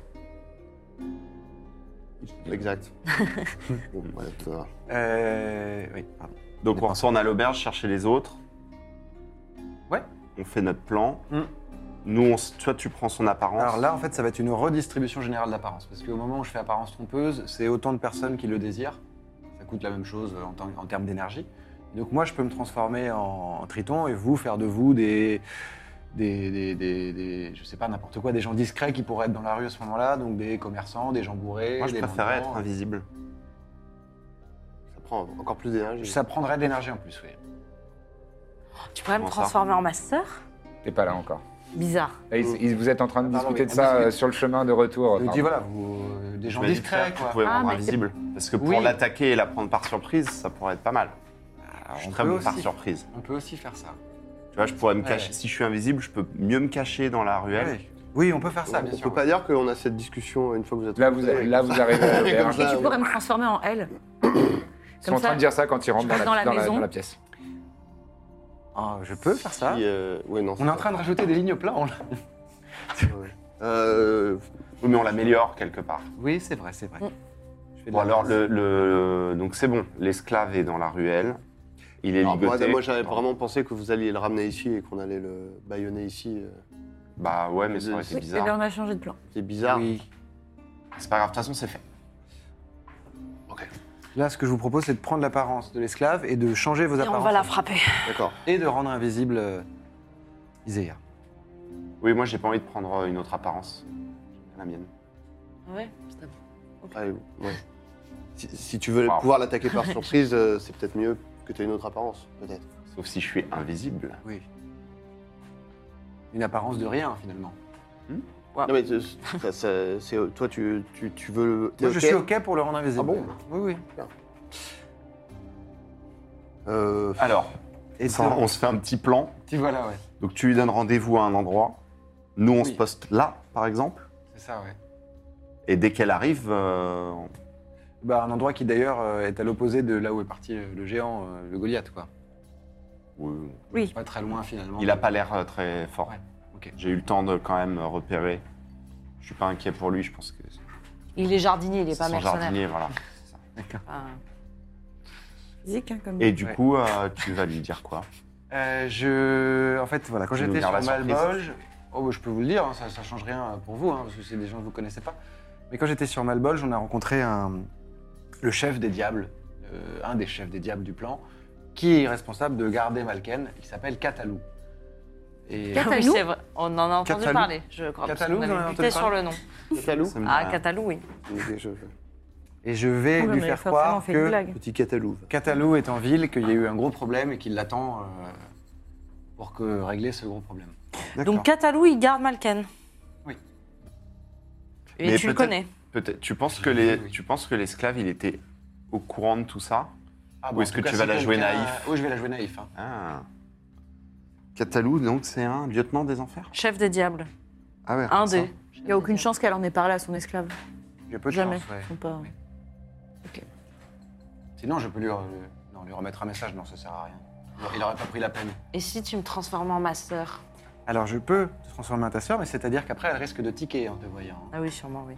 Speaker 3: Exact. Bon, ouais, ça va.
Speaker 6: Euh, oui, pardon.
Speaker 5: Donc on retourne à l'auberge chercher les autres.
Speaker 6: Ouais.
Speaker 5: On fait notre plan.
Speaker 6: Hmm.
Speaker 5: Nous, on, s- toi, tu prends son apparence.
Speaker 6: Alors là, en fait, ça va être une redistribution générale d'apparence. Parce qu'au moment où je fais apparence trompeuse, c'est autant de personnes qui le désirent. Ça coûte la même chose en, tant- en termes d'énergie. Donc moi, je peux me transformer en, en triton et vous faire de vous des. Des, des, des- des- je sais pas, n'importe quoi, des gens discrets qui pourraient être dans la rue à ce moment-là, donc des commerçants, des gens bourrés.
Speaker 5: moi, je
Speaker 6: des
Speaker 5: préférais
Speaker 6: vendeurs.
Speaker 5: être invisible.
Speaker 3: Ça prend encore plus d'énergie.
Speaker 6: Ça prendrait de l'énergie en plus, oui.
Speaker 4: Tu pourrais me
Speaker 5: Comment ça
Speaker 4: transformer en ma sœur
Speaker 1: T'es pas là encore.
Speaker 4: Bizarre.
Speaker 1: Là,
Speaker 3: Oh.
Speaker 1: ils- ils- vous êtes en
Speaker 3: Ah,
Speaker 1: train de
Speaker 6: Pardon,
Speaker 1: discuter
Speaker 6: oui,
Speaker 1: de
Speaker 6: on
Speaker 1: ça
Speaker 6: discute.
Speaker 1: euh, sur le chemin de retour.
Speaker 6: Je
Speaker 1: pardon.
Speaker 6: dis voilà, vous, euh, des
Speaker 5: Je
Speaker 6: gens
Speaker 5: m'étais dit,
Speaker 6: discrets,
Speaker 5: frère,
Speaker 6: quoi.
Speaker 5: Tu pouvais me
Speaker 4: Ah,
Speaker 5: rendre
Speaker 4: mais-
Speaker 5: invisible. Parce que pour
Speaker 6: Oui.
Speaker 5: l'attaquer et la prendre par surprise, ça pourrait être pas mal. je suis
Speaker 6: Bah, on
Speaker 5: très
Speaker 6: peut
Speaker 5: bon par
Speaker 6: aussi.
Speaker 5: surprise.
Speaker 6: On peut aussi faire ça.
Speaker 5: Tu vois, je pourrais me
Speaker 6: Ouais.
Speaker 5: cacher. Si je suis invisible, je peux mieux me cacher dans la ruelle.
Speaker 6: Ouais. Ah Oui, on peut faire ça,
Speaker 3: on
Speaker 6: bien
Speaker 3: peut
Speaker 6: sûr.
Speaker 3: pas dire qu'on a cette discussion une fois que vous êtes.
Speaker 1: Là, vous, là, vous arrivez à l'auberge.
Speaker 3: Comme ça,
Speaker 2: Tu
Speaker 3: ouais.
Speaker 2: pourrais me transformer en elle.
Speaker 1: Ils sont en
Speaker 2: ça,
Speaker 1: train de dire ça quand ils rentrent dans
Speaker 2: je
Speaker 1: la,
Speaker 2: passe dans la
Speaker 1: dans la-
Speaker 2: maison.
Speaker 1: dans la pièce.
Speaker 6: Ah, je peux faire ça.
Speaker 3: Puis, euh, ouais, non,
Speaker 6: On est en train de rajouter des lignes au plan. on l'a-
Speaker 3: Euh,
Speaker 5: Oui, mais on l'améliore quelque part.
Speaker 6: Oui, c'est vrai, c'est vrai.
Speaker 8: Mm.
Speaker 6: Je fais de
Speaker 5: Bon,
Speaker 6: la
Speaker 5: alors,
Speaker 6: place.
Speaker 5: le, le- donc c'est bon. L'esclave est dans la ruelle. Il est
Speaker 3: alors, moi,
Speaker 5: ligoté.
Speaker 3: moi, j'avais vraiment pensé que vous alliez le ramener ici et qu'on allait le baïonner ici. euh,
Speaker 5: Bah ouais, mais ça aurait été
Speaker 2: Oui,
Speaker 8: eh
Speaker 2: et
Speaker 8: ben,
Speaker 2: bien
Speaker 5: bizarre.
Speaker 2: on a changé de plan.
Speaker 3: C'est bizarre.
Speaker 6: Ah Oui.
Speaker 5: C'est pas grave, de toute façon, c'est fait.
Speaker 6: Là, ce que je vous propose, c'est de prendre l'apparence de l'esclave et de changer vos
Speaker 4: Et on
Speaker 6: apparences.
Speaker 4: va la frapper.
Speaker 3: D'accord.
Speaker 6: Et de rendre invisible euh, Izea.
Speaker 5: Oui, moi j'ai pas envie de prendre euh, une autre apparence. La mienne.
Speaker 4: Ouais, c'est à vous.
Speaker 3: Allez, Ah ouais. si, si tu veux
Speaker 5: Wow.
Speaker 3: pouvoir l'attaquer par surprise, euh, c'est peut-être mieux que tu aies une autre apparence, peut-être.
Speaker 5: Sauf si je suis invisible.
Speaker 6: Oui. Une apparence de rien, finalement.
Speaker 3: Non, mais c'est- ça- ça- c'est- euh, toi, tu, tu, tu veux le. t'es
Speaker 6: Moi, je
Speaker 3: ok
Speaker 6: suis OK pour le rendre invisible.
Speaker 3: Ah bon
Speaker 6: Oui, oui.
Speaker 3: Euh,
Speaker 5: Alors,
Speaker 6: Et
Speaker 5: ça,
Speaker 6: de-
Speaker 5: on se fait un petit plan.
Speaker 6: Petit voilà, ouais.
Speaker 5: Donc tu lui donnes rendez-vous à un endroit. Nous, on
Speaker 6: Oui.
Speaker 5: se poste là, par exemple.
Speaker 6: C'est ça, ouais.
Speaker 5: Et dès qu'elle arrive, euh, on-
Speaker 6: Bah, un endroit qui, d'ailleurs, euh, est à l'opposé de là où est parti euh, le géant, euh, le Goliath, quoi.
Speaker 5: oui,
Speaker 6: Pas très loin, finalement.
Speaker 5: il a pas l'air euh, très fort.
Speaker 6: Ouais, ok.
Speaker 5: J'ai eu le temps de quand même repérer. Je suis pas inquiet pour lui, je pense que
Speaker 4: Il est jardinier, il est pas
Speaker 5: son
Speaker 4: mercenaire.
Speaker 5: jardinier, voilà.
Speaker 4: Ah.
Speaker 8: Zik, hein, comme.
Speaker 5: Et du
Speaker 6: Ouais.
Speaker 5: coup, euh, tu vas lui dire quoi
Speaker 6: Euh, je... En fait, voilà, Bah, quand
Speaker 5: Tu veux
Speaker 6: j'étais
Speaker 5: faire
Speaker 6: sur
Speaker 5: la
Speaker 6: Malbolge... Oh, bah, je peux vous le dire, hein, ça, ça change rien pour vous, hein, parce que c'est des gens que vous connaissez pas. Mais quand j'étais sur Malbolge, on a rencontré un... le chef des diables, euh, un des chefs des diables du plan, qui est responsable de garder Malken, il s'appelle Catalou. Et...
Speaker 2: Catalou
Speaker 4: Oui, c'est vrai. On en a entendu
Speaker 6: Catalou.
Speaker 4: parler, je crois. parce
Speaker 6: Catalou,
Speaker 4: qu'on
Speaker 6: vous en avez
Speaker 4: avait
Speaker 6: entendu
Speaker 4: buté sur
Speaker 6: parler
Speaker 4: le nom.
Speaker 3: Catalou
Speaker 5: Ça me dit
Speaker 4: Ah,
Speaker 5: rien.
Speaker 4: Catalou, oui.
Speaker 6: Et je vais
Speaker 8: Oula,
Speaker 6: lui
Speaker 8: Oh, mais
Speaker 6: faire
Speaker 8: forcément, on
Speaker 6: croire
Speaker 8: fait une
Speaker 6: que
Speaker 8: blague.
Speaker 3: Petit Catalouve.
Speaker 6: Catalou est en ville, qu'il y a eu un gros problème et qu'il l'attend euh, pour que régler ce gros problème.
Speaker 4: Donc Catalou, il garde Malken.
Speaker 6: Oui.
Speaker 4: Et
Speaker 5: Mais
Speaker 4: tu le
Speaker 5: peut-être-
Speaker 4: connais.
Speaker 5: Peut-être. Tu penses que les,
Speaker 6: Oui.
Speaker 5: tu penses que l'esclave, il était au courant de tout ça
Speaker 6: Ah,
Speaker 5: Ou
Speaker 6: bon,
Speaker 5: est-ce
Speaker 6: en
Speaker 5: que
Speaker 6: tout
Speaker 5: tu
Speaker 6: cas,
Speaker 5: vas
Speaker 6: si
Speaker 5: la jouer
Speaker 6: quelqu'un-
Speaker 5: naïf
Speaker 6: Oui, je vais la jouer naïf. hein.
Speaker 5: Ah. Catalou, donc c'est un lieutenant des enfers.
Speaker 4: Chef des diables.
Speaker 5: Ah ouais.
Speaker 4: Un
Speaker 5: comme ça.
Speaker 4: des.
Speaker 2: Il n'y a aucune chance qu'elle en ait parlé à son esclave.
Speaker 6: J'ai peu de
Speaker 2: Jamais.
Speaker 6: chance, ouais.
Speaker 2: Ils sont pas-
Speaker 6: Oui. Sinon, je peux lui, re- non, lui remettre un message. Non, ça sert à rien. Il- Il aurait pas pris la peine.
Speaker 4: Et si tu me transformes en ma sœur
Speaker 6: Alors, je peux te transformer en ta sœur, mais c'est-à-dire qu'après, elle risque de tiquer en te voyant.
Speaker 4: Ah oui, sûrement, oui.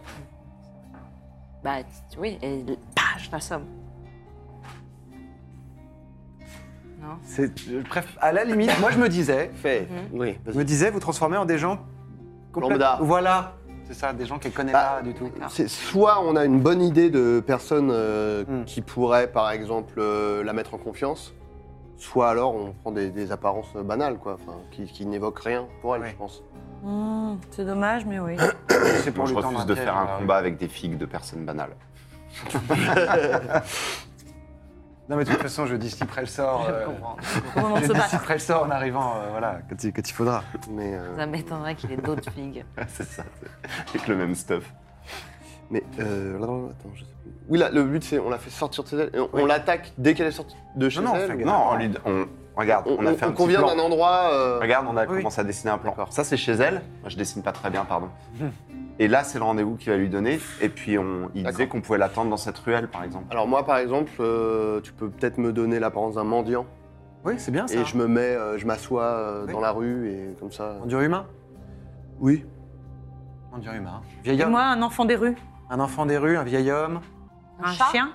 Speaker 4: Bah t- oui, et bah, je l'assomme. Non
Speaker 6: C'est, je préf- à la limite, moi, je me disais,
Speaker 3: Fait.
Speaker 4: Hmm?
Speaker 3: Oui.
Speaker 6: je me disais, vous transformez en des gens complète-
Speaker 3: Lambda.
Speaker 6: Voilà, c'est ça, des gens qu'elle connaît
Speaker 3: Bah,
Speaker 6: pas du tout.
Speaker 3: C'est soit on a une bonne idée de personnes euh,
Speaker 6: Hmm.
Speaker 3: qui pourraient, par exemple, euh, la mettre en confiance, soit alors on prend des, des apparences banales, quoi, enfin, qui, qui n'évoquent rien pour elle,
Speaker 6: Ouais.
Speaker 3: je pense.
Speaker 8: Hmm, c'est dommage, mais oui.
Speaker 6: C'est
Speaker 5: Moi, je
Speaker 6: lui tendre bah
Speaker 5: refuse de
Speaker 6: piège,
Speaker 5: faire un
Speaker 6: alors.
Speaker 5: combat avec des figues de personnes banales.
Speaker 6: Non, mais de toute façon, je dissiperai le sort. euh,
Speaker 4: Au moment de
Speaker 6: je
Speaker 4: se battre.
Speaker 6: dissiperai le sort en arrivant, euh, voilà, quand il, quand il faudra.
Speaker 3: Mais, euh,
Speaker 4: Ça m'étonnerait qu'il ait d'autres figues.
Speaker 5: c'est ça, c'est- avec le même stuff.
Speaker 3: mais euh, là, là, attends, je sais plus. Oui, là, le but c'est on la fait sortir de chez elle. et on, on l'attaque dès qu'elle est sortie de chez
Speaker 6: Non, non,
Speaker 3: elle.
Speaker 6: flingue.
Speaker 3: ou-
Speaker 5: Non, on lui- on- regarde, on,
Speaker 3: on,
Speaker 5: a
Speaker 3: on-
Speaker 5: fait
Speaker 3: on
Speaker 5: un petit
Speaker 3: convient
Speaker 5: plan.
Speaker 3: d'un endroit. euh,
Speaker 5: Regarde, on a
Speaker 6: Oui.
Speaker 5: commencé à dessiner un plan. Ça, c'est chez elle. Moi, je dessine pas très bien, pardon. Et là, c'est le rendez-vous qu'il va lui donner. Et puis, on, il disait
Speaker 3: D'accord.
Speaker 5: qu'on pouvait l'attendre dans cette ruelle, par exemple.
Speaker 3: Alors moi, par exemple, euh, tu peux peut-être me donner l'apparence d'un mendiant
Speaker 6: Oui, c'est bien Ah, ça.
Speaker 3: et je me mets, euh, je m'assois euh,
Speaker 6: Oui.
Speaker 3: dans la rue et comme ça.
Speaker 6: Mendiant humain
Speaker 3: Oui.
Speaker 6: Mendiant humain. Vieil
Speaker 2: Et
Speaker 6: homme
Speaker 2: moi, un enfant des rues.
Speaker 6: Un enfant des rues, un vieil homme.
Speaker 2: Un
Speaker 4: chat
Speaker 2: chien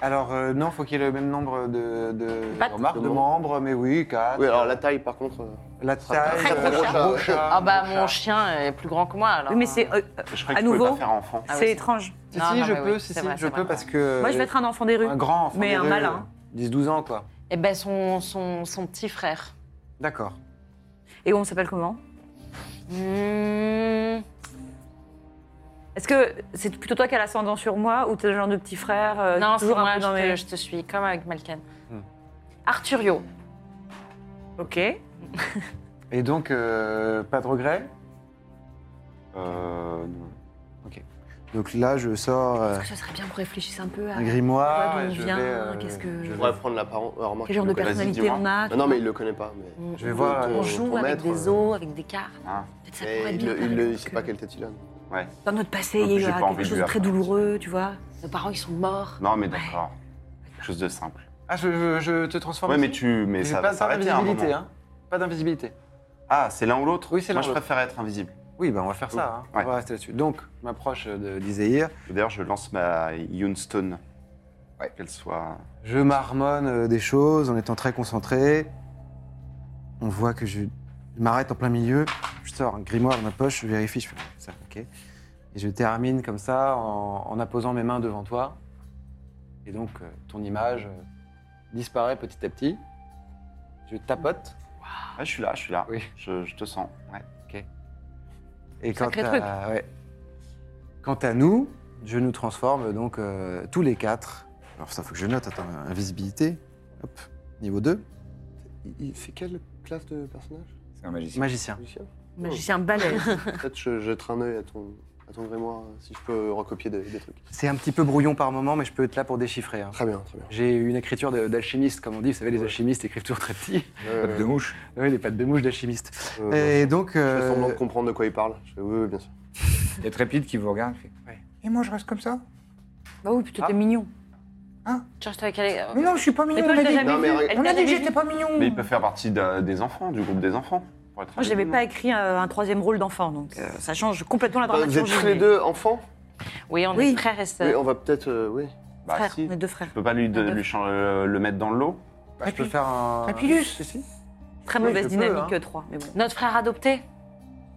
Speaker 6: Alors, euh, non, faut qu'il y ait le même nombre de, de,
Speaker 4: Pattes.
Speaker 6: remarques, de membres, mais oui, 4.
Speaker 3: Oui, alors la taille, par contre. euh,
Speaker 6: La taille,
Speaker 4: Très gros
Speaker 6: euh,
Speaker 4: chat.
Speaker 6: gros chat,
Speaker 4: Ah bah
Speaker 6: gros
Speaker 4: mon
Speaker 6: chat.
Speaker 4: chien est plus grand que moi alors.
Speaker 2: Oui, mais c'est euh, euh,
Speaker 5: Je crois
Speaker 2: À
Speaker 5: qu'il pouvait
Speaker 2: nouveau
Speaker 5: pas faire enfant.
Speaker 4: Ah ouais,
Speaker 2: c'est
Speaker 4: c'est-
Speaker 2: étrange.
Speaker 6: Si,
Speaker 4: Non,
Speaker 6: si,
Speaker 4: non,
Speaker 6: je
Speaker 4: mais
Speaker 6: peux,
Speaker 4: oui,
Speaker 6: si,
Speaker 4: c'est
Speaker 6: si,
Speaker 4: vrai,
Speaker 6: je
Speaker 4: c'est
Speaker 6: peux
Speaker 4: vrai.
Speaker 6: parce que. euh,
Speaker 2: Moi, je vais être un enfant des rues.
Speaker 6: un grand enfant.
Speaker 2: mais
Speaker 6: des
Speaker 2: un
Speaker 6: rues,
Speaker 2: malin.
Speaker 6: euh, 10-12 ans, quoi.
Speaker 4: Eh ben son, son, son petit frère.
Speaker 6: D'accord.
Speaker 2: Et on s'appelle comment Euh,
Speaker 4: Hmm,
Speaker 2: Est-ce que c'est plutôt toi qui as l'ascendant sur moi ou t'es le genre de petit frère euh,
Speaker 4: Non, c'est
Speaker 2: toujours un
Speaker 4: moi,
Speaker 2: peu
Speaker 4: je,
Speaker 2: dans
Speaker 4: te,
Speaker 2: mes-
Speaker 4: je te suis, comme avec Malken.
Speaker 6: Hmm.
Speaker 4: Arturio.
Speaker 2: Ok.
Speaker 6: Et donc, euh, pas de regret
Speaker 5: Euh, non.
Speaker 9: Donc là, je sors euh,
Speaker 2: Ah,
Speaker 4: Est-ce que ce serait bien qu'on réfléchisse un peu à
Speaker 9: un grimoire.
Speaker 4: quoi,
Speaker 6: et
Speaker 4: d'où on
Speaker 6: je
Speaker 4: vient,
Speaker 6: vais, euh,
Speaker 4: qu'est-ce que-
Speaker 6: je
Speaker 3: Je
Speaker 6: vais-
Speaker 3: pourrais prendre l'apparence. alors, remarque,
Speaker 2: Quel genre
Speaker 3: il
Speaker 2: de
Speaker 3: le connaît.
Speaker 2: personnalité
Speaker 5: dis-moi.
Speaker 2: on a
Speaker 3: Non, non, mais il le connaît pas. Mais...
Speaker 4: On-
Speaker 6: Je vais voir,
Speaker 4: On
Speaker 6: euh,
Speaker 4: joue
Speaker 3: ton
Speaker 4: avec
Speaker 3: maître,
Speaker 4: des
Speaker 3: euh.
Speaker 4: os, avec des cartes.
Speaker 5: Ah.
Speaker 4: Peut-être ça
Speaker 3: Mais
Speaker 4: pourrait
Speaker 3: il,
Speaker 4: bien
Speaker 3: le- il,
Speaker 4: parler
Speaker 3: le-
Speaker 4: de
Speaker 3: il sait
Speaker 4: que
Speaker 3: pas quelle tête il a. non.
Speaker 2: Dans notre passé,
Speaker 5: Non
Speaker 2: il y
Speaker 5: plus, j'ai
Speaker 2: a eu
Speaker 5: pas envie
Speaker 2: quelque
Speaker 5: de
Speaker 2: chose
Speaker 5: lui
Speaker 2: de très
Speaker 5: apprendre.
Speaker 2: douloureux, tu vois.
Speaker 4: Nos parents, ils sont morts.
Speaker 5: Non, mais d'accord. Quelque chose de simple.
Speaker 6: Ah, je, je- je te transforme.
Speaker 5: Ouais,
Speaker 6: aussi
Speaker 5: mais tu. Mais
Speaker 6: J'ai
Speaker 5: ça
Speaker 6: pas
Speaker 5: va s'arrêter à un
Speaker 6: d'invisibilité,
Speaker 5: moment.
Speaker 6: hein. Pas d'invisibilité.
Speaker 5: Ah, c'est l'un ou l'autre
Speaker 6: Oui, c'est
Speaker 5: Moi,
Speaker 6: l'un
Speaker 5: je
Speaker 6: ou l'autre.
Speaker 5: préfère être invisible.
Speaker 6: Oui, ben on va faire ça. hein.
Speaker 5: Ouais.
Speaker 6: On va rester là-dessus. Donc, je m'approche de- d'Iséir.
Speaker 5: D'ailleurs, je lance ma Younstone.
Speaker 1: Ouais.
Speaker 5: Qu'elle soit.
Speaker 9: Je marmonne euh, des choses en étant très concentré. On voit que je, je m'arrête en plein milieu. Je sors un grimoire dans ma poche, je vérifie, je fais ah, ça, ok. Et je termine
Speaker 6: Comme ça, en, en apposant mes mains devant toi. Et donc, euh, ton image euh, disparaît petit à petit. Je tapote.
Speaker 5: Ah, je suis là, je suis là.
Speaker 6: Oui.
Speaker 5: Je, je te sens. Ouais.
Speaker 6: Et quant
Speaker 4: Sacré
Speaker 6: à,
Speaker 4: truc.
Speaker 6: ouais. quant à nous, je nous transforme donc euh, tous les quatre.
Speaker 9: Alors ça, faut que je note, attends, invisibilité. Hop, niveau 2.
Speaker 3: Il- il- C'est quelle classe de personnage
Speaker 1: C'est un magicien.
Speaker 6: Magicien.
Speaker 3: Lucien
Speaker 2: Magicien balèze.
Speaker 3: Peut-être je jette un œil à ton, à ton grimoire euh, si je peux recopier des, des trucs.
Speaker 6: C'est un petit peu brouillon par moment, mais je peux être là pour déchiffrer. hein.
Speaker 3: Très bien, très bien.
Speaker 6: J'ai une écriture de- d'alchimiste, comme on dit. Vous savez, les alchimistes écrivent toujours très petit.
Speaker 3: Euh,
Speaker 1: Patte de mouche.
Speaker 6: Oui, les pattes de mouche d'alchimiste.
Speaker 3: euh,
Speaker 9: Et donc,
Speaker 3: Je
Speaker 9: euh,
Speaker 3: fais semblant de comprendre de quoi il parle. Je fais, oui, oui, bien sûr.
Speaker 1: Il y a Trépide qui vous regarde. il fait, Et moi, je reste comme ça
Speaker 4: Ah
Speaker 2: bah oui, plutôt t'es mignon.
Speaker 4: Tu restes avec elle. euh,
Speaker 1: Mais non, je suis pas
Speaker 2: Mais
Speaker 1: mignon.
Speaker 2: toi,
Speaker 1: on
Speaker 2: je
Speaker 1: a
Speaker 2: l'ai
Speaker 1: dit-
Speaker 2: jamais
Speaker 3: Non, mais
Speaker 2: vu.
Speaker 3: arrête.
Speaker 2: Elle
Speaker 1: On a
Speaker 2: t'a
Speaker 1: dit que
Speaker 2: jamais
Speaker 1: j'étais
Speaker 2: vu.
Speaker 1: pas mignon.
Speaker 5: Mais il peut faire partie de- des enfants, du groupe des enfants. pour être
Speaker 2: Moi, je n'avais
Speaker 5: avec
Speaker 2: pas
Speaker 5: nous.
Speaker 2: écrit euh, un troisième rôle d'enfant, donc euh, ça change complètement la
Speaker 3: Euh, vous êtes
Speaker 2: dramaturgie.
Speaker 3: tous les
Speaker 2: mais-
Speaker 3: deux enfants
Speaker 4: Oui, on
Speaker 2: Oui.
Speaker 4: est frères et
Speaker 3: Oui,
Speaker 4: sœurs.
Speaker 3: on va peut-être. euh, oui.
Speaker 5: Bah,
Speaker 2: Frères,
Speaker 5: si.
Speaker 2: on est deux frères.
Speaker 5: Tu peux pas lui, de-
Speaker 2: Ah,
Speaker 5: lui changer- le, le mettre dans l'eau
Speaker 6: Bah, je peux faire un.
Speaker 1: Papillus.
Speaker 6: Si, si.
Speaker 2: Très
Speaker 6: Oui,
Speaker 2: mauvaise
Speaker 6: je peux,
Speaker 2: dynamique,
Speaker 6: hein.
Speaker 2: euh, trois. Mais bon.
Speaker 4: Notre frère adopté.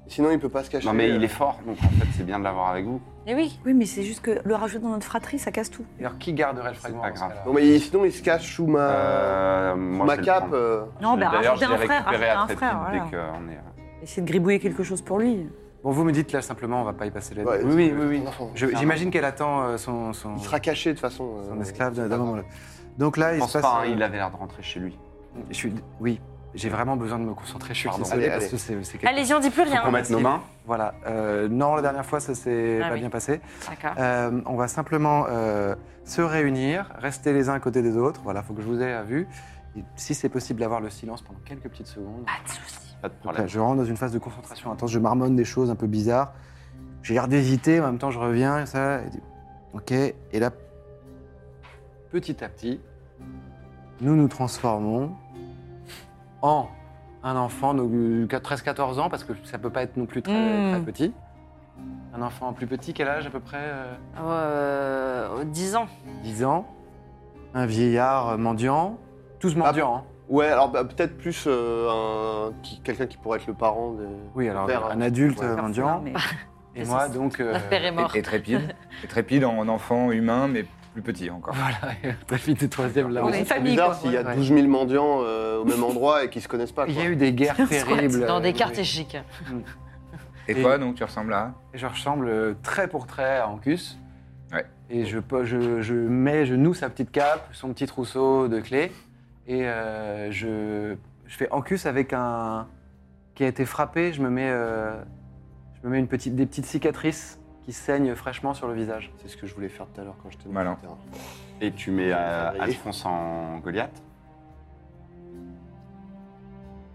Speaker 3: Sinon, il peut pas se cacher.
Speaker 5: Non, mais il
Speaker 3: euh,
Speaker 5: est fort, donc en fait, c'est bien de l'avoir avec vous.
Speaker 4: Eh oui.
Speaker 2: Oui, mais c'est juste que le rajouter dans notre fratrie, ça casse tout.
Speaker 6: Alors, qui garderait le fragment
Speaker 5: pas
Speaker 6: dans ce
Speaker 5: grave.
Speaker 6: cas-là
Speaker 3: Non, mais il- sinon, il se cache sous ma,
Speaker 5: Euh, moi,
Speaker 3: ma
Speaker 5: je vais le
Speaker 3: cape.
Speaker 5: prendre.
Speaker 3: euh,
Speaker 2: Non, bah
Speaker 5: D'ailleurs, je
Speaker 2: rajouter
Speaker 5: l'ai
Speaker 2: un frère,
Speaker 5: récupéré
Speaker 2: rajouter
Speaker 5: à
Speaker 2: un
Speaker 5: Trépide
Speaker 2: frère. voilà.
Speaker 5: dès qu'on est.
Speaker 2: Essayer de gribouiller quelque chose pour lui.
Speaker 6: Bon, vous me dites là simplement, on va pas y passer la
Speaker 3: Ouais,
Speaker 6: Oui, oui,
Speaker 3: c'est-
Speaker 6: oui, oui.
Speaker 3: Enfin,
Speaker 6: Je- J'imagine qu'elle attend euh, son, son,
Speaker 3: Il sera caché de toute façon. euh,
Speaker 9: un esclave
Speaker 3: c'est
Speaker 9: d'un
Speaker 3: pas
Speaker 9: d'un moment là. Donc là,
Speaker 5: Je
Speaker 9: il
Speaker 5: pense
Speaker 9: se passe.
Speaker 5: pas, hein,
Speaker 9: euh,
Speaker 5: il avait l'air de rentrer chez lui.
Speaker 6: euh, Je suis... Oui, j'ai vraiment besoin de me concentrer. Je suis
Speaker 5: Pardon.
Speaker 6: désolé
Speaker 3: Allez,
Speaker 6: parce
Speaker 3: allez.
Speaker 6: que c'est c'est quelque
Speaker 4: Allez-y, on dit plus
Speaker 5: Faut
Speaker 4: rien.
Speaker 5: qu'on mette nos
Speaker 6: merci.
Speaker 5: mains.
Speaker 6: Voilà. Euh, non, la dernière fois, ça s'est
Speaker 4: Ah
Speaker 6: pas
Speaker 4: oui.
Speaker 6: bien passé.
Speaker 4: D'accord.
Speaker 6: Euh, on va simplement euh, se réunir, rester les uns à côté des autres. Voilà, faut que je vous ai vu. Et si c'est possible d'avoir le silence pendant quelques petites secondes.
Speaker 4: Pas de soucis.
Speaker 5: Pas de
Speaker 9: donc
Speaker 5: problème.
Speaker 9: là, je rentre dans une phase de concentration intense, je marmonne des choses un peu bizarres. J'ai l'air d'hésiter, mais en même temps, je reviens, ça. et dis, ok, et là,
Speaker 6: Petit à petit,
Speaker 9: nous nous transformons.
Speaker 6: en un enfant de 13-14 ans, parce que ça peut pas être non plus très,
Speaker 2: Mm.
Speaker 6: très petit. Un enfant plus petit, quel âge à peu près euh,
Speaker 4: Oh, Euh, 10 ans.
Speaker 6: 10 ans. Un vieillard euh, mendiant. Tous mendiants. hein.
Speaker 3: Ouais, alors bah, peut-être plus euh, un- qui- quelqu'un qui pourrait être le parent de.
Speaker 6: Oui, alors
Speaker 3: Père,
Speaker 6: un
Speaker 3: hein.
Speaker 6: adulte
Speaker 3: Ouais.
Speaker 6: euh, mendiant.
Speaker 2: Mais-
Speaker 6: Et moi, donc. euh,
Speaker 4: Notre père est mort.
Speaker 1: Et, et Trépide. Et Trépide en enfant humain, mais plus petit encore.
Speaker 6: Voilà, très vite, le troisième là.
Speaker 2: On est une
Speaker 3: C'est
Speaker 2: famille,
Speaker 3: bizarre
Speaker 2: quoi.
Speaker 3: s'il y a
Speaker 6: Ouais.
Speaker 3: 12 000 mendiants euh, au même endroit et qui se connaissent pas.
Speaker 6: Il y
Speaker 3: quoi.
Speaker 6: a eu des guerres terribles.
Speaker 4: Dans des
Speaker 6: euh,
Speaker 4: quartiers
Speaker 6: oui.
Speaker 4: chics.
Speaker 1: Et,
Speaker 6: Et-
Speaker 1: toi, donc, tu ressembles à.
Speaker 6: Et Je ressemble euh, trait pour trait à Ancus. Et je, po- je, je mets, je noue sa petite cape, son petit trousseau de clés, et euh, je, je fais encus avec un qui a été frappé. Je me mets, euh, je me mets une petite, des petites cicatrices qui saignent fraîchement sur le visage.
Speaker 3: C'est ce que je voulais faire tout à l'heure quand j'étais
Speaker 1: Malin.
Speaker 5: Et tu mets euh, Alphonse en Goliath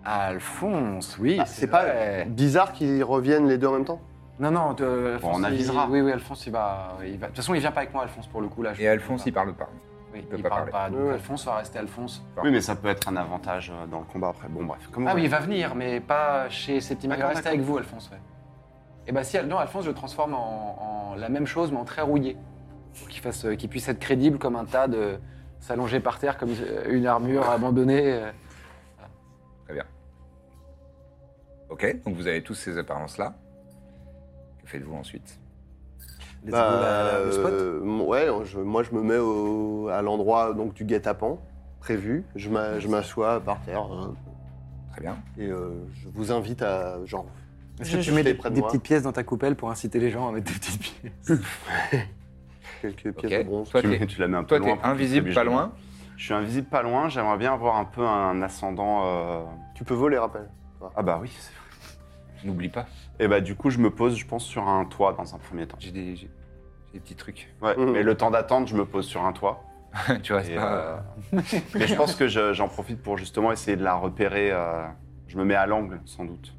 Speaker 6: Alphonse, oui.
Speaker 3: Ah, c'est pas
Speaker 6: vrai.
Speaker 3: bizarre qu'ils reviennent les deux en même temps
Speaker 6: Non, non, euh, Alphonse,
Speaker 5: on
Speaker 6: il-
Speaker 5: avisera.
Speaker 6: oui, oui, Alphonse, il va, il va- De toute façon, il vient pas avec moi, Alphonse, pour le coup. Là, je-
Speaker 1: Et Alphonse, il parle pas.
Speaker 6: Oui,
Speaker 1: il peut
Speaker 6: il
Speaker 1: pas
Speaker 6: parle
Speaker 1: parler.
Speaker 6: pas. Donc,
Speaker 3: Ouais.
Speaker 6: Alphonse va rester Alphonse.
Speaker 5: Oui, mais ça peut être un avantage euh, dans le combat après. Bon, bref. Comment
Speaker 6: Ah
Speaker 5: on
Speaker 6: oui,
Speaker 5: va-
Speaker 6: il va venir, mais pas chez Septima. Il va
Speaker 5: D'accord,
Speaker 6: rester
Speaker 5: d'accord.
Speaker 6: avec vous, Alphonse. Ouais. Et bah si, non, Alphonse, je le transforme en, en la même chose, mais en très rouillé. Pour qu'il fasse, euh, qu'il puisse être crédible comme un tas de s'allonger par terre comme euh, une armure abandonnée. euh.
Speaker 1: Ok, donc vous avez tous ces apparences-là. Que faites-vous ensuite
Speaker 6: Let's
Speaker 3: Bah,
Speaker 6: go, la- la- le spot.
Speaker 3: euh, ouais, je- moi je me mets au- à l'endroit donc du guet-apens prévu. Je m'a- je m'assois par terre hein,
Speaker 1: Très bien.
Speaker 3: et euh, je vous invite à genre.
Speaker 11: Est-ce que
Speaker 3: je-
Speaker 11: tu mets
Speaker 3: je
Speaker 11: des,
Speaker 3: les prends
Speaker 11: des
Speaker 3: moi.
Speaker 11: petites pièces dans ta coupelle pour inciter les gens à mettre des petites pièces
Speaker 3: Quelques pièces
Speaker 1: Ok.
Speaker 3: de bronze.
Speaker 1: Toi,
Speaker 5: tu,
Speaker 1: t'es
Speaker 5: mets- tu la mets un peu
Speaker 1: toi,
Speaker 5: loin.
Speaker 1: t'es
Speaker 5: pour que tu
Speaker 1: invisible,
Speaker 5: t'obliges
Speaker 1: pas
Speaker 5: de-
Speaker 1: loin.
Speaker 5: Je suis invisible, pas loin. J'aimerais bien avoir un peu un ascendant. euh,
Speaker 3: Tu peux voler, rappelle.
Speaker 5: Ah bah oui. c'est vrai.
Speaker 1: N'oublie pas,
Speaker 5: Et bah du coup, je me pose, je pense, sur un toit dans un premier temps.
Speaker 1: j'ai des, j'ai- j'ai des petits trucs.
Speaker 5: Ouais.
Speaker 3: Mhm.
Speaker 5: Mais le temps d'attente, je me pose sur un toit.
Speaker 1: tu restes
Speaker 5: Et,
Speaker 1: pas.
Speaker 5: euh, Mais je pense que je- j'en profite pour justement essayer de la repérer. euh, Je me mets à l'angle, sans doute.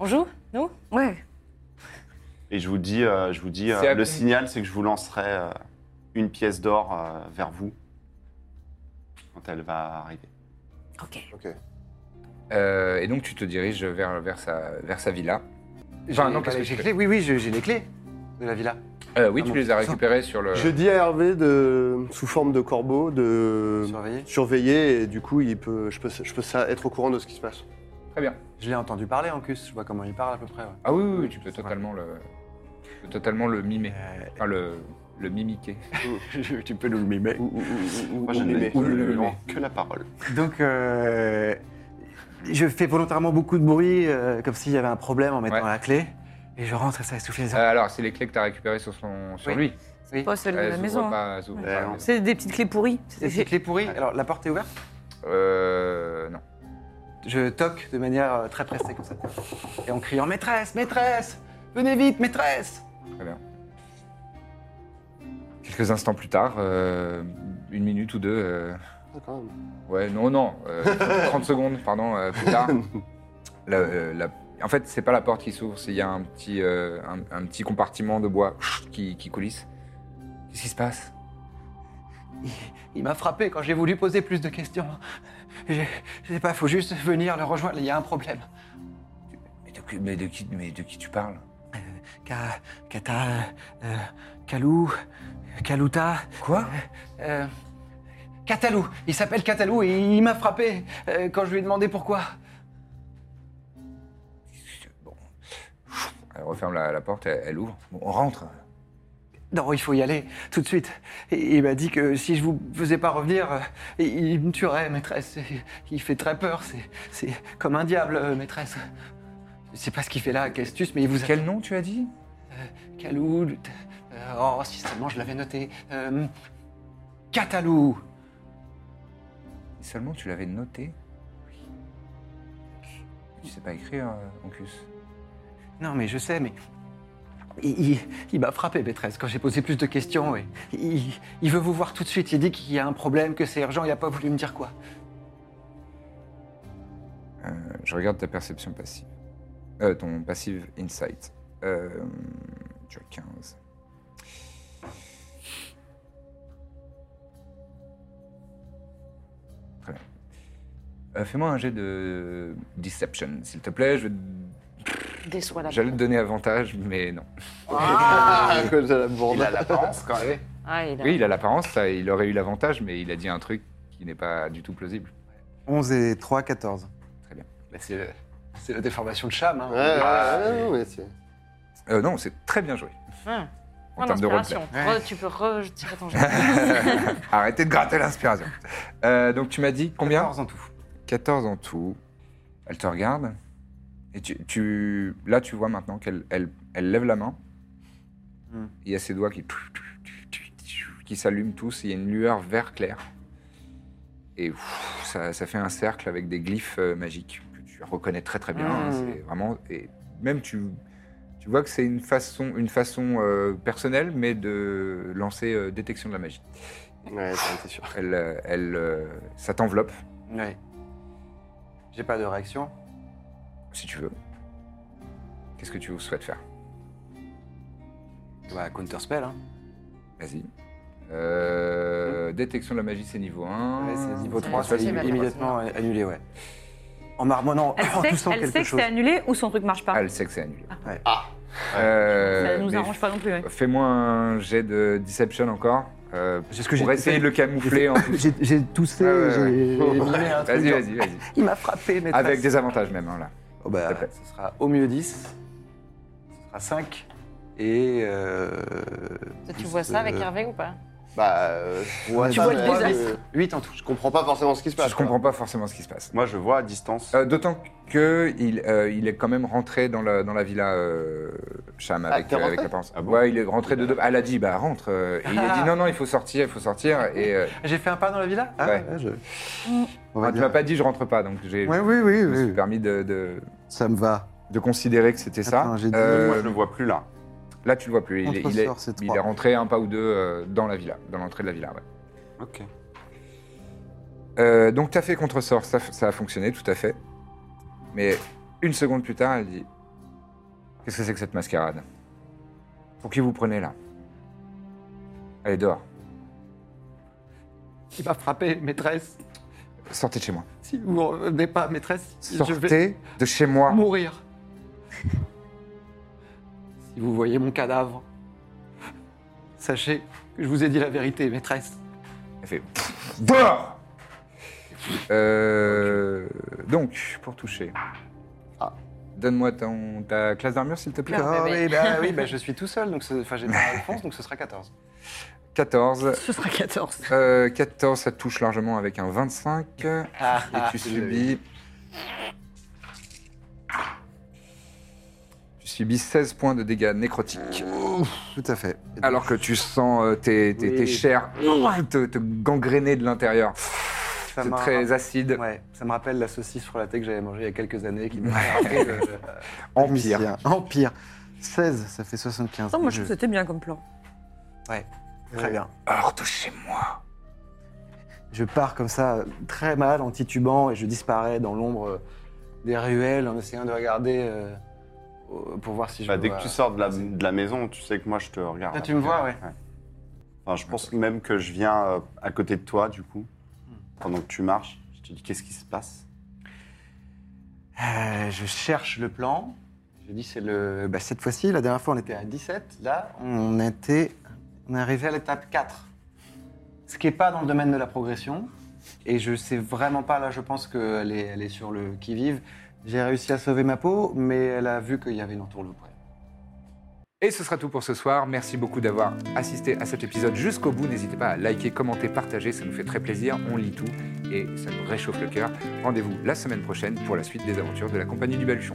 Speaker 4: On joue, nous
Speaker 8: Ouais.
Speaker 5: Et je vous dis, euh, je vous dis, euh,
Speaker 1: C'est à-
Speaker 5: le signal, c'est que je vous lancerai euh, une pièce d'or euh, vers vous quand elle va arriver.
Speaker 1: Euh, et donc tu te diriges vers, vers, sa, vers sa villa.
Speaker 6: J'ai-
Speaker 11: Ah
Speaker 1: Enfin, non,
Speaker 6: bah,
Speaker 1: qu'est-ce que
Speaker 6: j'ai
Speaker 1: tu
Speaker 6: clés. Oui, oui, je- j'ai les clés de la villa.
Speaker 1: Euh, oui,
Speaker 6: Ah
Speaker 1: tu
Speaker 6: bon.
Speaker 1: les as récupérés sur le.
Speaker 3: Je dis à Hervé de, sous forme de corbeau de
Speaker 6: Surveiller.
Speaker 3: surveiller et du coup il peut, je peux, je peux ça- être au courant de ce qui se passe.
Speaker 1: Très bien.
Speaker 6: Je l'ai entendu parler en plus. Je vois comment il parle à peu près. ouais.
Speaker 1: Ah oui, oui, oui, tu peux
Speaker 6: C'est vrai.
Speaker 1: totalement le, tu peux totalement le mimer,
Speaker 11: Euh,
Speaker 1: enfin le, le mimiquer.
Speaker 6: tu peux nous le mimer.
Speaker 3: Ou- ou- ou- ou-
Speaker 5: Moi,
Speaker 3: ou
Speaker 5: je
Speaker 3: mimer.
Speaker 5: n'ai
Speaker 1: ou le-
Speaker 5: que la parole.
Speaker 11: Donc, euh, je fais volontairement beaucoup de bruit, euh, comme s'il y avait un problème en mettant
Speaker 1: Ouais.
Speaker 11: la clé. Et je rentre et ça essouffle les
Speaker 1: Euh,
Speaker 11: oreilles.
Speaker 1: alors, c'est les clés que tu as récupérées sur, son, sur
Speaker 6: Oui.
Speaker 1: lui.
Speaker 8: Pas celle de
Speaker 1: Elles
Speaker 8: la
Speaker 1: ouvrent
Speaker 8: maison. hein.
Speaker 1: pas- elles ouvrent
Speaker 5: Ouais,
Speaker 1: pas la
Speaker 5: non.
Speaker 1: maison.
Speaker 8: C'est des petites clés pourries.
Speaker 11: Et ces clés pourries, alors la porte est ouverte
Speaker 1: Euh, non.
Speaker 11: Je toque de manière euh, très pressée comme ça. Et en criant Maîtresse, maîtresse Venez vite, maîtresse
Speaker 1: Quelques instants plus tard, euh, une minute ou deux. euh,
Speaker 3: Ah, quand même.
Speaker 1: Ouais, non, non. euh, 30 secondes, pardon, euh, plus tard. La- euh, la- En fait, c'est pas la porte qui s'ouvre, c'est il y a un petit, euh, un, un petit compartiment de bois qui, qui coulisse. Qu'est-ce qui se passe
Speaker 11: Il m'a frappé quand j'ai voulu poser plus de questions. Je, je sais pas, faut juste venir le rejoindre, il y a un problème.
Speaker 1: mais de, qui- mais, de qui, mais de qui tu parles
Speaker 11: Ka- Kata. euh, Kalou. Kaluta.
Speaker 1: Quoi
Speaker 11: euh, Catalou. Il s'appelle Catalou et il m'a frappé euh, quand je lui ai demandé pourquoi.
Speaker 1: Bon. Elle referme la, la porte, elle, elle ouvre. Bon, on rentre.
Speaker 11: Non, il faut y aller, tout de suite. Et il m'a dit que si je vous faisais pas revenir, euh, il il me tuerait, maîtresse. Il fait très peur, c'est- c'est comme un diable, euh, maîtresse. Je sais pas ce qu'il fait là, Castus, mais il vous a...
Speaker 1: Quel nom tu as dit
Speaker 11: Calou... euh, oh, si seulement je l'avais noté. Euh, Catalou
Speaker 1: Seulement tu l'avais noté. Tu sais pas écrire, euh, Ancus.
Speaker 11: Non, mais je sais, mais... Il, il- il m'a frappé, maîtresse, quand j'ai posé plus de questions. Et il, il veut vous voir tout de suite. Il dit qu'il y a un problème, que c'est urgent, il a pas voulu me dire quoi.
Speaker 1: Euh, je regarde ta perception passive. Euh, ton passive insight. Euh, tu as 15. Très bien. Euh, Fais-moi un jet de deception, s'il te plaît. Je-
Speaker 4: Déçois la
Speaker 1: J'allais te donner avantage, mais non.
Speaker 3: Ah, à cause de la bourde.
Speaker 5: Il a l'apparence quand même.
Speaker 4: Ah, il a-
Speaker 1: Oui, il a l'apparence, ça, il aurait eu l'avantage, mais il a dit un truc qui n'est pas du tout plausible.
Speaker 9: 11 et 3, 14.
Speaker 6: Bah, c'est le- c'est la déformation de Cham. Hein,
Speaker 3: Ouais, ouais, ouais, non, mais c'est-
Speaker 1: Euh, non, c'est très bien joué.
Speaker 4: Hum.
Speaker 1: En
Speaker 4: Point
Speaker 1: termes de
Speaker 4: d'inspiration.
Speaker 1: roleplay.
Speaker 4: Re- tu peux retirer ton jet.
Speaker 1: Arrêtez de gratter l'inspiration. Euh, donc tu m'as dit combien
Speaker 11: 14 en tout.
Speaker 1: 14 en tout. Elle te regarde. Et tu, tu- là, tu vois maintenant qu'elle elle, elle lève la main. Il y a ses doigts qui, qui s'allument tous. Il y a une lueur vert clair. Et ouf, ça, ça fait un cercle avec des glyphes euh, magiques que tu reconnais très très bien. hein.
Speaker 12: Mm.
Speaker 1: C'est vraiment. Et même tu, tu vois que c'est une façon, une façon euh, personnelle, mais de lancer euh, détection de la magie.
Speaker 3: Ouais, c'est sûr.
Speaker 1: Elle, euh, elle, euh, ça t'enveloppe.
Speaker 6: Ouais. J'ai pas de réaction.
Speaker 1: Si tu veux. Qu'est-ce que tu souhaites faire
Speaker 6: Bah, counter spell. Hein.
Speaker 1: Vas-y. Euh, Détection de la magie, c'est niveau 1.
Speaker 6: Ouais, c'est niveau 3, c'est immédiatement annulé, ouais. En marmonnant,
Speaker 2: Elle
Speaker 6: en
Speaker 2: sait,
Speaker 6: toussant
Speaker 2: elle sait
Speaker 6: quelque
Speaker 2: que
Speaker 6: chose.
Speaker 2: c'est annulé ou son truc marche pas.
Speaker 1: Elle sait que c'est annulé.
Speaker 6: Ouais.
Speaker 1: Euh,
Speaker 2: Ah. Ça nous
Speaker 1: mais
Speaker 2: arrange pas non plus. ouais.
Speaker 1: Fais-moi un jet de deception encore. euh,
Speaker 9: que
Speaker 1: pour
Speaker 9: j'ai
Speaker 1: essayer
Speaker 9: fait.
Speaker 1: de le camoufler en tout.
Speaker 9: J'ai j'ai toussé,
Speaker 1: Ouais, ouais,
Speaker 9: j'ai
Speaker 1: ouais.
Speaker 9: j'ai mimé un truc.
Speaker 1: Vas-y, vas-y, vas-y.
Speaker 9: Il m'a frappé, mais
Speaker 1: Avec des avantages même, hein, là.
Speaker 6: Oh bah, ce sera au mieux 10, ce sera 5, et... euh,
Speaker 4: Tu
Speaker 6: dix,
Speaker 4: vois ça avec
Speaker 6: euh,
Speaker 4: Hervé ou pas
Speaker 3: Bah, euh, je vois
Speaker 1: Tu
Speaker 3: ça,
Speaker 1: vois le
Speaker 3: mais-
Speaker 1: désastre.
Speaker 6: 8 en tout.
Speaker 3: Je comprends pas forcément ce qui se passe.
Speaker 1: Je comprends pas forcément ce qui se passe.
Speaker 5: Moi, je vois à distance.
Speaker 1: Euh, D'autant que il, euh, il est quand même rentré dans la, dans la villa euh, Cham
Speaker 3: Ah,
Speaker 1: avec,
Speaker 3: t'es
Speaker 1: euh, avec
Speaker 3: rentré
Speaker 1: la pince. ouais, il est rentré de deux. Elle a dit, bah rentre. euh, et il
Speaker 9: Ah.
Speaker 1: a dit, non, non, il faut sortir, il faut sortir. Et euh,
Speaker 6: J'ai fait un pas dans la villa Ah,
Speaker 1: Ouais.
Speaker 6: je-
Speaker 9: On va
Speaker 1: ah, tu
Speaker 9: dire.
Speaker 1: m'as pas dit, je rentre pas. Donc j'ai
Speaker 9: Ouais, oui, oui,
Speaker 1: je me
Speaker 9: oui,
Speaker 1: suis
Speaker 9: oui.
Speaker 1: permis de, de,
Speaker 9: Ça me va.
Speaker 1: de considérer que c'était ça. Euh,
Speaker 9: Attends, j'ai dit-
Speaker 5: Moi,
Speaker 3: Euh,
Speaker 5: je le vois plus là.
Speaker 1: Là, tu le vois plus. Il, est- il est,
Speaker 9: Contresort, c'est
Speaker 1: il
Speaker 9: trois.
Speaker 1: est rentré un pas ou deux euh, dans la villa, dans l'entrée de la villa. ouais.
Speaker 5: Ok.
Speaker 1: Euh, donc, tu as fait contresort, ça, f- ça a fonctionné, tout à fait. Mais une seconde plus tard, elle dit Qu'est-ce que c'est que cette mascarade Pour qui vous prenez là Allez, dehors,
Speaker 6: Il m'a frappé, maîtresse.
Speaker 1: sortez de chez moi.
Speaker 6: Si vous revenez pas, maîtresse,
Speaker 1: Sortez
Speaker 6: je vais
Speaker 1: de chez moi.
Speaker 6: mourir. si vous voyez mon cadavre, sachez que je vous ai dit la vérité, maîtresse.
Speaker 1: Elle fait Dehors Euh, Donc, pour toucher. Donne-moi ton- ta classe d'armure, s'il te plaît.
Speaker 6: Ah
Speaker 4: bébé.
Speaker 6: oui, bah, oui bah, je suis tout seul, donc ce- enfin, j'ai pas Alphonse, donc ce sera 14.
Speaker 1: 14.
Speaker 8: Ce sera 14.
Speaker 1: Euh, 14, ça te touche largement avec un 25.
Speaker 6: Ah,
Speaker 1: et tu subis. Tu subis 16 points de dégâts nécrotiques.
Speaker 9: Tout à fait. Et donc,
Speaker 6: Ah,
Speaker 1: Alors que tu sens euh, tes, tes- tes
Speaker 6: Oui.
Speaker 1: chairs te, te gangréner de l'intérieur.
Speaker 6: ça
Speaker 1: C'est
Speaker 6: m'a-
Speaker 1: très acide.
Speaker 6: Ouais, ça me rappelle la saucisse frelatée que j'avais mangée il y a quelques années qui m'a euh, frappé le-
Speaker 1: Empire.
Speaker 9: Empire. Empire. 16, ça fait 75.
Speaker 8: Non, moi je trouve que c'était bien comme plan.
Speaker 6: Très bien.
Speaker 1: Hors de chez moi.
Speaker 9: Je pars comme ça, très mal, en titubant, et je disparais dans l'ombre.
Speaker 6: Ombre des ruelles en essayant de regarder euh, au- pour voir si je
Speaker 5: Bah,
Speaker 6: me
Speaker 5: dès que
Speaker 6: vois-
Speaker 5: tu sors de la, de la maison, tu sais que moi, je te regarde.
Speaker 6: Ah, tu me vois, ouais.
Speaker 5: Enfin, je pense même que je viens euh, à côté de toi, du coup,
Speaker 6: Hmm.
Speaker 5: pendant que tu marches. Je te dis, qu'est-ce qui se passe
Speaker 6: Euh, je cherche le plan. Je dis, c'est le. Bah, cette fois-ci, la dernière fois, on était à 17. Là, on était. On est arrivé à l'étape 4. Ce qui n'est pas dans le domaine de la progression. Et je sais vraiment pas, là, je pense qu'elle est, elle est sur le qui-vive. J'ai réussi à sauver ma peau, mais elle a vu qu'il y avait une entourloupe. ouais.
Speaker 1: Et ce sera tout pour ce soir. Merci beaucoup d'avoir assisté à cet épisode jusqu'au bout. N'hésitez pas à liker, commenter, partager. Ça nous fait très plaisir. On lit tout et ça nous réchauffe le cœur. Rendez-vous la semaine prochaine pour la suite des aventures de la compagnie du Baluchon.